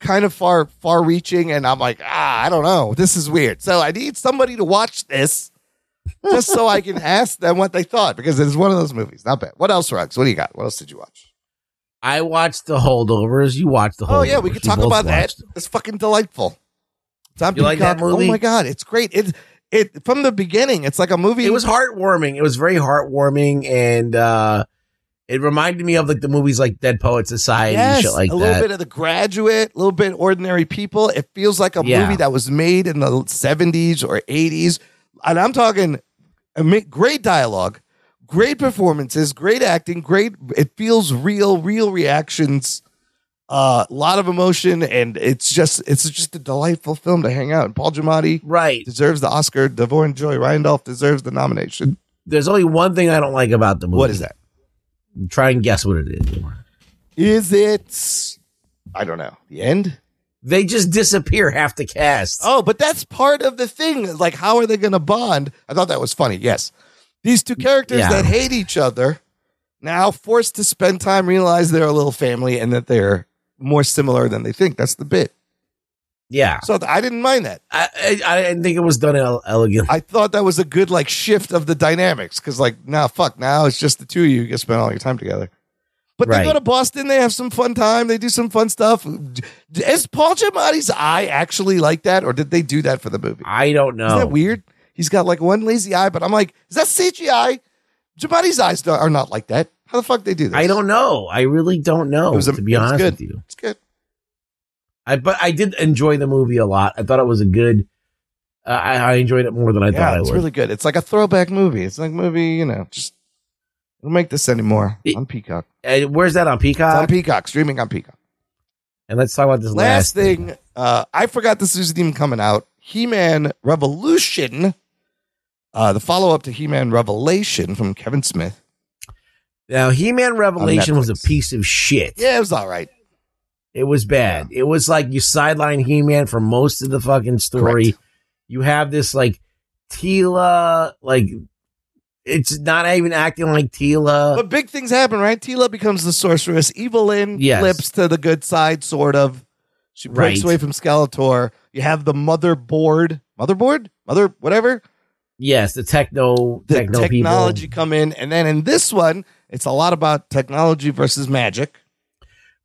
kind of far far reaching and i'm like ah i don't know this is weird so i need somebody to watch this just so i
[LAUGHS]
can ask them what they thought because it's one of those movies not bad what else Ruggs? what do you got what else did you watch
I watched the holdovers. You watched the holdovers.
oh yeah we could talk
both
about that
watched it.
it's fucking delightful it's on
You like that
Peacock.
movie?
oh my god it's great it it from the beginning it's like a movie
It was heartwarming. It was very heartwarming, and uh it reminded me of like the movies like Dead Poet Society and shit like
a little
that.
bit of the graduate, a little bit ordinary people. It feels like a
Yeah.
movie that was made in the 70s or 80s. And I'm talking I mean, great dialogue, great performances, great acting, great it feels real, real reactions, a lot of emotion, and it's just it's just a delightful film to hang out. And Paul Giamatti
right.
deserves the Oscar. Devore and Joy Randolph deserves the nomination.
There's only one thing I don't like about the movie.
What is that?
Try and guess what it is.
Is it I don't know. The end?
They just disappear half the cast.
Oh, but that's part of the thing. Like, how are they going to bond? I thought that was funny. Yes. These two characters
Yeah.
that hate each other now forced to spend time realize they're a little family and that they're more similar than they think. That's the bit.
Yeah,
So th- I didn't mind that.
I, I I didn't think it was done ele- elegantly.
I thought that was a good like shift of the dynamics because like now fuck now it's just the two of you you get to spend all your time together. But they
Right.
go to Boston, they have some fun time, they do some fun stuff. Is Paul Giamatti's eye actually like that, or did they do that for the movie?
I don't know.
Isn't that weird? He's got like one lazy eye, but I'm like, is that CGI? Jabati's eyes don't- are not like that. How the fuck they do this?
I don't know. I really don't know.
It was a-
to be
it was
honest
good.
with you,
It's good.
I but I did enjoy the movie a lot. I thought it was a good. Uh, I, I enjoyed it more than I thought
yeah,
I
it's
would.
really good. It's like a throwback movie. It's like a movie, you know, just don't make this anymore
It-
on Peacock.
Uh, where's that on
It's
Peacock?
on Peacock, streaming on Peacock.
and let's talk about this
Last
last,
thing, uh, I forgot this was even coming out. He-Man Revolution, uh, the follow-up to He-Man Revelation from Kevin Smith.
Now, He Man Revelation was a
Netflix.
piece of shit.
Yeah, it was all right.
It was bad. It was like you sideline He Man for most of the fucking story.
Correct.
You have this like Tila, like it's not even acting like Tila.
But big things happen, right? Tila becomes the sorceress. Evelyn
Yes.
flips to the good side, sort of. She breaks
Right.
away from Skeletor. You have the motherboard, motherboard, mother, whatever.
yes, the techno,
The
techno
technology
people.
come in, and then in this one, it's a lot about technology versus magic.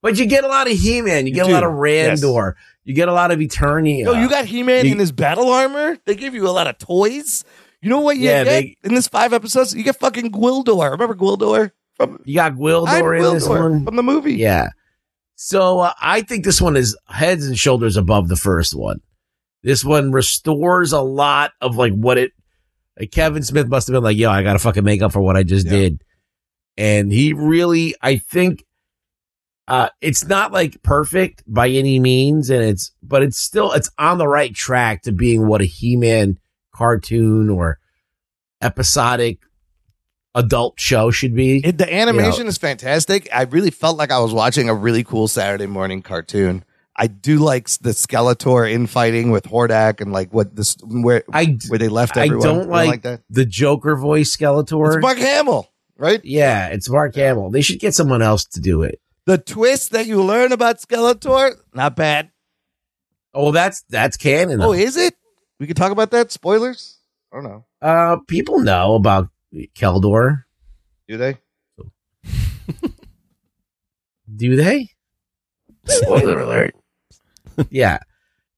But you get a lot of He Man. You,
You
get
do.
a lot of Randor. You get a lot of Eternia.
Yo, you got He-Man
You-
in his battle armor. They give you a lot of toys. You know what you
Yeah,
get
they-
in this five episodes? You get fucking Gwildor. Remember Gwildor from
you got Gwildor
I'm
in this
Gwildor
one.
from the movie?
Yeah. So uh, I think this one is heads and shoulders above the first one. This one restores a lot of like what it. Like Kevin Smith must have been like, "Yo, I got to fucking make up for what I just did," and he really, I think, uh, it's not like perfect by any means, and it's but it's still it's on the right track to being what a He-Man cartoon or episodic adult show should be.
It, the animation is fantastic. I really felt like I was watching a really cool Saturday morning cartoon. I do like s- the Skeletor infighting with Hordak and like what this where
I d-
where they left
I
everyone.
don't
You
like
that.
the Joker voice Skeletor.
It's Mark Hamill, right?
yeah, it's Mark Hamill. They should get someone else to do it.
The twist that you learn about Skeletor, not bad.
Oh, that's that's canon.
Oh, is it? We could talk about that. Spoilers? I don't know.
uh, people know about Keldor,
Do they? [LAUGHS]
do they? Spoiler alert. yeah,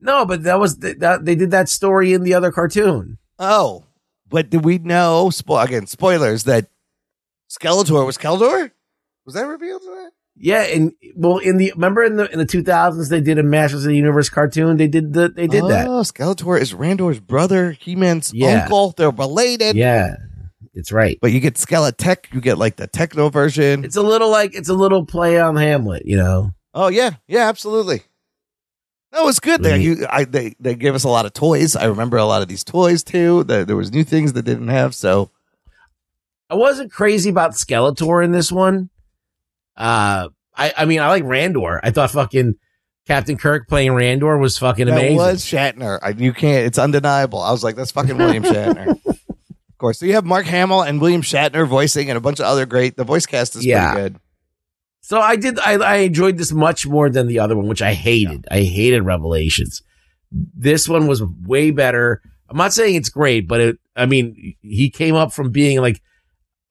no, but that was th- that they did that story in the other cartoon.
Oh, but did we know? Spo- again, spoilers that Skeletor was Keldor. Was that revealed? in that?
Yeah, and well, in the remember in the in the two thousands they did a Masters of the Universe cartoon. They did the they did
oh,
that.
Skeletor is Randor's brother, He Man's
Yeah.
uncle. They're related.
Yeah, it's right.
But you get Skeletech, you get like the techno version.
It's a little like it's a little play on Hamlet, you know.
oh yeah, yeah, absolutely. No, it's good. They,
Right.
you, I, they they gave us a lot of toys. I remember a lot of these toys too. There, there was new things they didn't have. So
I wasn't crazy about Skeletor in this one. Uh, I I mean I like Randor. I thought fucking Captain Kirk playing Randor was fucking
that
amazing.
was Shatner. I, you can't. It's undeniable. I was like, that's fucking
[LAUGHS]
William Shatner. Of course. So you have Mark Hamill and William Shatner voicing, and a bunch of other great. The voice cast is
Yeah.
pretty good.
So I did. I, I enjoyed this much more than the other one, which I hated. I hated Revelations. This one was way better. I'm not saying it's great, but it. I mean, he came up from being like,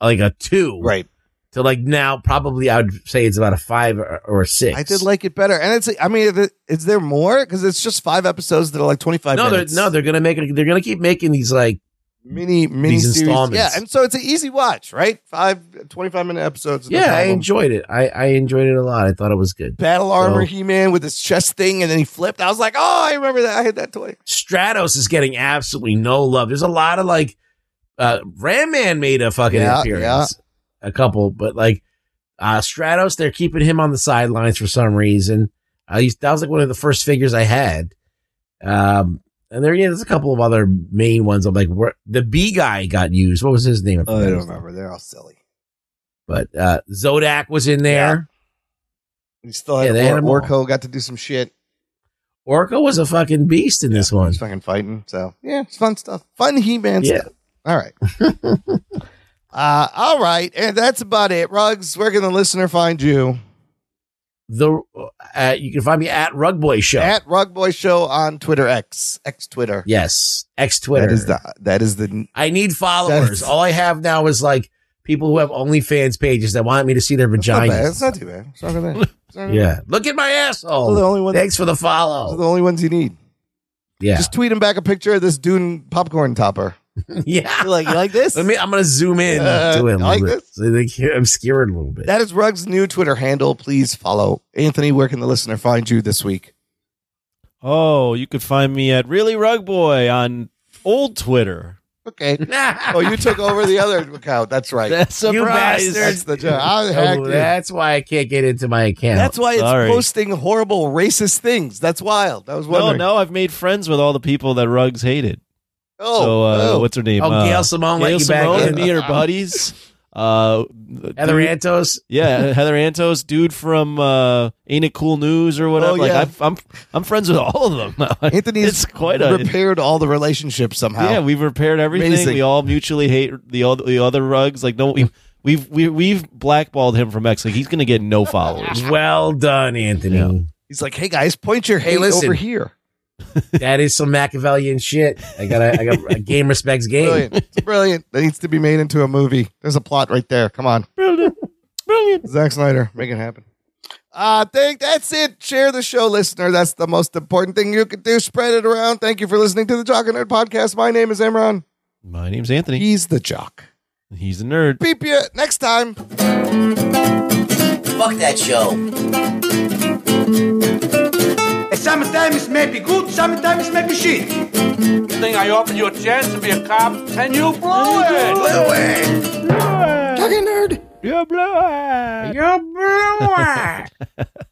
like a two,
Right.
to like now probably I would say it's about a five or, or a six.
I did like it better, and it's. I mean, is- is there more? Because it's just five episodes that are like twenty five.
No, they're,
minutes.
no, they're gonna make. it- They're gonna keep making these like
mini mini series.
installments.
Yeah, and so it's an easy watch, right? Five 25 minute episodes. no
Yeah, I
problem.
enjoyed it. I, I enjoyed it a lot. I thought it was good.
Battle armor
So-
He Man with his chest thing, and then he flipped. I was like, oh, I remember that. I had that toy.
Stratos is getting absolutely no love. There's a lot of like uh Ram Man made a fucking
Yeah,
appearance. A couple, but like uh Stratos, they're keeping him on the sidelines for some reason. I used that was like one of the first figures I had. Um and there yeah, there's a couple of other main ones. I'm like, where the B guy got used. What was his name?
Oh, I don't remember. They're all silly.
But uh Zodak was in there.
We still
Yeah,
had,
they had
Or-
them all.
Orko got to do some shit.
Orca was a fucking beast in this one.
He's fucking fighting. So yeah, it's fun stuff. Fun He Man
Yeah.
stuff. All
[LAUGHS]
right. uh, all right, and that's about it. Rugs, where can the listener find you?
The uh, you can find me at Rugboy Show.
At Rug Boy Show on Twitter X X Twitter.
Yes, X Twitter.
That is the that is the
I need
That's-
followers. All I have now is like people who have OnlyFans pages that want me to see their
It's not bad.
vaginas.
It's Oh, not too bad. It's
[LAUGHS]
not too bad. It's not too bad.
Yeah, look at my asshole.
Those are the only ones-
Thanks for the
Those are
follow.
the only ones you need.
Yeah,
Just tweet him back a picture of this Dune popcorn topper.
[LAUGHS] yeah.
You [LAUGHS] like you like this?
Let me. I'm gonna zoom in
Uh,
to it a
I like
little bit.
this.
So they can obscure it a little bit. [LAUGHS]
that is Rug's new Twitter handle. Please follow Anthony. Where can the listener find you this week?
Oh, you could find me at Really Rug Boy on old Twitter.
[LAUGHS]
Okay. [LAUGHS] Oh, you took over the other account. That's right.
That's a
You
surprise.
bastard.
That's the job.
[LAUGHS]
I hacked
oh,
you.
that's why I can't get into my account.
That's why it's
Sorry.
posting horrible racist things. That's wild. That was
No,
wondering.
no, I've made friends with all the people that Rugs hated.
Oh,
so, uh,
oh.
what's her name?
oh,
uh,
Gail Simone
Gail
let you
Simone
back
and
in.
me are buddies. Uh, the
Heather
dude-
Antos.
yeah, Heather Antos, dude from uh, Ain't It Cool News or whatever. like
Oh, yeah.
I've, I'm, I'm friends with all of them. [LAUGHS] now.
Anthony's
it's quite a
repaired all the relationships somehow.
Yeah, we've repaired everything.
Amazing.
We all mutually hate the oth- the other rugs. Like no, we've we've we, we've blackballed him from X. Like he's gonna get no
[LAUGHS]
followers.
Well done, Anthony.
Yeah.
He's like, hey guys, point your
Hey,
hate
listen.
over here.
That is some Machiavellian shit. I got. I got. A game respects game.
Brilliant. It's brilliant. That needs to be made into a movie. There's a plot right there. Come on.
Brilliant, brilliant.
Zack Snyder, make it happen. Uh, think that's it. Share the show, listener. That's the most important thing you could do. Spread it around. Thank you for listening to the Jock and Nerd podcast. My name is Imran.
My name's Anthony.
He's the Jock.
He's a nerd.
Beep you next time.
Fuck that show.
Sometimes it may be good, sometimes it may be shit.
thing I offered you a chance to be a cop, and you blew it.
You're blue.